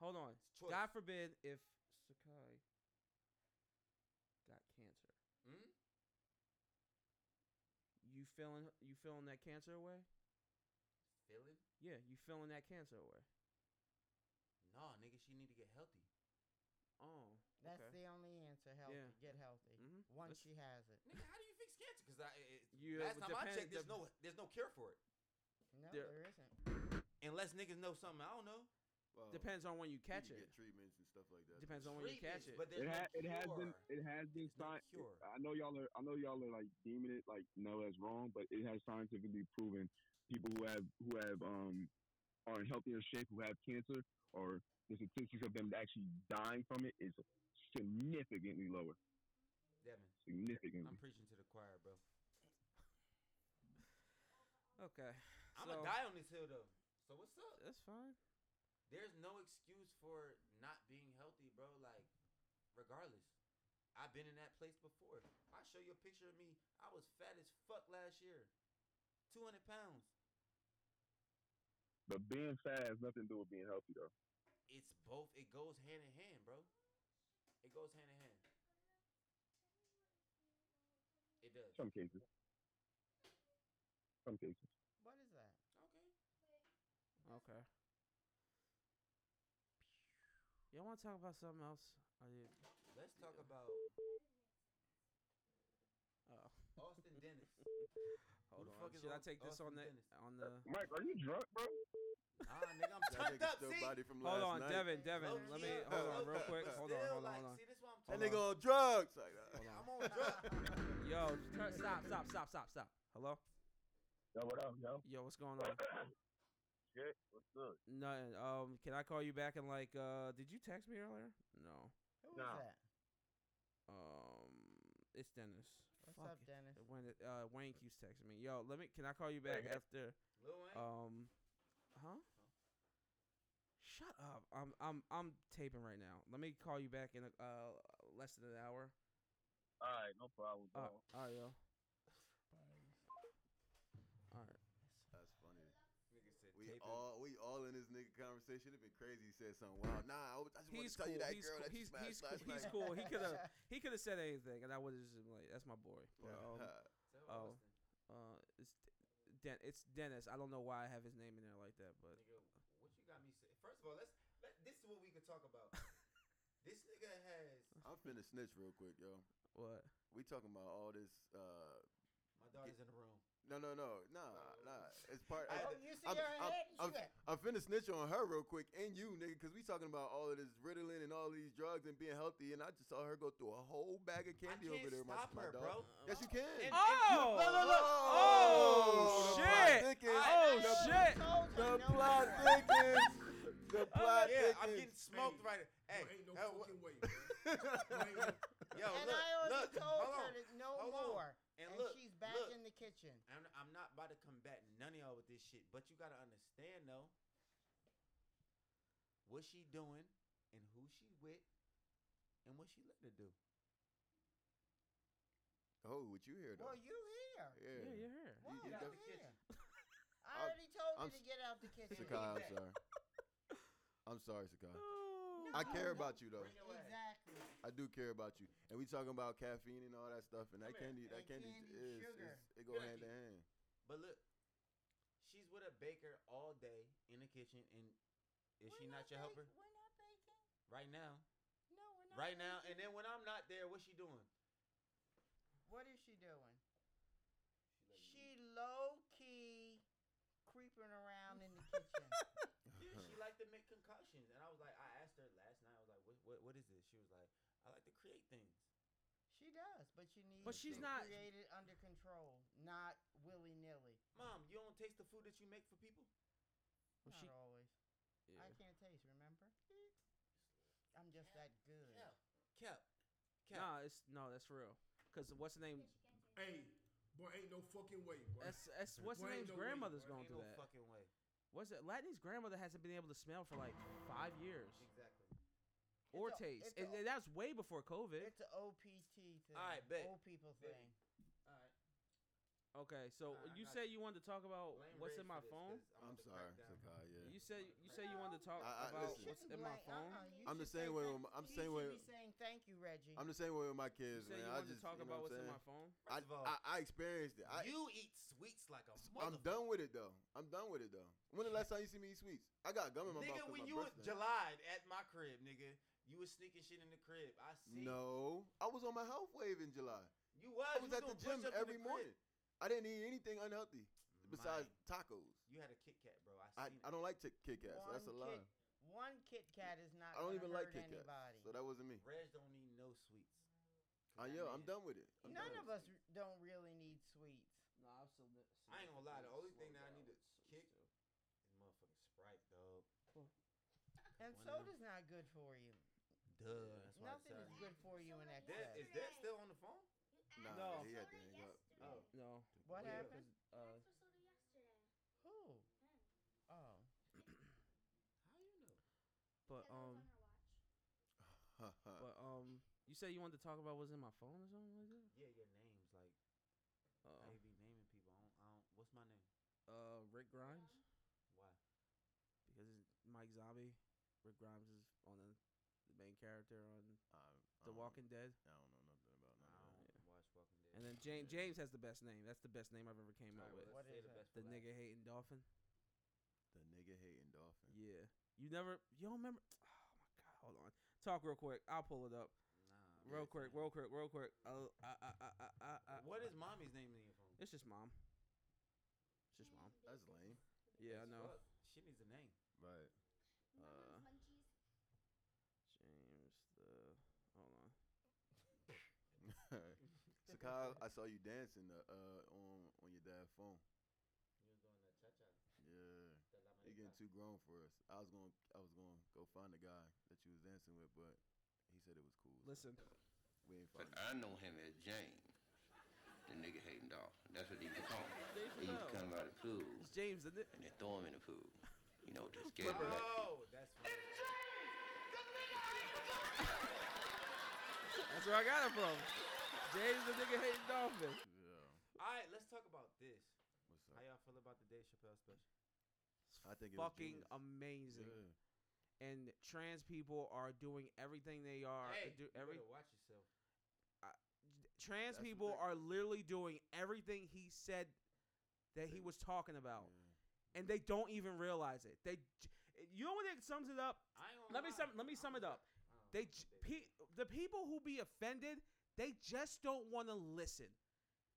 C: hold on
G: It's choice.
C: God forbid if Sakai got cancer
G: Hmm?
C: you feeling you feeling that cancer away
G: feeling?
C: Yeah, you feeling that cancer away.
G: Nah, nigga, she need to get healthy.
C: Oh,
A: That's
C: okay.
A: the only answer. Healthy.
C: Yeah.
A: Get healthy.
C: Mhm.
A: Once
C: That's-
A: she has it.
G: Nigga, how do you fix cancer? Because I, it,
C: You-
G: last
C: it
G: time I
C: depend-
G: checked, there's
C: dep-
G: no there's no cure for it.
A: No,
C: There-
A: there isn't.
G: Unless niggas know something I don't know.
L: Well,
C: Depends on when you
L: um, you
C: catch
L: can
C: it.
L: Get treatments and stuff like that.
C: Depends on when you catch
G: Treatments,
C: it.
G: but
H: It,
G: There's no
H: ha- it has been
G: cure.
H: it has been
G: no
H: sci-
G: cure.
H: I know y'all are I know y'all are like deeming it like no that's wrong, but it has scientifically proven people who have who have um are in healthier shape who have cancer or the statistics of them actually dying from it is significantly lower.
G: Devin,
H: Significantly.
G: I'm preaching to the choir, bro.
C: Okay.
G: I'm
C: so,
G: gonna die on this hill though. So what's up?
C: That's fine.
G: There's no excuse for not being healthy, bro. Like, regardless, I've been in that place before. I show you a picture of me. I was fat as fuck last year, 200 pounds.
H: But being fat has nothing to do with being healthy though.
G: It's both. It goes hand in hand, bro. It goes hand in hand. It does.
H: Some cases. Some cases.
A: What is that?
G: Okay.
C: Okay. Y'all want to talk about something else? Oh, I did.
G: Let's talk about
C: Oh,
G: Austin Dennis.
C: hold
G: the
C: on.
G: fuck is
C: Should I
G: Aus-
C: take this on
G: Austin
C: the
G: Dennis?
C: on the?
H: Mike, are you drunk, bro?
G: Nah, nigga, I'm
L: That
G: turned
L: nigga
G: up.
L: still
G: See,
L: body from
C: Hold
L: last
C: on,
L: night.
C: Devin. Devin,
G: Low
C: let
G: key,
C: me
G: uh,
C: hold on
G: low
C: real
G: key,
C: quick.
G: but
C: Hold on,
G: still,
C: hold on,
G: like,
C: hold on. Oh.
G: See, this is what I'm talking
L: That nigga
G: about.
L: on drugs. Like, uh,
C: Hold on.
G: I'm on drugs.
C: Yo, turn, stop, stop, stop, stop, stop. Hello.
H: Yo, what up, yo?
C: Yo, what's going on?
H: Shit, what's good?
C: Nothing. Um, can I call you back and like, uh, did you text me earlier? No.
A: Who is
H: Nah.
A: that?
C: Um, it's Dennis.
A: What's
C: Fuck
A: up,
C: it.
A: Dennis?
C: When it, uh, Wayne keeps texting me. Yo, let me. Can I call you back
H: Hey, hey.
C: after?
G: Lil Wayne.
C: Um, huh? Shut up. I'm I'm I'm taping right now. Let me call you back in a, uh less than an hour.
H: All right, no problem,
C: Uh,
H: bro.
C: all right, yo. All right.
L: That's funny.
G: Nigga said
L: We
G: tape him.
L: all we all in this nigga conversation. It been crazy. He said something wild. Nah, I, was- I just want
C: He's
L: to tell
C: cool.
L: you that
C: He's
L: girl
C: cool.
L: that you
C: He's,
L: smashed
C: he's, cool.
L: last
C: he's
L: night.
C: cool. He could have he could have said anything, and I would have just been like, "That's my boy." But,
L: Yeah.
C: um,
G: Tell
C: Oh.
G: Austin.
C: uh, it's Den- it's Dennis. I don't know why I have his name in there like that, but
G: Nigga, what you got me say? First of all, let's let this is what we can talk about. this nigga has
L: I'm finna snitch real quick, yo.
C: what?
L: We talking about all this. uh
G: my daughter's in the room.
L: No, no, no, nah, nah. It's part.
G: I-
A: Oh,
L: I,
A: you see
L: I'm-
A: her
L: I'm-
A: head?
L: I'm-
A: She went,
L: I'm finna snitch on her real quick and you, nigga, because we talking about all of this Ritalin and all these drugs and being healthy, and I just saw her go through a whole bag of
G: I
L: candy
G: can't
L: over there. my-
G: stop
L: my,
G: her,
L: dog.
G: bro. Uh-huh.
L: Yes, you can.
G: And-
C: Oh!
G: and- look, look, look.
C: Oh,
L: Oh,
C: shit!
L: the plot thickens.
C: Oh,
A: "No,
L: The-
C: shit.
A: you told her
L: The
A: no
L: plot
A: more."
L: thickens. The plot
G: Oh, Yeah,
L: thickens.
G: I'm getting smoked
F: Hey,
G: right. Hey,
F: There ain't no
G: hey, wha-
F: fucking way, bro. There ain't no-
G: yo,
A: and I
G: look,
A: already
G: look,
A: told
G: hold
A: her
G: on.
A: that no
G: hold on.
A: more.
G: And
A: And,
G: look,
A: she's back
G: look.
A: in the kitchen.
G: I'm, I'm not about to combat none of y'all with this shit, but you gotta understand though, what she doing and who she with, and what she letting her do.
L: Oh, what you hear though?
A: Well, you here.
L: Yeah.
C: Yeah, you're here.
A: Whoa,
L: you
A: you
L: def-
A: here. I
L: I'm-
A: already told
L: I'm
A: you to get out the kitchen.
L: Sakai, I'm sorry. I'm sorry, Sakai.
C: Oh.
L: I care about you though.
G: Bring your ass.
A: Exactly.
L: I do care about you. And we talking about caffeine and all that stuff, and that
G: Come here.
L: candy, that
A: And
L: candy,
A: candy,
L: is,
A: sugar.
L: is- it go
G: Look.
L: hand in hand.
G: But look, she's with a baker all day in the kitchen, and is she
A: We're
G: not your
A: bake-
G: helper
A: We're not baking.
G: right now?
A: No, we're not.
G: Right now,
A: baking.
G: and then when I'm not there, what's she doing?
A: what is she doing? She low key creeping around in the kitchen.
G: Yeah, she liked to make concoctions, and I was like, I asked her last night. I was like, what, what, what is this? She was like, I like to create things.
A: she does, but she needs.
C: But
A: to
C: she's not-
A: create it under control, not willy nilly.
G: Mom, you don't taste the food that you make for people.
C: Well,
A: Not
C: she-
A: always.
C: Yeah.
A: I can't taste. Remember? I'm just that good.
G: Cap, cap, cap.
C: Nah, it's no, that's real. Cause what's the name?
F: Hey, boy, ain't no fucking way, boy.
C: That's that's what's the
F: Wayne
C: name's
F: the Wayne,
C: grandmother's
F: boy.
C: going
G: Ain't no
C: through that.
G: fucking way.
C: What's it? Latin's grandmother hasn't been able to smell for like five years
G: Exactly.
C: or
A: It's a-
C: taste,
A: it's
C: and,
A: a-
C: and that's way before COVID.
A: It's an OPT thing.
G: Alright, bet.
A: Old people
G: Bet.
A: thing.
G: All right.
C: Okay, so
D: Nah, I
C: you
D: got
C: said you wanted to talk about
D: Blame
C: Oh, what's in
D: Ray
C: my
D: for this,
C: phone.
D: 'cause
L: I'm
D: about to
L: sorry,
D: crack down.
L: Sakai, yeah.
C: You said you said you wanted to talk
L: I- I-
C: about
L: listen.
C: what's
M: shouldn't
C: in my
M: blame-
C: phone.
M: uh-uh, you
L: I'm
M: should
L: the
M: say
L: same way
M: thank-
L: with my- I'm
M: he
L: same
M: should
L: way-
M: be saying thank you, Reggie.
L: I'm the same way with my
C: You
L: kids,
C: said you
L: man. I
C: wanted
L: just
C: to talk
L: you
C: about
L: know
C: what's in
L: what I'm saying?
C: my phone.
G: First of all,
L: I, I experienced it. I,
G: you eat sweets like a
L: I'm
G: motherfucker.
L: done with it though. I'm done with it though. When the last time you see me eat sweets? I got gum in my
G: Nigga,
L: mouth. 'cause
G: when
L: my
G: you was
L: birthday.
G: July at my crib, nigga, you was sneaking shit in the crib. I see.
L: No, I was on my health wave in July.
G: You was.
L: I was
G: you
L: at the
G: doing
L: gym
G: push-ups in
L: every
G: the crib.
L: morning. I didn't eat anything unhealthy besides tacos.
G: You had a Kit Kat, bro. I
L: I,
G: seen
L: I
G: it.
L: don't like Tic- Kit Kats. so that's a
M: One
L: lie.
M: Kit- One Kit Kat is not.
L: I don't
M: gonna
L: even like
M: hurt
L: Kit Kats,
M: anybody.
L: so that wasn't me.
G: Reg don't need no sweets.
L: I yo, Oh, I'm done with it. I'm
M: None
L: done
M: of
L: with
M: us r- don't really need sweets.
C: No, I'm still.
G: I ain't gonna lie. The only thing that I need to kick is motherfucking Sprite, dog.
M: And
G: One of them-
M: soda's not good for you.
G: Duh. That's why
M: Nothing
G: I
M: is good for you in
G: That,
M: excess.
G: is that still on the phone?
L: it. Nah,
C: No.
L: he had to hang
D: uh,
L: up.
G: Oh.
C: No.
M: What
C: Yeah,
M: happened?
C: 'cause, Uh,
M: Who? Oh.
C: but um, but um, you said you wanted to talk about what's in my phone or something like that.
G: Yeah, your name's like I
C: Uh,
G: ain't be naming people. I don't, I don't. What's my name?
C: uh, Rick Grimes
G: Why?
C: Oh, because it's Mike Zombie. Rick Grimes is on the, the main character on
L: Um,
C: The Walking Dead,
L: I don't know nothing about
G: I
L: none of
G: don't watch Walking Dead.
C: and then James James has the best name. That's the best name I've ever came up with.
M: What is
G: the
M: that?
G: best
C: The
G: for last.
C: nigga hating dolphin.
L: that. The nigga hating dolphin.
C: Yeah. You never. You don't remember. Oh my god. Hold on. Talk real quick. I'll pull it up.
G: Nah.
C: Real
G: it's
C: quick.
G: not.
C: Real quick. Real quick. Oh, I, I, I, I, I, I-
G: What is mommy's name in your phone?
C: It's just mom. It's just mom.
L: That's lame.
C: Yeah, I
G: As
C: know.
G: fuck. She needs a name.
L: Right.
C: Uh, James the. Hold on.
L: so Kyle, I saw you dancing uh, uh on on your dad's phone.
G: You was doing that cha cha.
L: Yeah. He getting too grown for us. I was gonna I was gonna go find the guy that you was dancing with, but he said it was cool. so
C: Listen.
L: we ain't
N: But I
L: find
N: know him as James, the nigga hating dog. That's what he was calling.
C: Dave
N: He used to
C: Chappelle.
N: come by the pool
C: It's James the. ni-
N: and they throw him in the pool. You know, to scare him.
G: Oh, that's funny.
C: That's where I got it from. James the nigga hating dolphin.
L: Yeah.
G: All right, let's talk about this.
L: What's
G: How
L: up?
G: y'all feel about the Dave Chappelle special?
L: I think it was
C: Fucking
L: genius.
C: amazing.
L: Yeah.
C: And trans people are doing everything they are.
G: hey,
C: do
G: you
C: every
G: better watch yourself.
C: trans
L: That's what
C: people
L: they-
C: are literally doing everything he said that he
L: They-
C: was talking about,
L: Yeah.
C: and they don't even realize it. They, j- you know what it sums it up.
G: I ain't gonna
C: Let me
G: lie.
C: sum. Let me
G: I
C: sum it
G: don't-
C: up.
G: I don't
C: They,
G: know
C: j-
G: what
C: pe- the people who be offended, they just don't want to listen.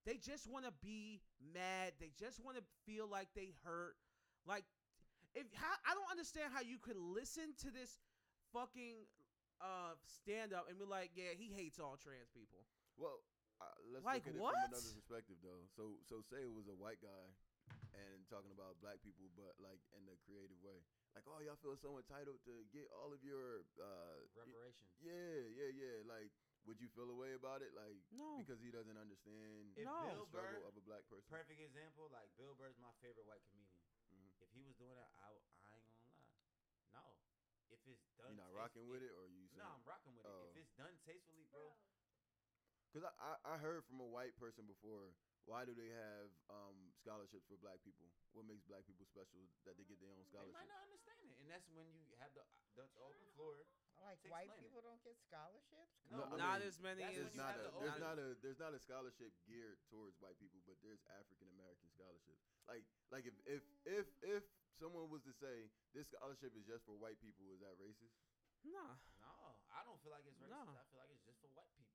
C: They just want to be mad. They just want to feel like they hurt. Like, if how I don't understand how you could listen to this fucking uh stand up and be like, yeah, he hates all trans people.
L: Well, uh, let's
C: Like,
L: look at
C: what?
L: it from another perspective though. So so say it was a white guy and talking about black people but like in a creative way. Like, oh y'all feel so entitled to get all of your uh y-
G: reparations.
L: Yeah, yeah, yeah. Like, would you feel a way about it? Like,
C: No.
L: because he doesn't understand
G: If
C: No.
L: the
G: Bill
L: struggle
G: Burr-
L: of a black person.
G: Perfect example, like Bill Burr's my favorite white comedian.
L: Mhm.
G: If he was doing that, I, w- I ain't gonna lie. No, if it's done,
L: You're not rocking with it, or you?
G: No, I'm rocking with it.
L: Oh.
G: If it's done tastefully, bro,
L: Because I, I I heard from a white person before. Why do they have um, scholarships for black people? What makes black people special that they get their own
G: they might
L: scholarships?
G: not understand it, and that's when you have the uh, the open floor.
M: Like
G: To
M: white
G: explain it.
M: people don't get scholarships.
G: No,
L: No, I
C: not
L: mean,
C: as many
G: that's when
C: as
L: There's
G: you
L: not
G: have
L: a
G: the
L: there's
G: open-
L: not a there's not a scholarship geared towards white people, but there's African American scholarships. Like like if if if if someone was to say this scholarship is just for white people, is that racist?
C: Nah.
G: No, I don't feel like it's racist.
C: No.
G: I feel like it's just for white people.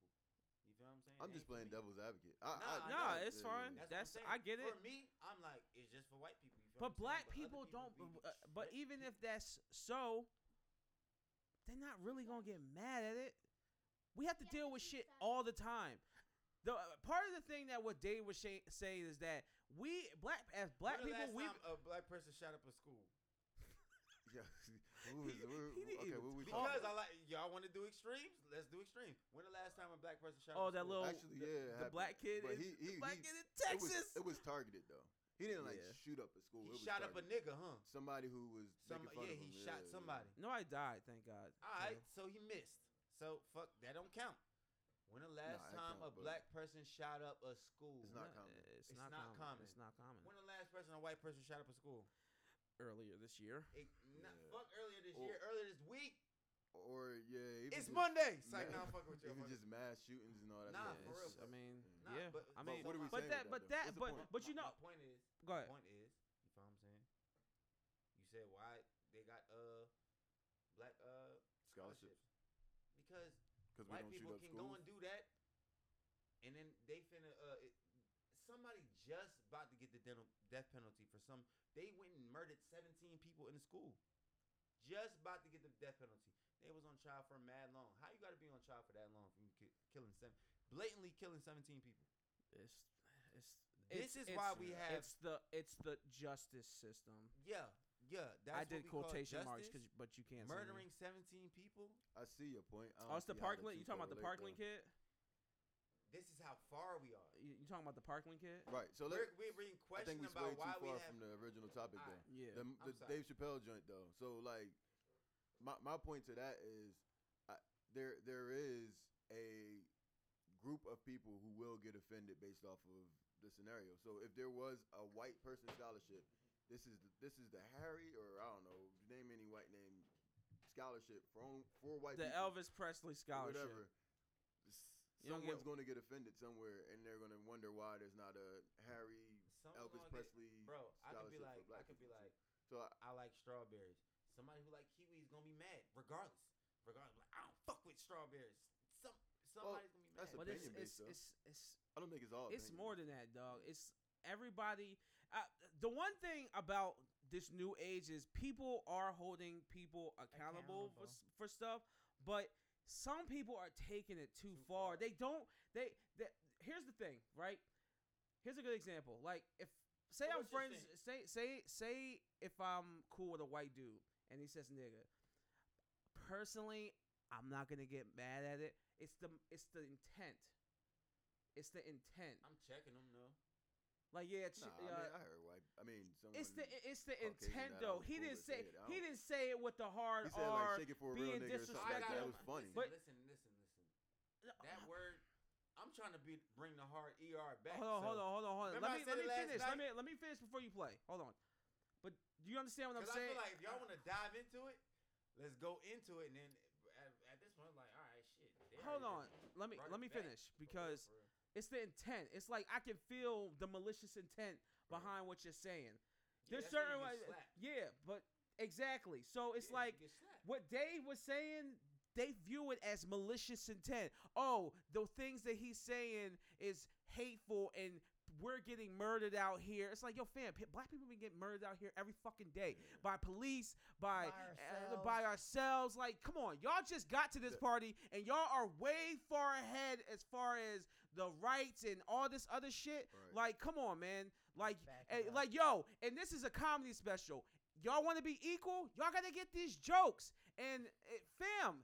G: You feel what I'm saying?
L: I'm
G: It ain't
L: just
G: for
L: playing
G: me.
L: devil's advocate. I, I,
G: Nah,
C: Nah,
L: yeah,
C: it's
L: yeah,
C: fine.
L: yeah.
G: what
C: That's-
G: I'm saying.
C: I get it.
G: For me, I'm like it's just for white people. You feel
C: But
G: what I'm
C: black
G: saying?
C: people
G: other
C: don't.
G: be-
C: uh, but
G: Right.
C: even if that's so, they're not really gonna get mad at it. We have to
I: Yeah,
C: deal
I: but
C: with
I: you
C: shit
I: said-
C: all the time. The uh, part of the thing that what Dave was shay- saying is that we black as black
G: When the
C: people
G: last
C: we
G: time a black person shot up a school.
L: Yeah. Who was-
C: He-
L: who-
C: he didn't
L: okay,
C: even
L: what we
C: talk.
L: talking
G: Because I like y'all want to do extremes. Let's do extremes. When the last time a black person shot?
C: oh
G: up a
C: that
G: school?
C: little
L: Actually,
C: the,
L: yeah, it
C: the
L: happened.
C: black kid
L: But
C: in,
L: he- he-
C: the black
L: he-
C: kid in
L: about?
C: Texas.
L: It was, it was targeted though. He didn't like
C: Yeah.
L: shoot up a school.
G: He
L: it was
G: shot up a
L: targeted.
G: nigga, huh?
L: somebody who was
G: Some,
L: making fun
G: yeah,
L: of
G: he
L: him.
G: shot
L: Yeah, yeah.
G: somebody.
C: no, I died. Thank God.
G: All right, so he missed. So fuck, that don't count. When the last
L: that
G: time a
L: count, but-
G: black person shot up a school?
L: It's not common.
G: It's, not, common.
C: eh, It's not common.
G: When the last person a white person shot up a school?
C: Earlier this year.
G: It, not,
L: Yeah.
G: Fuck earlier this
L: Or-
G: year, earlier this week.
L: Or yeah, even
G: It's
L: just
G: Monday. It's
L: ma-
G: like, nah, I'm fucking with you, I'm
L: Even
G: fucking-
L: just mass shootings and all that.
G: Nah,
L: stuff.
G: for real.
L: It's-
G: bro.
L: I mean,
G: Nah,
C: yeah,
G: but-
C: I
G: but
C: mean,
L: what are we
C: but
L: saying
C: that,
L: with
C: but
L: that,
C: that, but
L: though? What's the point?
C: but you
G: My-
C: know,
G: my point is,
C: Go ahead.
G: My point is, you feel what I'm saying? You said why they got uh black uh
L: Scholarships.
G: because
L: 'Cause we
G: white
L: don't shoot
G: people
L: up
G: can
L: schools?
G: go and do that, and then they finna uh it, somebody just about to get the dental death penalty for some they went and murdered 17 people in the school, just about to get the death penalty. They was on trial for mad long. How you got to be on trial for that long from ki- killing seven, blatantly killing 17 people?
C: it's it's
G: This
C: it's-
G: is why
C: it's-
G: we have-
C: it's the it's the justice system.
G: Yeah, yeah. That's
C: I
G: what
C: did
G: we call
C: quotation marks
G: justice?
C: 'cause- but you can't see me.
G: murdering 17 people.
L: I see your point. I
C: Oh,
L: don't
C: it's the
L: see how
C: Parkland.
L: two
C: You talking about the
L: correlate,
C: Parkland kid?
L: though.
G: This is how far we are.
C: You, you talking about the Parkland kid?
L: Right. So let.
G: we're, we're being
L: I
G: questioned
L: think we
G: about
L: swayed
G: why
L: too
G: we
L: far
G: have.
L: from the original topic
G: Alright,
L: though.
C: Yeah.
L: The,
G: I'm
L: the
G: sorry.
L: Dave Chappelle joint though. So like, my my point to that is, I, there there is a group of people who will get offended based off of the scenario. So if there was a white person scholarship, this is the, this is the Harry or I don't know name any white name scholarship for on, for white
C: The
L: people,
C: Elvis Presley
L: or
C: scholarship.
L: whatever.
C: You don't get-
L: Someone's going to get offended somewhere, and they're going to wonder why there's not a Harry
G: Someone
L: Elvis
G: gonna get-
L: Presley
G: bro, I could be
L: scholarship for
G: like, I
L: black
G: could be
L: people, too.
G: like,
L: So I,
G: I like strawberries. Somebody who like kiwis gonna be mad, regardless. Regardless, like I don't fuck with strawberries. Some somebody's gonna be mad.
L: that's
C: But it's
L: opinion
C: it's,
L: based, though.
C: it's it's
L: I don't think it's all.
C: it's
L: opinion.
C: more than that, dog. It's everybody. Uh, the one thing about this new age is people are holding people accountable, For, s- for stuff, but some people are taking it too, far. They don't. They, they. Here's the thing, right? Here's a good example. Like if say
G: So
C: I'm
G: what's your
C: friends. Say say say if I'm cool with a white dude and he says nigga. Personally, I'm not gonna get mad at it. It's the it's the intent. It's the intent.
G: I'm checking them though.
C: Like yeah, it's,
L: Nah,
C: yeah,
L: I mean, I heard white. I mean, someone
C: uh, it's the it's the
L: Caucasian
C: intent
L: that I
C: though.
L: was
C: He
L: cool
C: didn't
L: with
C: say
L: said, I
C: he
L: don't-
C: didn't say it with the hard
L: He said
C: R.
L: like shake it for a real
C: being
L: nigga or
C: disres-
L: something like
G: I
L: that.
G: got
L: It was funny.
C: But-
G: Listen, listen, listen, listen.
C: No,
G: That word, I'm trying to be bring the hard er back.
C: hold on, hold on, hold
G: so
C: on, hold on.
G: Remember
C: Let
G: I
C: me
G: said
C: let me
G: it last
C: finish. Let me
G: night?
C: let me finish before you play. Hold on. But do you understand what I'm
G: Because I
C: saying?
G: feel like if y'all want to dive into it, let's go into it. And then at, at this point, I'm like, all right, shit. they
C: hold on.
G: already done
C: Let me
G: brought
C: let
G: it
C: me
G: back.
C: finish
G: For real,
C: because
G: for real.
C: it's the intent. It's like I can feel the malicious intent behind what you're saying.
G: Yeah,
C: There's
G: that's when
C: certain
G: you
C: like,
G: get slapped.
C: yeah, but exactly. So it's
G: Yeah, you
C: like
G: get slapped.
C: what Dave was saying, they view it as malicious intent. Oh, the things that he's saying is hateful and we're getting murdered out here. It's like, yo, fam, pe- black people been getting murdered out here every fucking day by police, by
M: By
C: uh, by ourselves. Like, come on, y'all just got to this party and y'all are way far ahead as far as the rights and all this other shit.
L: Right.
C: Like, come on, man. Like,
M: Back
C: eh,
M: it up.
C: like, yo, and this is a comedy special. Y'all want to be equal? Y'all gotta get these jokes. And eh, fam,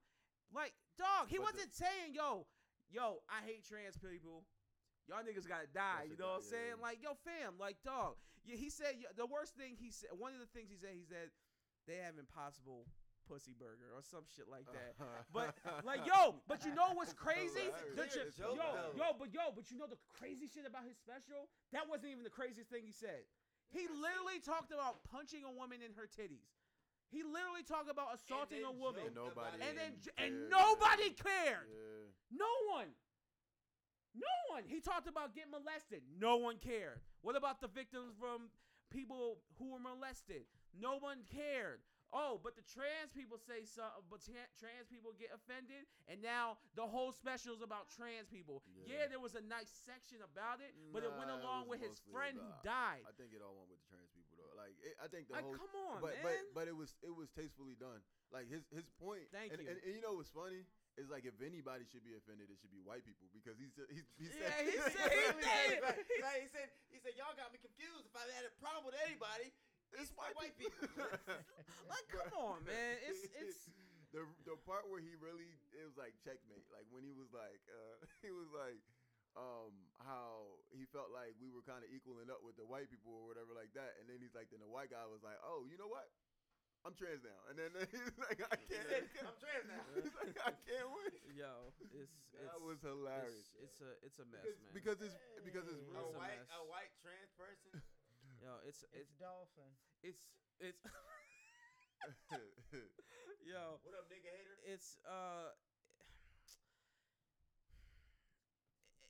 C: like, dog, he
L: But the-
C: wasn't saying, yo, yo, I hate trans people. Y'all niggas gotta die. you
L: That's a
C: know what I'm
L: good- yeah,
C: saying?
L: yeah.
C: Like, yo, fam, like, dog. Yeah, he said yeah, the worst thing he said. One of the things he said, he said they have impossible pussy burger or some shit like that. But like yo, but you know what's crazy?
L: Hilarious.
C: Don't you-
L: It's so
C: yo,
L: bad.
C: yo, but yo, but you know the crazy shit about his special? That wasn't even the craziest thing he said. He literally talked about punching a woman in her titties. He literally talked about assaulting
G: then
C: a woman,
L: And nobody.
C: and then
L: even
C: j- and
L: cared,
C: nobody
L: yeah.
C: cared.
L: Yeah.
C: No one. No one. He talked about getting molested. No one cared. What about the victims from people who were molested? No one cared. Oh, but the trans people say something, but tra- trans people get offended, and now the whole special is about trans people. Yeah,
L: Yeah.
C: there was a nice section about it, but it went
L: Nah, it
C: along
L: was
C: with his
L: mostly
C: friend who
L: about-
C: died.
L: I think it all went with the trans people though. Like it, I think
C: Like,
L: the whole.
C: come on,
L: but,
C: man.
L: but but it was it was tastefully done. Like his his point.
C: Thank
L: and,
C: you.
L: And, and you know what's funny is like if anybody should be offended, it should be white people because he's he's he said,
C: Yeah, he said- he
G: Really,
C: did it.
G: like, like he said, he said, y'all got me confused. If I had a problem with anybody, it's white, white people.
C: like, come on, man. It's it's
L: the the part where he really it was like checkmate. Like when he was like uh he was like um how he felt like we were kind of equaling up with the white people or whatever like that and then he's like then the white guy was like oh you know what I'm trans now, and then he's like, I can't. I can't.
G: I'm trans now.
L: He's like, I can't win.
C: Yo, it's
L: That
C: it's-
L: was hilarious,
C: It's, it's a it's a mess,
L: Because-
C: man.
L: because it's- because it's
G: A
C: a
L: real.
G: white,
C: mess.
G: a white trans person.
C: Yo, it's it's
M: dolphin.
C: It's it's yo.
G: What up, nigga hater?
C: It's uh.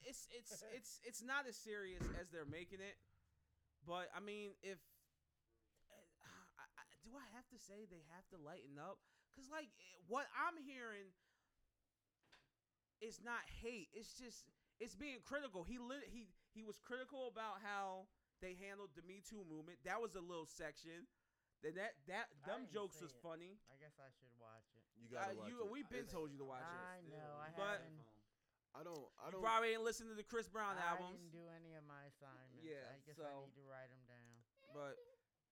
C: It's it's it's it's not as serious as they're making it, but I mean, if I, I, do I have to say they have to lighten up? Cause like eh, what I'm hearing is not hate. It's just it's being critical. He lit he he was critical about how they handled the Me Too movement. That was a little section. Then that that
M: I
C: them
M: didn't
C: jokes
M: see
C: was
M: it.
C: funny.
M: I guess I should watch it.
L: You gotta
C: Uh,
L: watch
C: you-
L: it.
C: We've been told you to watch it.
M: I know. I
C: But-
M: haven't.
L: I don't. I
C: You
G: Oh.
L: don't.
C: probably ain't listened to the Chris Brown
M: I
C: albums,
M: didn't do any of my assignments.
C: Yeah,
M: I guess
C: so-
M: I need to write them down.
C: but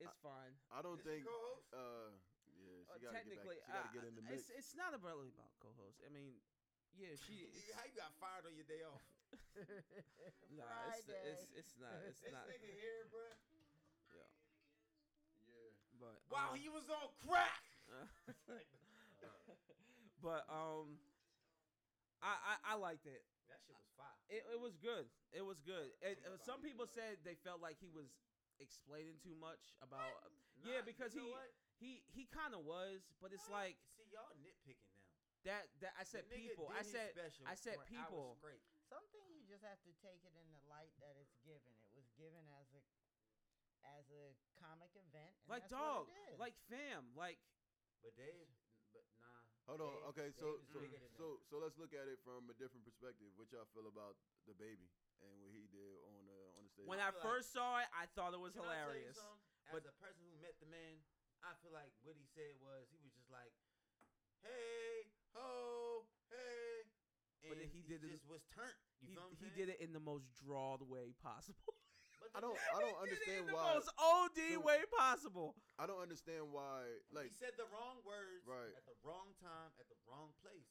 C: it's
G: Uh,
C: fine.
L: I don't
G: Is she
L: think.
G: co-host?
L: Uh, yeah,
C: Uh,
L: she gotta get back.
C: technically,
L: She gotta
C: uh,
L: get in the
C: it's
L: mix.
C: it's not about really about co-host. I mean, yeah, she.
G: You-
C: it's-
G: How you got fired on your day off?
C: Nah, it's,
M: Friday.
C: it's it's not it's
G: This
C: not.
G: nigga here, bruh.
C: Yeah,
L: Yeah.
C: but
G: Wow,
C: um, uh,
G: he was on crack. Uh,
C: but um, I, I I liked it.
G: That shit was fire.
C: It it was good. It was good. It, uh, some people said they felt like he was explaining too much about. uh, yeah,
G: Nah,
C: because
G: you know
C: he
G: what?
C: he he kind of was, but it's like
G: see y'all nitpicking now.
C: that that I said
G: The nigga
C: people. I
G: did his
C: said
G: special
C: I said
G: for an hour
C: people.
G: straight.
M: Something you just have to take it in the light that it's given. It was given as a as a comic event. And
C: Like
M: that's what
C: dog.
M: it is.
C: Like fam. Like
G: But Dave, but nah.
L: Hold on.
G: Dave-
L: Okay,
G: Dave
L: so
G: is
L: so
G: bigger than
L: so
G: that.
L: so let's look at it from a different perspective. What y'all feel about the baby and what he did on uh, on the stage?
C: when I
G: feel like-
C: first saw it, I thought it was
G: Can I tell you
C: hilarious.
G: something?
C: but-
G: As a person who met the man, I feel like what he said was he was just like, "Hey ho, hey," and
C: But then he did it-
G: just was turned.
C: He,
G: You feel what I'm
C: he
G: saying?
C: did it in the most drawled way possible.
G: But
L: I
G: the
L: don't.
G: nigga-
L: I don't
C: He did it
L: understand
C: in the
L: why.
C: most OD
L: So-
C: way possible.
L: I don't understand why. Like,
G: he said the wrong words
L: Right.
G: at the wrong time at the wrong place.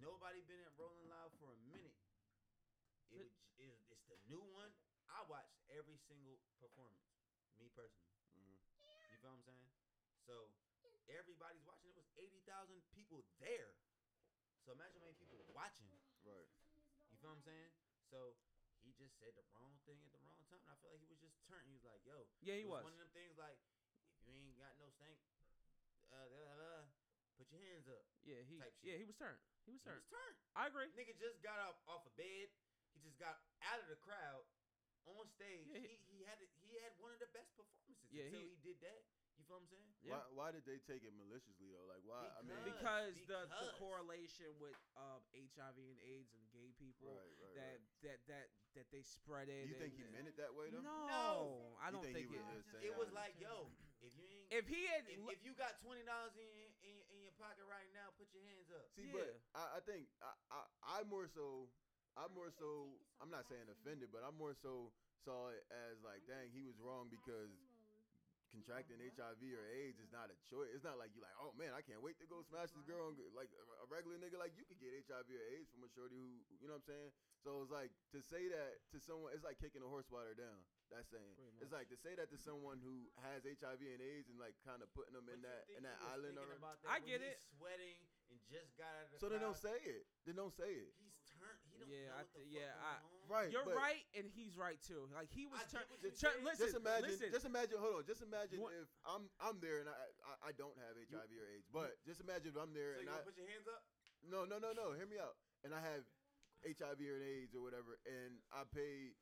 G: Nobody been at Rolling Loud for a minute.
C: But-
G: It, would j- it it's the new one. I watched every single performance. Me personally,
L: mhm.
G: you feel what I'm saying? So everybody's watching. It was eighty thousand people there. So imagine how many people watching.
L: right.
G: You feel what I'm saying? So he just said the wrong thing at the wrong time. And I feel like he was just turned. He was like, "Yo,
C: Yeah, he
G: it
C: was.
G: one of them things like if you ain't got no stank, uh, da, da, da, put your hands up."
C: Yeah, he
G: type shit.
C: yeah he was turned. He was
G: He
C: turned.
G: was turned.
C: I agree.
G: Nigga just got up off of bed. He just got out of the crowd on stage.
C: Yeah,
G: he, he had it- he had one of the best performances
C: Yeah,
G: until
C: he-
G: he, did that. You feel what I'm saying?
C: Yeah.
L: Why, why did they take it maliciously though? Like why? I mean,
C: because, the, the
G: because-
C: correlation with um, HIV and AIDS and gay people
L: right, right,
C: that,
L: right.
C: that that that they spread it.
L: You think
C: and-
L: he meant it that way though?
C: No,
G: No.
C: I
L: You
C: don't think, it.
L: he was just
G: It
L: saying-
G: was like, yo, if you ain't.
C: If he had,
G: If,
C: Oh, look-
G: if you got twenty dollars in, your- in in your pocket right now, put your hands up.
L: See,
C: Yeah.
L: but I, I think I, I I more so I more so I'm not saying offended, but I more so saw it as like, dang, he was wrong Um, because contracting HIV or AIDS is not a choice. It's not like you like, oh man, I can't wait to go smash this girl. And, go-" like a- a regular nigga, like you could get HIV or AIDS from a shorty who, you know what I'm saying? So it's like to say that to someone, it's like kicking a horse while they're down. That's saying
C: Pretty
L: it's like to say that to someone who has HIV and AIDS and like kind of putting them
G: But
L: in
G: you
L: that
G: think
L: in that
G: he was
L: island.
G: thinking
L: Or,
G: about that
C: I
G: when
C: get
G: he's
C: it.
G: Sweating and just got out of the
L: so then
G: crowd?
L: don't say it. Then don't say it.
G: He's turned. He don't
C: Yeah,
G: know
C: I
G: what
C: th-
G: the fuck
C: yeah,
G: going
C: I-
G: on.
L: Right.
C: you're
L: but
C: right and he's right too. Like he was
G: I get
C: turned.
G: what you
C: Tur-
G: saying.
C: listen,
L: Just imagine.
C: listen.
L: Just imagine. Hold on. Just imagine
C: want-
L: if I'm I'm there and I I, I don't have HIV or AIDS, but just imagine if I'm
G: So
L: there
G: you
L: and I
G: gonna put your hands up?
L: no no no no. Hear me out. And I have HIV or AIDS or whatever, and I pay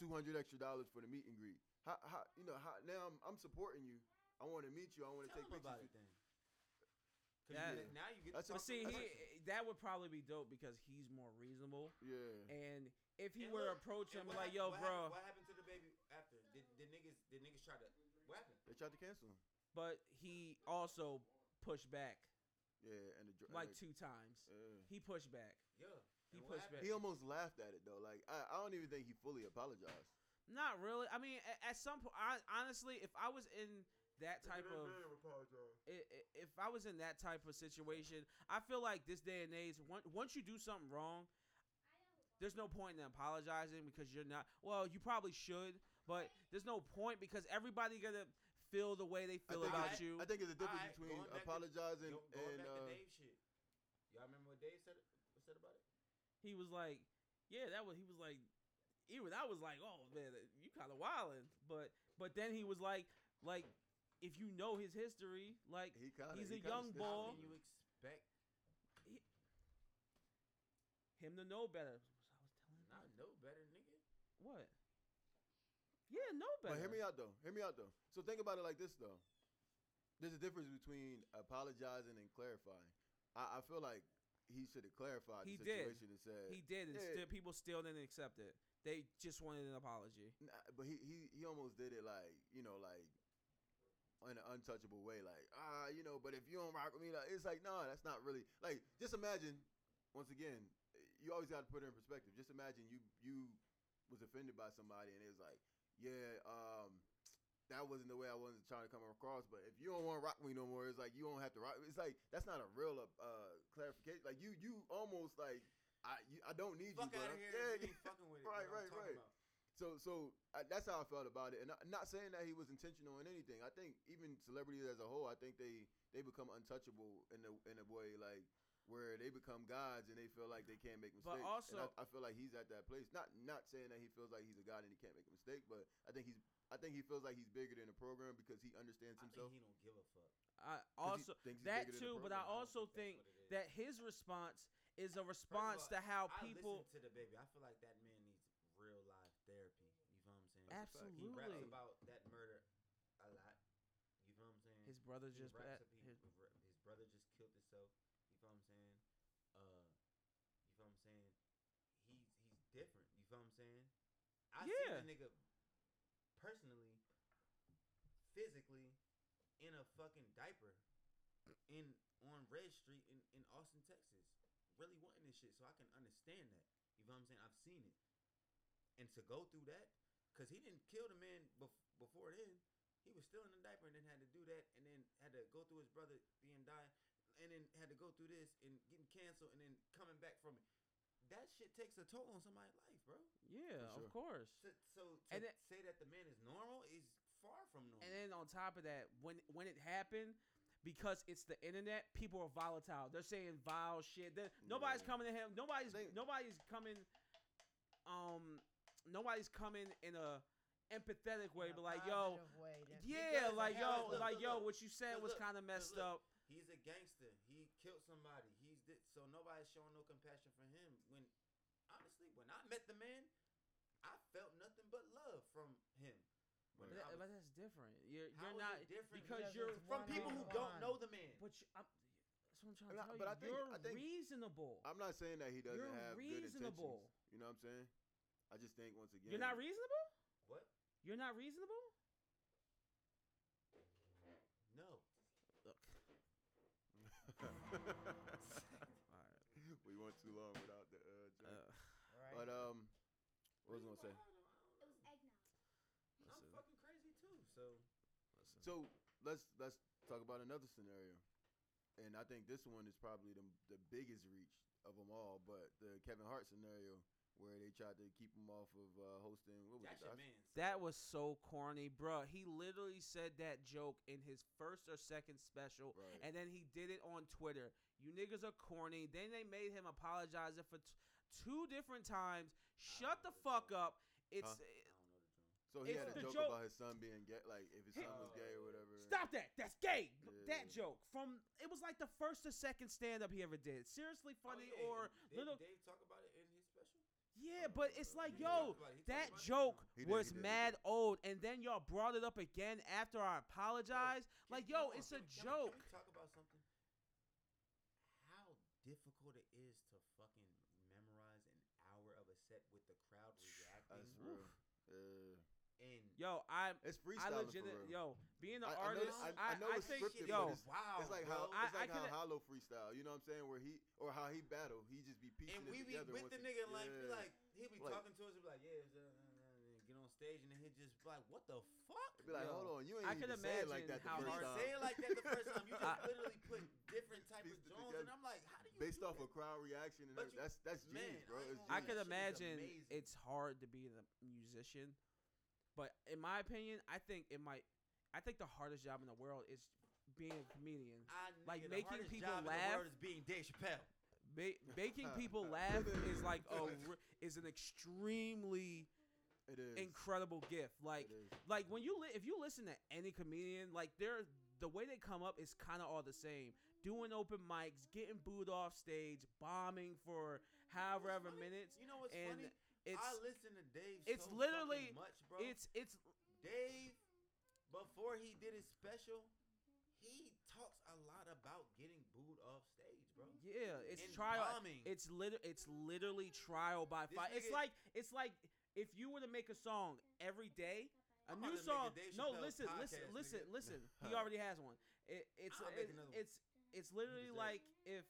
L: two hundred extra dollars for the meet and greet. How, how you know how now I'm, I'm supporting you. I want to meet you. I want to
G: Tell
L: take
G: him about
L: pictures.
G: it
L: with
G: then.
L: you.
G: 'Cause
C: Yeah.
G: you, now you get.
L: That's
G: to
C: But
G: talk to
L: what-
C: see,
G: the
C: he eh,
G: person.
C: that would probably be dope because he's more reasonable.
L: Yeah.
C: And if he
G: Mm. And
C: were
G: look,
C: approach
G: and
C: him
G: what
C: like,
G: hap-
C: yo,
G: what
C: bro,
G: Happened, what happened to the baby after? Did, did niggas? Did niggas try to? What happened?
L: They tried to cancel him.
C: but he also pushed back
L: Yeah, and the dr-
C: like
L: and
C: two times.
L: the- yeah.
C: He pushed back.
G: Yeah.
C: He
G: And what
C: pushed
G: happened?
C: back.
L: He almost laughed at it though. Like I, I don't even think he fully apologized.
C: Not really. I mean, a- at some point, I, honestly, if I was in that type of i- i- if I was in that type of situation, I feel like this day and age, once once you do something wrong, there's no point in apologizing because you're not. Well, you probably should, but there's no point because everybody gonna feel the way they feel about
G: Alright,
C: you.
L: I think it's a difference
G: Alright,
L: between
G: going back to-
L: apologizing
G: go- going
L: and
G: back to
L: uh,
G: Dave shit. Y'all remember what Dave said said about it?
C: He was like, yeah, that was he was like, even I was like, oh man, you kind of wildin'. But but then he was like, like if you know his history, like
L: he kinda,
C: he's
L: he
C: a
L: kinda
C: young
L: snitched
C: boy.
L: on
G: You
L: him.
G: expect
C: him to know better.
G: not know better, nigga.
C: What? Yeah, know better.
L: But hear me out though. Hear me out though. So think about it like this though. There's a difference between apologizing and clarifying. I, I feel like he should have clarified
C: He
L: the
C: did.
L: situation and said
C: He did, and
L: Yeah.
C: still, people still didn't accept it. They just wanted an apology.
L: Nah, but he, he he almost did it like you know like in an untouchable way like ah you know but if you don't rock with me like it's like no that's not really like just imagine once again you always got to put it in perspective just imagine you you was offended by somebody and it was like yeah um that wasn't the way I wasn't trying to come across but if you don't want to rock with me no more it's like you don't have to rock it's like that's not a real uh, uh clarification like you you almost like I you, I don't need
G: Fuck
L: you
G: out
L: bro.
G: of here.
L: Yeah,
G: You ain't fucking with it.
L: right
G: what I'm
L: right
G: talking
L: right
G: about.
L: so, so I, that's how I felt about it, and I, not saying that he was intentional in anything. I think even celebrities as a whole, I think they they become untouchable in a in a way like where they become gods and they feel like they can't make
C: But
L: mistakes.
C: also-
L: and I, I feel like he's at that place. Not not saying that he feels like he's a god and he can't make a mistake, but I think he's I think he feels like he's bigger than the program because he understands
G: I
L: himself.
G: think he don't give a fuck.
C: I
L: 'Cause he
C: also
L: thinks he's
C: that
L: bigger than the
C: too, but I
L: program.
C: also think that his response is a response to
G: all,
C: how
G: I
C: people.
G: listen to the baby. I feel like that man needs real life therapy. You feel what I'm saying?
C: That's a fact.
G: He raps
C: Absolutely.
G: about that murder a lot. You feel what I'm saying?
C: His brother
G: He
C: just
G: raps
C: pat-
G: up he-
C: his-
G: r- his brother just killed himself. You feel what I'm saying? Uh, you feel what I'm saying? He's he's different. You feel what I'm saying? I
C: Yeah.
G: seen the nigga personally, physically, in a fucking diaper, in on Red Street in, in Austin, Texas, really wanting this shit, so I can understand that. You know what I'm saying? I've seen it, and to go through that, cause he didn't kill the man bef- before then. He was still in the diaper, and then had to do that, and then had to go through his brother being dying, and then had to go through this and getting canceled, and then coming back from it. That shit takes a toll on somebody's life, bro.
C: Yeah,
L: For sure.
C: of course.
G: So, so to
C: And it-
G: say that the man is normal is far from normal.
C: And then on top of that, when when it happened, because it's the internet, people are volatile. They're saying vile shit. They're, nobody's
L: Yeah.
C: coming to him. Nobody's nobody's coming. Um, nobody's coming in a empathetic way, but like, yo,
M: Positive way that-
C: yeah,
G: Because
C: like
G: it has-
C: yo,
G: look,
C: like
G: look,
C: yo,
G: look,
C: what you said was
G: look, look,
C: kind of
G: look,
C: messed up.
G: look. He's a gangster. He killed somebody. He's did so nobody's showing no compassion for him. When honestly, when I met the man, I felt nothing but love from him. When
C: But, that,
G: I was-
C: but that's different. You're
G: how
C: you're
G: is
C: not
G: it different
C: because
M: Because
C: you're
M: it's
G: from people who don't
M: one-on-one.
G: know the man.
C: But you, I'm, that's what I'm trying to
L: And I-
C: tell
L: but
C: you.
L: I think-
C: you're
L: I think-
C: reasonable.
L: I'm not saying that he doesn't
C: You're
L: have
C: reasonable.
L: good intentions. You know what I'm saying? I just think once again
C: You're not reasonable.
G: What?
C: You're not reasonable.
G: No.
C: Look,
L: we went too long without the uh,
C: uh,
L: drink.
M: Right.
L: but um, what was I gonna say?
I: It was eggnog.
G: I'm
C: listen,
G: fucking crazy too. So
C: listen.
L: So let's let's talk about another scenario, and I think this one is probably the the biggest reach of them all. But the Kevin Hart scenario where they tried to keep him off of uh, hosting. What was
G: that's
L: it?
G: your
L: Os-
G: man.
C: That was so corny, bruh. He literally said that joke in his first or second special,
L: Right.
C: and then he did it on Twitter. You niggas are corny. Then they made him apologize for t- two different times. Shut the fuck up. It's eh,
G: I don't know the drum.
L: so he
C: it's
L: had a
C: the
L: joke,
C: joke-
L: about his son being gay, like if his son was gay or whatever.
C: Stop that. That's gay.
L: Yeah.
C: That joke from it was like the first or second stand up he ever did. Seriously funny
G: Oh, yeah,
C: or
G: and Dave,
C: little
G: Dave talk about it in his special.
C: Yeah, but it's like
G: He
C: yo,
G: talked about it. He talked
C: that
G: about it.
C: joke
L: He did,
C: was
L: he did, he
C: mad old and then y'all brought it up again after I apologized. like yo,
G: Hold on,
C: it's a
G: can we- can we-
C: joke.
G: Can we talk about something? How difficult it is to fucking memorize an hour of a set with the crowd
L: That's
G: reacting
L: real. Yeah.
G: and
C: Yo, I'm
L: Uh, It's
C: I
L: freestyling
C: legit
L: for real.
C: yo, being an
L: I- I know
C: artist,
L: this-
C: I,
L: I- I know
C: I
L: it's
C: think
L: scripted, but
C: yo,
L: it's-
G: wow,
L: it's like
G: bro.
L: how
C: I-
L: it's like
C: I
L: how
C: coulda-
L: Hollow freestyle. You know what I'm saying? Where he or how he battle, he just be piecing
G: and we
L: it
G: be
L: together.
G: with
L: once
G: the
L: it-
G: nigga like be
L: yeah.
G: like he be
L: Like-
G: talking to us and be like yeah, it's, uh, uh, uh, get on stage and then he just be like what the fuck?
L: Be like,
C: Yo,
L: hold on, you ain't
C: I
L: even
C: could
L: say it like
C: imagine
L: that the
C: how
L: first
G: you
C: hard-
G: didn't
L: time.
G: say it like that the first time. You just
C: I-
G: literally put different type of
L: Pieced it
G: drones,
L: together.
G: and I'm like, how do you
L: Based
G: do
L: off
G: that?
L: of crowd reaction and
G: But
L: everything.
G: you-
L: that's that's
G: man,
L: genius, bro.
G: I
L: It's
C: I
G: ain't gonna
L: genius.
C: could
G: shit was
C: imagine
G: amazing.
C: it's hard to be a musician, but in my opinion, I think it might. I think the hardest job in the world is being a comedian.
G: I
C: like
G: nigga, the
C: making
G: hardest
C: people
G: job in the
C: laugh.
G: world is being Dave Chappelle.
C: Ma- making people laugh is like a r- is an extremely
L: it is.
C: incredible gift. Like like when you li- if you listen to any comedian, like they're the way they come up is kind of all the same. Doing open mics, getting booed off stage, bombing for however ever minutes.
G: You know what's
C: and
G: funny?
C: It's
G: I listen to Dave.
C: it's
G: so fucking
C: literally-
G: much, bro.
C: it's it's
G: Dave. Before he did his special, he talks a lot about getting booed off stage, bro.
C: Yeah, it's
G: And
C: trial.
G: bombing.
C: It's lit. It's literally trial by
G: This
C: fire. It's
G: nigga-
C: like it's like if you were to make a song every day, a
G: I'm
C: new
G: about to make a
C: song. No,
G: Dave Chappelle
C: listen, listen,
G: podcast,
C: listen,
G: nigga.
C: listen. He already has one. It, it's
G: I'll make
C: it,
G: another one.
C: it's it's literally
G: deserve it.
C: like if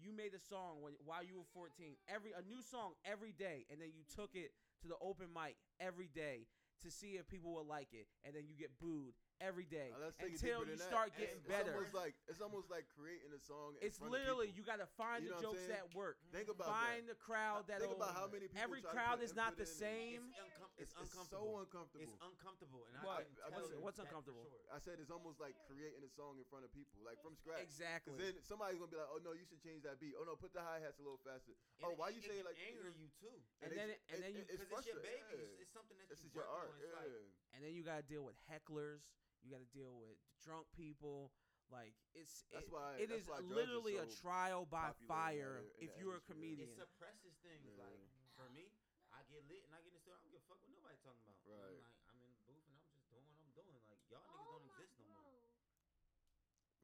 C: you made a song when, while you were 14, every a new song every day, and then you took it to the open mic every day to see if people would like it, and then you get booed every day
L: Now, let's take it
C: until
L: deeper
C: you
L: than that.
C: start
L: It's-
C: getting
L: it's
C: better.
L: Almost like, it's almost like creating a song. in
C: It's
L: front of
C: literally
L: people.
C: you got to find
L: You know
C: the
L: what I'm
C: jokes
L: saying?
C: that work.
M: Mm-hmm.
L: Think about
C: find
L: that.
C: the crowd that um,
L: Think about how many people
C: every
L: try to
C: crowd
L: put
C: is not the
L: input in and-
C: same.
G: It's, uncom- it's
L: It's, it's
G: uncomfortable.
L: so uncomfortable.
G: It's uncomfortable, and
L: What?
G: I, I can
L: I
G: tell
L: listen,
G: you
C: what's
G: that for
C: uncomfortable?
G: sure.
L: I said it's almost like creating a song in front of people, like from scratch. 'Cause
C: Exactly.
L: Then somebody's gonna be like, "Oh no, you should change that beat. Oh no, put the hi hats a little faster.
G: And
L: oh,
G: it-
L: why you
G: it can
L: say it like
G: anger you too?
C: And then it- and then you-
L: it's,
G: Because it's your
L: frustrating,
G: baby. It's,
L: yeah.
G: it's something that
L: This
G: you
L: is your
G: work
L: art.
G: on. It's like,
L: Yeah.
C: And then you got to deal with hecklers. You got to deal with drunk people. Like it's
L: That's
C: it-
L: why-
C: it is
L: that's why drugs are
C: literally a
L: so
C: trial by
L: popular in the-
C: fire
L: in
C: if
L: the
C: you're a
L: atmosphere.
C: comedian.
G: it suppresses things.
L: Yeah.
G: Like for me, I get lit and I get in the store. I don't give a fuck what nobody talking about.
L: Right.
G: I'm like I'm in the booth and I'm just doing what I'm doing. Like y'all
D: Oh
G: niggas don't exist no more.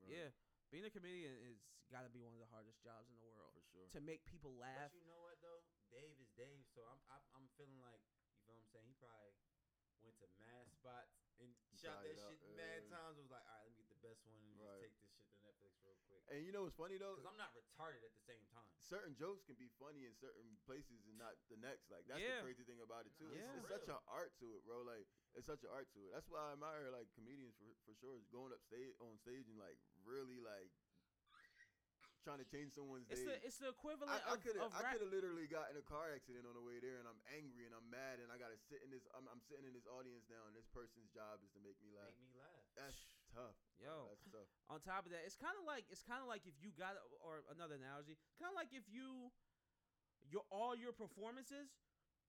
L: Right.
C: Yeah, being a comedian is got to be one of the hardest jobs in the world
L: for sure.
C: to make people laugh.
G: But you know what though, Dave is Dave, so I'm I'm, I'm feeling like you feel what I'm saying. He probably went to mad spots and shot
L: tried
G: that
L: it out,
G: shit mad
L: yeah.
G: times. Was like, all right, let me get the best one and
L: Right.
G: just take this shit to Netflix real quick.
L: And you know what's funny though?
G: Because I'm not retarded at the same time.
L: Certain jokes can be funny in certain places and not the next. Like that's
C: Yeah.
L: the crazy thing about it too. It's-
C: Yeah.
L: It's,
G: For
L: such
G: real.
L: an art to it, bro. Like it's such an art to it. That's why I admire like comedians for for sure is going up stage on stage and like really like trying to change someone's
C: It's
L: day.
C: the it's the equivalent
L: I, I
C: of,
L: could
C: of
L: have I
C: rap.
L: could have literally got in a car accident on the way there, and I'm angry and I'm mad, and I gotta sit in this. I'm, I'm sitting in this audience now, and this person's job is to make me laugh.
G: Make me laugh.
L: That's tough.
C: Yo.
L: that's tough.
C: On top of that, it's kind of like it's kind of like if you got or another analogy, kind of like if you your all your performances,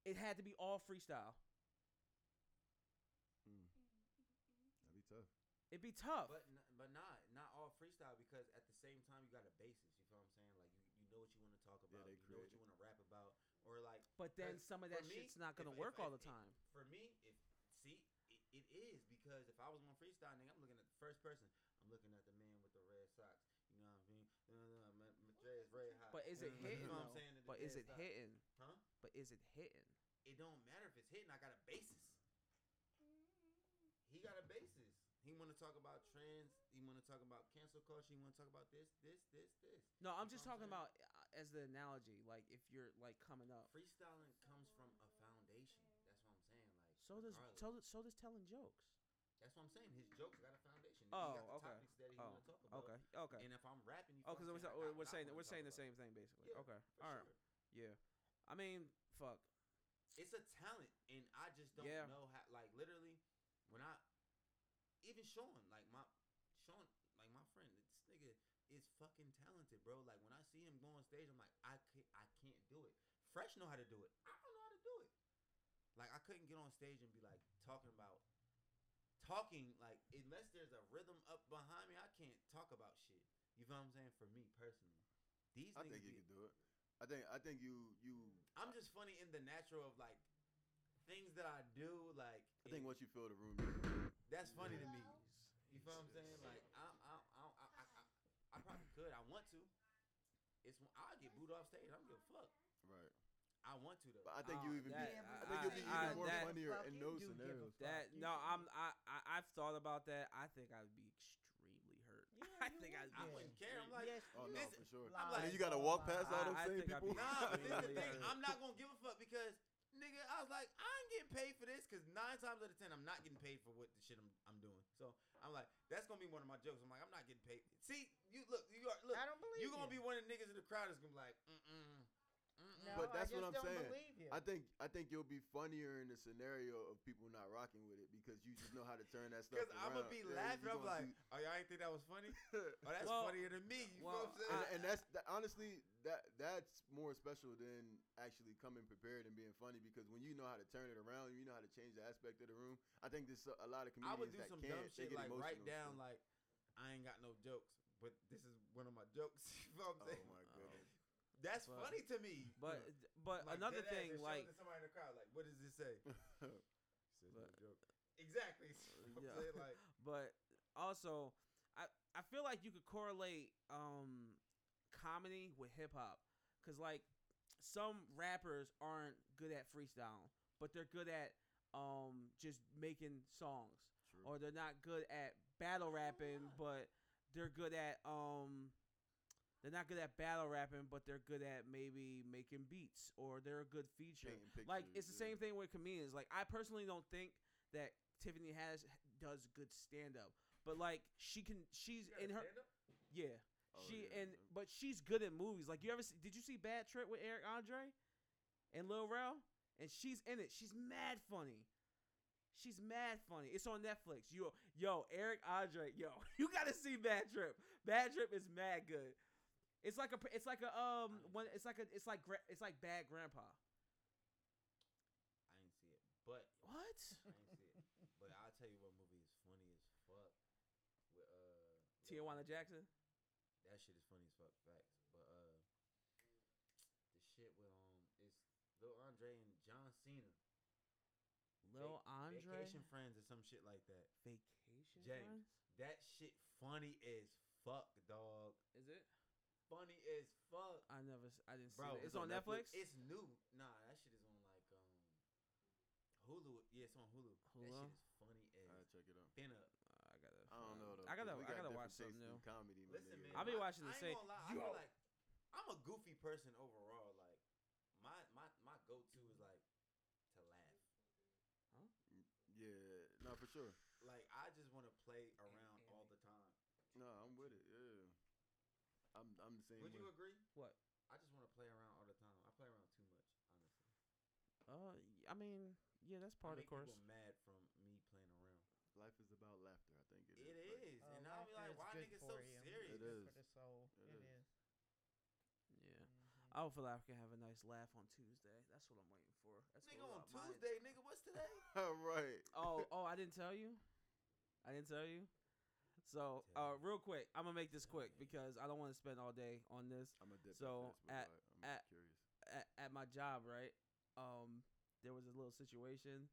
C: it had to be all freestyle.
L: That'd be tough.
C: It'd be tough.
G: But n- but not not all freestyle because at the same time you got a basis. You feel what I'm saying? Like you, you know what you want to talk about. you
L: they
G: know what
L: creative.
G: you want to rap about. Or like
C: But then
G: Cause
C: some of
G: for
C: that
G: me,
C: shit's not gonna
G: if-
C: work
G: if-
C: all
G: if-
C: the time.
G: for me, if see, it, it is because if I was on freestyle, nigga, I'm looking at the first person. I'm looking at the man with the red socks. You know what I mean? No, no, no, my, my dread is red hot.
C: But is it
G: You know
C: hitting?
G: what I'm
C: though?
G: saying? And the
C: But is
G: dread
C: it
G: stop.
C: hitting?
G: Huh?
C: But is it hitting?
G: It don't matter if it's hitting. I got a basis. He got a basis. He want to talk about trends. He want to talk about cancel culture. He want to talk about this, this, this, this.
C: No, I'm
G: You
C: just
G: know what
C: talking
G: I'm
C: about uh, as the analogy, like if you're like coming up.
G: Freestyling comes from a foundation. That's what I'm saying. Like
C: So does
G: regardless.
C: so, does- so does telling jokes.
G: That's what I'm saying. His jokes got a foundation.
C: Oh,
G: he got the
C: okay.
G: Topics that he
C: Oh,
G: want to talk about.
C: Okay, okay.
G: And if I'm rapping, you
C: Oh, because
G: feel
C: we're, we're,
G: what I'm
C: we're saying
G: I got
C: we're
G: what I wanna
C: saying the
G: talk about.
C: same thing basically.
G: Yeah,
C: okay,
G: For
C: all right,
G: sure.
C: yeah. I mean, fuck.
G: It's a talent, and I just don't
C: Yeah.
G: know how. Like literally, when I even Sean, like my Sean, like my friend, this nigga is fucking talented, bro. Like when I see him go on stage, I'm like, I can I can't do it. Fresh know how to do it. I don't know how to do it. Like I couldn't get on stage and be like talking about talking like unless there's a rhythm up behind me, I can't talk about shit. You feel what I'm saying? For me personally, these
L: I
G: niggas
L: think you
G: be-
L: could do it. I think I think you you.
G: I'm just funny in the natural of like things that I do. Like
L: I
G: it-
L: think once you fill the room, you-
G: that's
D: Oh
G: funny to me. You feel what I'm saying? Like I'm, I'm, I'm, I, I, I, I probably could. I want to. It's when I get booed off stage. I don't give a fuck.
L: right?
G: I want to though.
L: But I think
C: Oh,
L: you even
C: that-
L: be,
C: I-
L: I think you'll be
C: I-
L: even
C: I-
L: more
C: that-
L: funnier
A: Fuck,
L: in
A: you
L: those
A: do give a
L: scenarios.
A: fuck.
C: That
A: You
C: no,
A: should
C: I'm
A: be-
C: I, I I've thought about that. I think I'd be extremely hurt.
A: Yeah,
C: I
A: you
C: think I'd
G: I
C: be.
G: wouldn't care. I'm like,
A: Yes,
L: Oh no,
G: Listen,
L: for sure.
A: I'm
L: And then
G: like-
L: you gotta walk past
C: I-
L: all those
C: I
L: same
C: think I'd be-
L: people.
G: Nah, but this is the
C: Yeah.
G: thing. I'm not gonna give a fuck because nigga, I was like, I ain't getting paid for this because nine times out of ten, I'm not getting paid for what the shit I'm, I'm doing. So I'm like, that's gonna be one of my jokes. I'm like, I'm not getting paid. See, you look, you are look.
A: I don't believe
G: You gonna be one of the niggas in the crowd that's gonna be like, mm mm, mm
A: No,
L: but
A: I
L: that's
A: just
L: what I'm
A: don't
L: saying.
A: believe you.
L: I think I think you'll be funnier in the scenario of people not rocking with it because you just know how to turn that stuff.
G: Because I'm gonna be laughing.
L: around. Yeah, you
G: I'm
L: gonna
G: like,
L: do-
G: oh y'all ain't think that was funny? Oh, that's funnier than me. You know what I'm saying?
L: And, and that's that, honestly that that's more special than actually coming prepared and being funny because when you know how to turn it around, you know how to change the aspect of the room. I think there's a lot of
G: I
L: comedians
G: would do
L: that
G: some
L: can't.
G: dumb shit
L: they get
G: like
L: emotional.
G: write down like I ain't got no jokes, but this is one of my jokes. you know what I'm saying?
L: Oh, my goodness.
G: That's
C: Oh. But-
G: funny to me.
C: But but
G: Like,
C: another
G: dead ass,
C: thing,
G: just show it
C: like
G: to somebody in the crowd, like, what does this say? Says no
C: But-
G: joke. Exactly. You know what I'm saying? Like,
C: but also, I I feel like you could correlate um comedy with hip hop, cause like some rappers aren't good at freestyle, but they're good at um just making songs,
L: Oh,
C: or they're not good at battle rapping, but they're good at um. They're not good at battle rapping, but they're good at maybe making beats, or they're a good feature.
L: Painting
C: like it's the
L: pictures,
C: same thing with comedians. Like I personally don't think that Tiffany has does good stand up, but like she can, she's
G: you got a
C: in her,
G: stand-up?
C: yeah,
L: Oh,
C: she
L: yeah,
C: and but she's good at movies. Like you ever see, did you see Bad Trip with Eric Andre and Lil Rel? And she's in it. She's mad funny. She's mad funny. It's on Netflix. Yo, yo, Eric Andre, yo, you gotta see Bad Trip. Bad Trip is mad good. It's like a, pr- it's like a, um, one, it's like a, it's like, gra- it's like Bad Grandpa.
G: I ain't see it,
C: What?
G: but I ain't see it. But I'll tell you what movie is funny as fuck. With uh, Lil
C: Tijuana
G: Pump.
C: Jackson.
G: That shit is funny as fuck. Facts, but uh, the shit with um, it's Lil Andre and John Cena.
C: Lil Andre.
G: Vacation Friends or some shit like that.
C: Vacation
G: James.
C: Friends?
G: That shit funny as fuck, dog.
C: Is it?
G: Funny as fuck.
C: I never. s- I didn't
G: Bro,
C: see it. It's, on Netflix.
G: It's new. Nah, that shit is on like um Hulu. Yeah, it's on Hulu.
C: Hulu?
G: That shit is funny as
L: Alright, check it out.
G: been up.
C: Oh, I gotta.
L: I don't know though.
C: I gotta.
L: 'cause we
C: I
L: got
C: gotta
L: different
C: watch something
L: tastes in
C: new.
L: Comedy, my
G: Listen,
L: nigga.
G: man.
C: I be
G: I-
C: watching the
G: I ain't
C: same.
G: gonna lie, I
C: Yo.
G: feel like I'm a goofy person overall. Like my my my go to is like to laugh.
L: Yeah, no, for sure.
G: Like I just want to play around all the time.
L: No, I'm with it. Yeah, I'm. I'm the same.
G: Would you
L: way.
G: agree?
C: What?
G: I just want to play around all the time. I play around too much, honestly.
C: Uh, y- I mean, yeah, that's part
G: I
C: of
G: make
C: course.
G: People mad from me playing around.
L: Life is about laughter. I think
G: It
L: Like,
G: is,
A: Oh,
G: and I'll be
A: laughter
G: like,
A: is
G: why
A: good
G: niggas
A: for
G: so
A: you.
G: serious?
L: It
A: Good
L: is.
A: for the soul.
L: It
A: It
L: is.
A: is.
C: Yeah,
M: Mm-hmm.
C: I would feel like I can have a nice laugh on Tuesday. That's what I'm waiting for. That's
G: nigga
C: what
G: on
C: I- mine-
G: Tuesday, nigga. What's today?
L: All right.
C: Oh, oh, I didn't tell you. I didn't tell you. So, uh, real quick, I'm gonna make this quick because I don't want to spend all day on this.
L: I'm a dip.
C: So,
L: into this, but
C: at-
L: I- I'm
C: at-
L: curious.
C: at, at my job, right? Um, there was a little situation.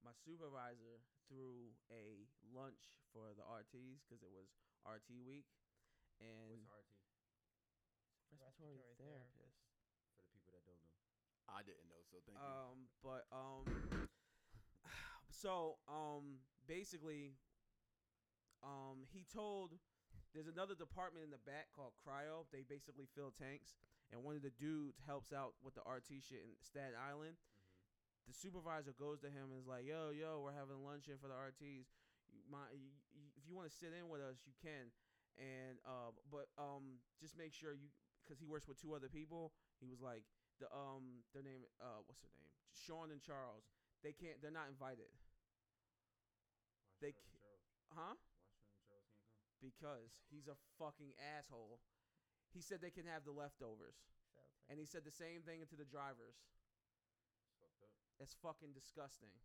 C: My supervisor threw a lunch for the RTs because it was RT week, and
G: What's RT
C: respiratory,
A: Respiratory
C: therapist.
G: for the people that don't know?
C: Mm-hmm.
L: I didn't know, so thank you.
C: Um, but um, so um, basically, um, he told there's another department in the back called cryo. They basically fill tanks, and one of the dudes helps out with the RT shit in Staten Island. The supervisor goes to him and is like, "Yo, yo, we're having luncheon for the RTs. You, my, you, you- if you want to sit in with us, you can. And uh, but um, just make sure you, because he works with two other people. He was like, the um, their name, uh, what's their name? Sean and Charles. They can't. They're not invited. They
G: Why
C: ca-
G: Charles
C: Huh?
G: Charles- why Charles can't come?
C: Because he's a fucking asshole. He said they can have the leftovers,
A: So
C: and he said the same thing to the drivers.
G: It's fucked up.
C: That's fucking disgusting.
G: Did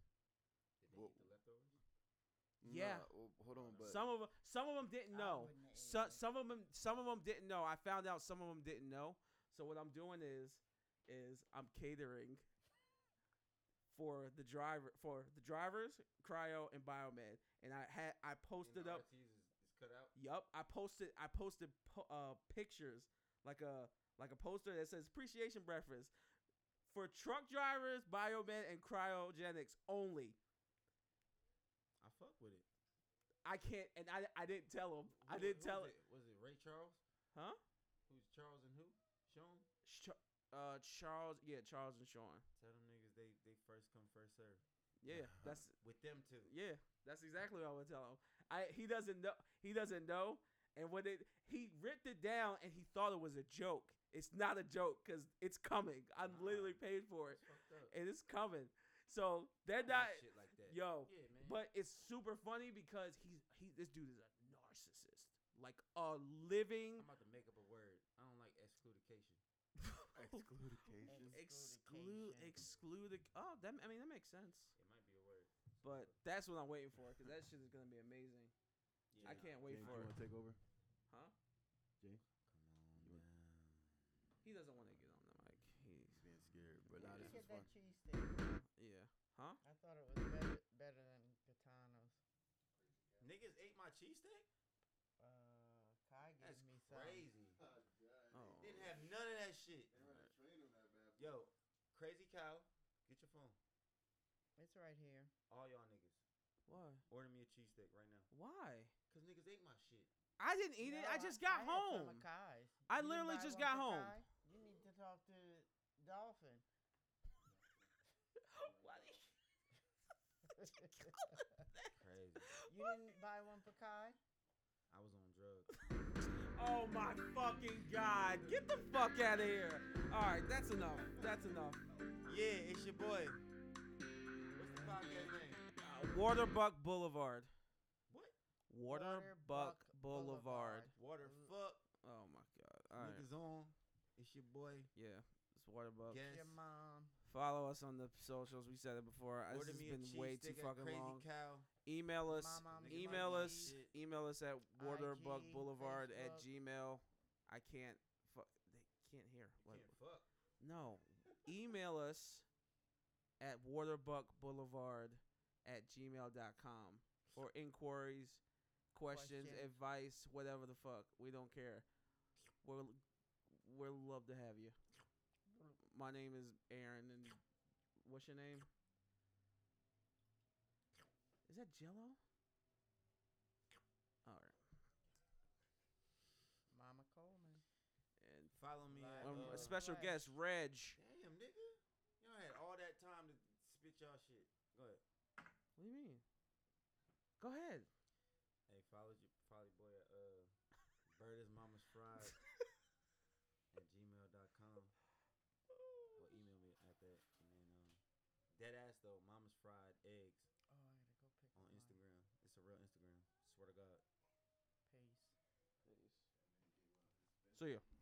G: they
L: Well-
G: eat the leftovers?
C: Yeah.
L: Nah, uh, well, hold on, but
C: some of 'em- some of them didn't
A: I
C: know.
A: wouldn't have
C: So,
A: ate it.
C: some of them some of 'em didn't know. I found out some of them didn't know. So what I'm doing is is I'm catering for the driver for the drivers, cryo and biomed, and I had I posted
G: And the
C: up.
G: RTs is, is cut out.
C: Yup, I posted I posted po- uh, pictures like a like a poster that says appreciation breakfast for truck drivers, biomed, and cryogenics only.
G: I fuck with it.
C: I can't, and I I didn't tell him. I
G: Who-
C: didn't
G: who
C: tell
G: was
C: it,
G: Was it Ray Charles?
C: huh?
G: Who's Charles and who? Sean.
C: Ch- uh, Charles, yeah, Charles and Sean.
G: Tell them niggas they they first come first serve.
C: Yeah, that's
G: With them too.
C: yeah, that's exactly what I would tell him. I he doesn't know he doesn't know, and when it he ripped it down and he thought it was a joke, It's not a joke because it's coming. I'm literally paid for it. And it's coming. So they're not.
G: shit like that.
C: Yo,
G: Yeah, man.
C: but it's super funny because he's he. This dude is a narcissist, like a living.
G: I'm about to make up a word. I don't like excludication.
L: Excludication.
C: exclude exclude. Oh, that I mean that makes sense.
G: It might be a word.
C: But that's what I'm waiting for because that shit is gonna be amazing. I can't wait
L: James,
C: for
L: you
C: it.
L: want to take over?
C: Huh?
L: James?
C: He doesn't want to get on the mic. He's
L: being scared, but
C: Yeah.
L: nah, this
A: Get
L: is
A: that
L: fun.
A: cheese steak.
C: Yeah. Huh?
A: I thought it was better, better than Gitano's.
G: Niggas ate my cheesesteak?
A: Uh, Kai gave
G: That's
A: me some.
G: crazy.
C: Oh.
G: Didn't have none of that shit.
L: Yo.
G: Yo, crazy cow, get your phone.
A: It's right here.
G: All y'all niggas,
C: Why?
G: order me a cheesesteak right now.
C: Why?
G: Cause niggas ate my shit.
C: I didn't eat it.
A: No,
C: I just got
A: had some
C: home.
A: of Kai's.
C: I
A: You didn't
C: literally
A: buy
C: just
A: one
C: got
A: for
C: home.
A: Kai? You need to talk to Dolphin.
C: Why did
G: Crazy.
A: you didn't buy one for Kai?
G: I was on drugs.
C: Oh my fucking god. Get the fuck out of here. Alright, that's enough. That's enough.
G: Yeah, it's your boy. What's the podcast name?
C: Waterbuck Boulevard.
G: What?
C: Waterbuck
A: Waterbuck
C: Boulevard.
A: Boulevard.
G: Water fuck.
C: Oh my god. Alright.
G: Niggas on. It's your boy.
C: Yeah. It's Waterbuck.
G: Guess.
A: Your mom.
C: Follow us on the socials. We said it before. Uh,
G: Order
C: This has
G: me
C: been
G: a cheese
C: way too
G: steak at
C: fucking
G: crazy
C: long.
G: Cow.
C: Email us.
A: My mom.
G: Niggas
C: Email
G: like
C: us.
G: shit.
C: Email us at Waterbuck
A: IG,
C: Boulevard at
A: Facebook.
C: Gmail. I can't. Fuck. They can't hear.
G: You
C: Like,
G: can't fuck.
C: No. Email us at waterbuckboulevard at gmail.com for inquiries, questions,
A: Question.
C: advice, whatever the fuck. We don't care. We'll, we'll love to have you. My name is Aaron, and what's your name? Is that Jello? All right.
A: Mama Coleman.
C: And
G: Follow me.
A: Live
G: at,
C: um,
G: uh,
C: a special
A: Flash.
C: guest, Reg.
G: Damn, nigga. Y'all had all that time to spit y'all shit. Go ahead.
C: What do you mean? Go ahead.
G: Hey, follow your follow your boy at uh Bird is Mama's Fried at gmail.com. Or email me at that. And then um dead ass though, Mama's Fried Eggs
A: Oh, I gotta go pick
G: on
A: mine.
G: Instagram. It's a real Instagram. Swear to God.
A: Peace.
C: See ya.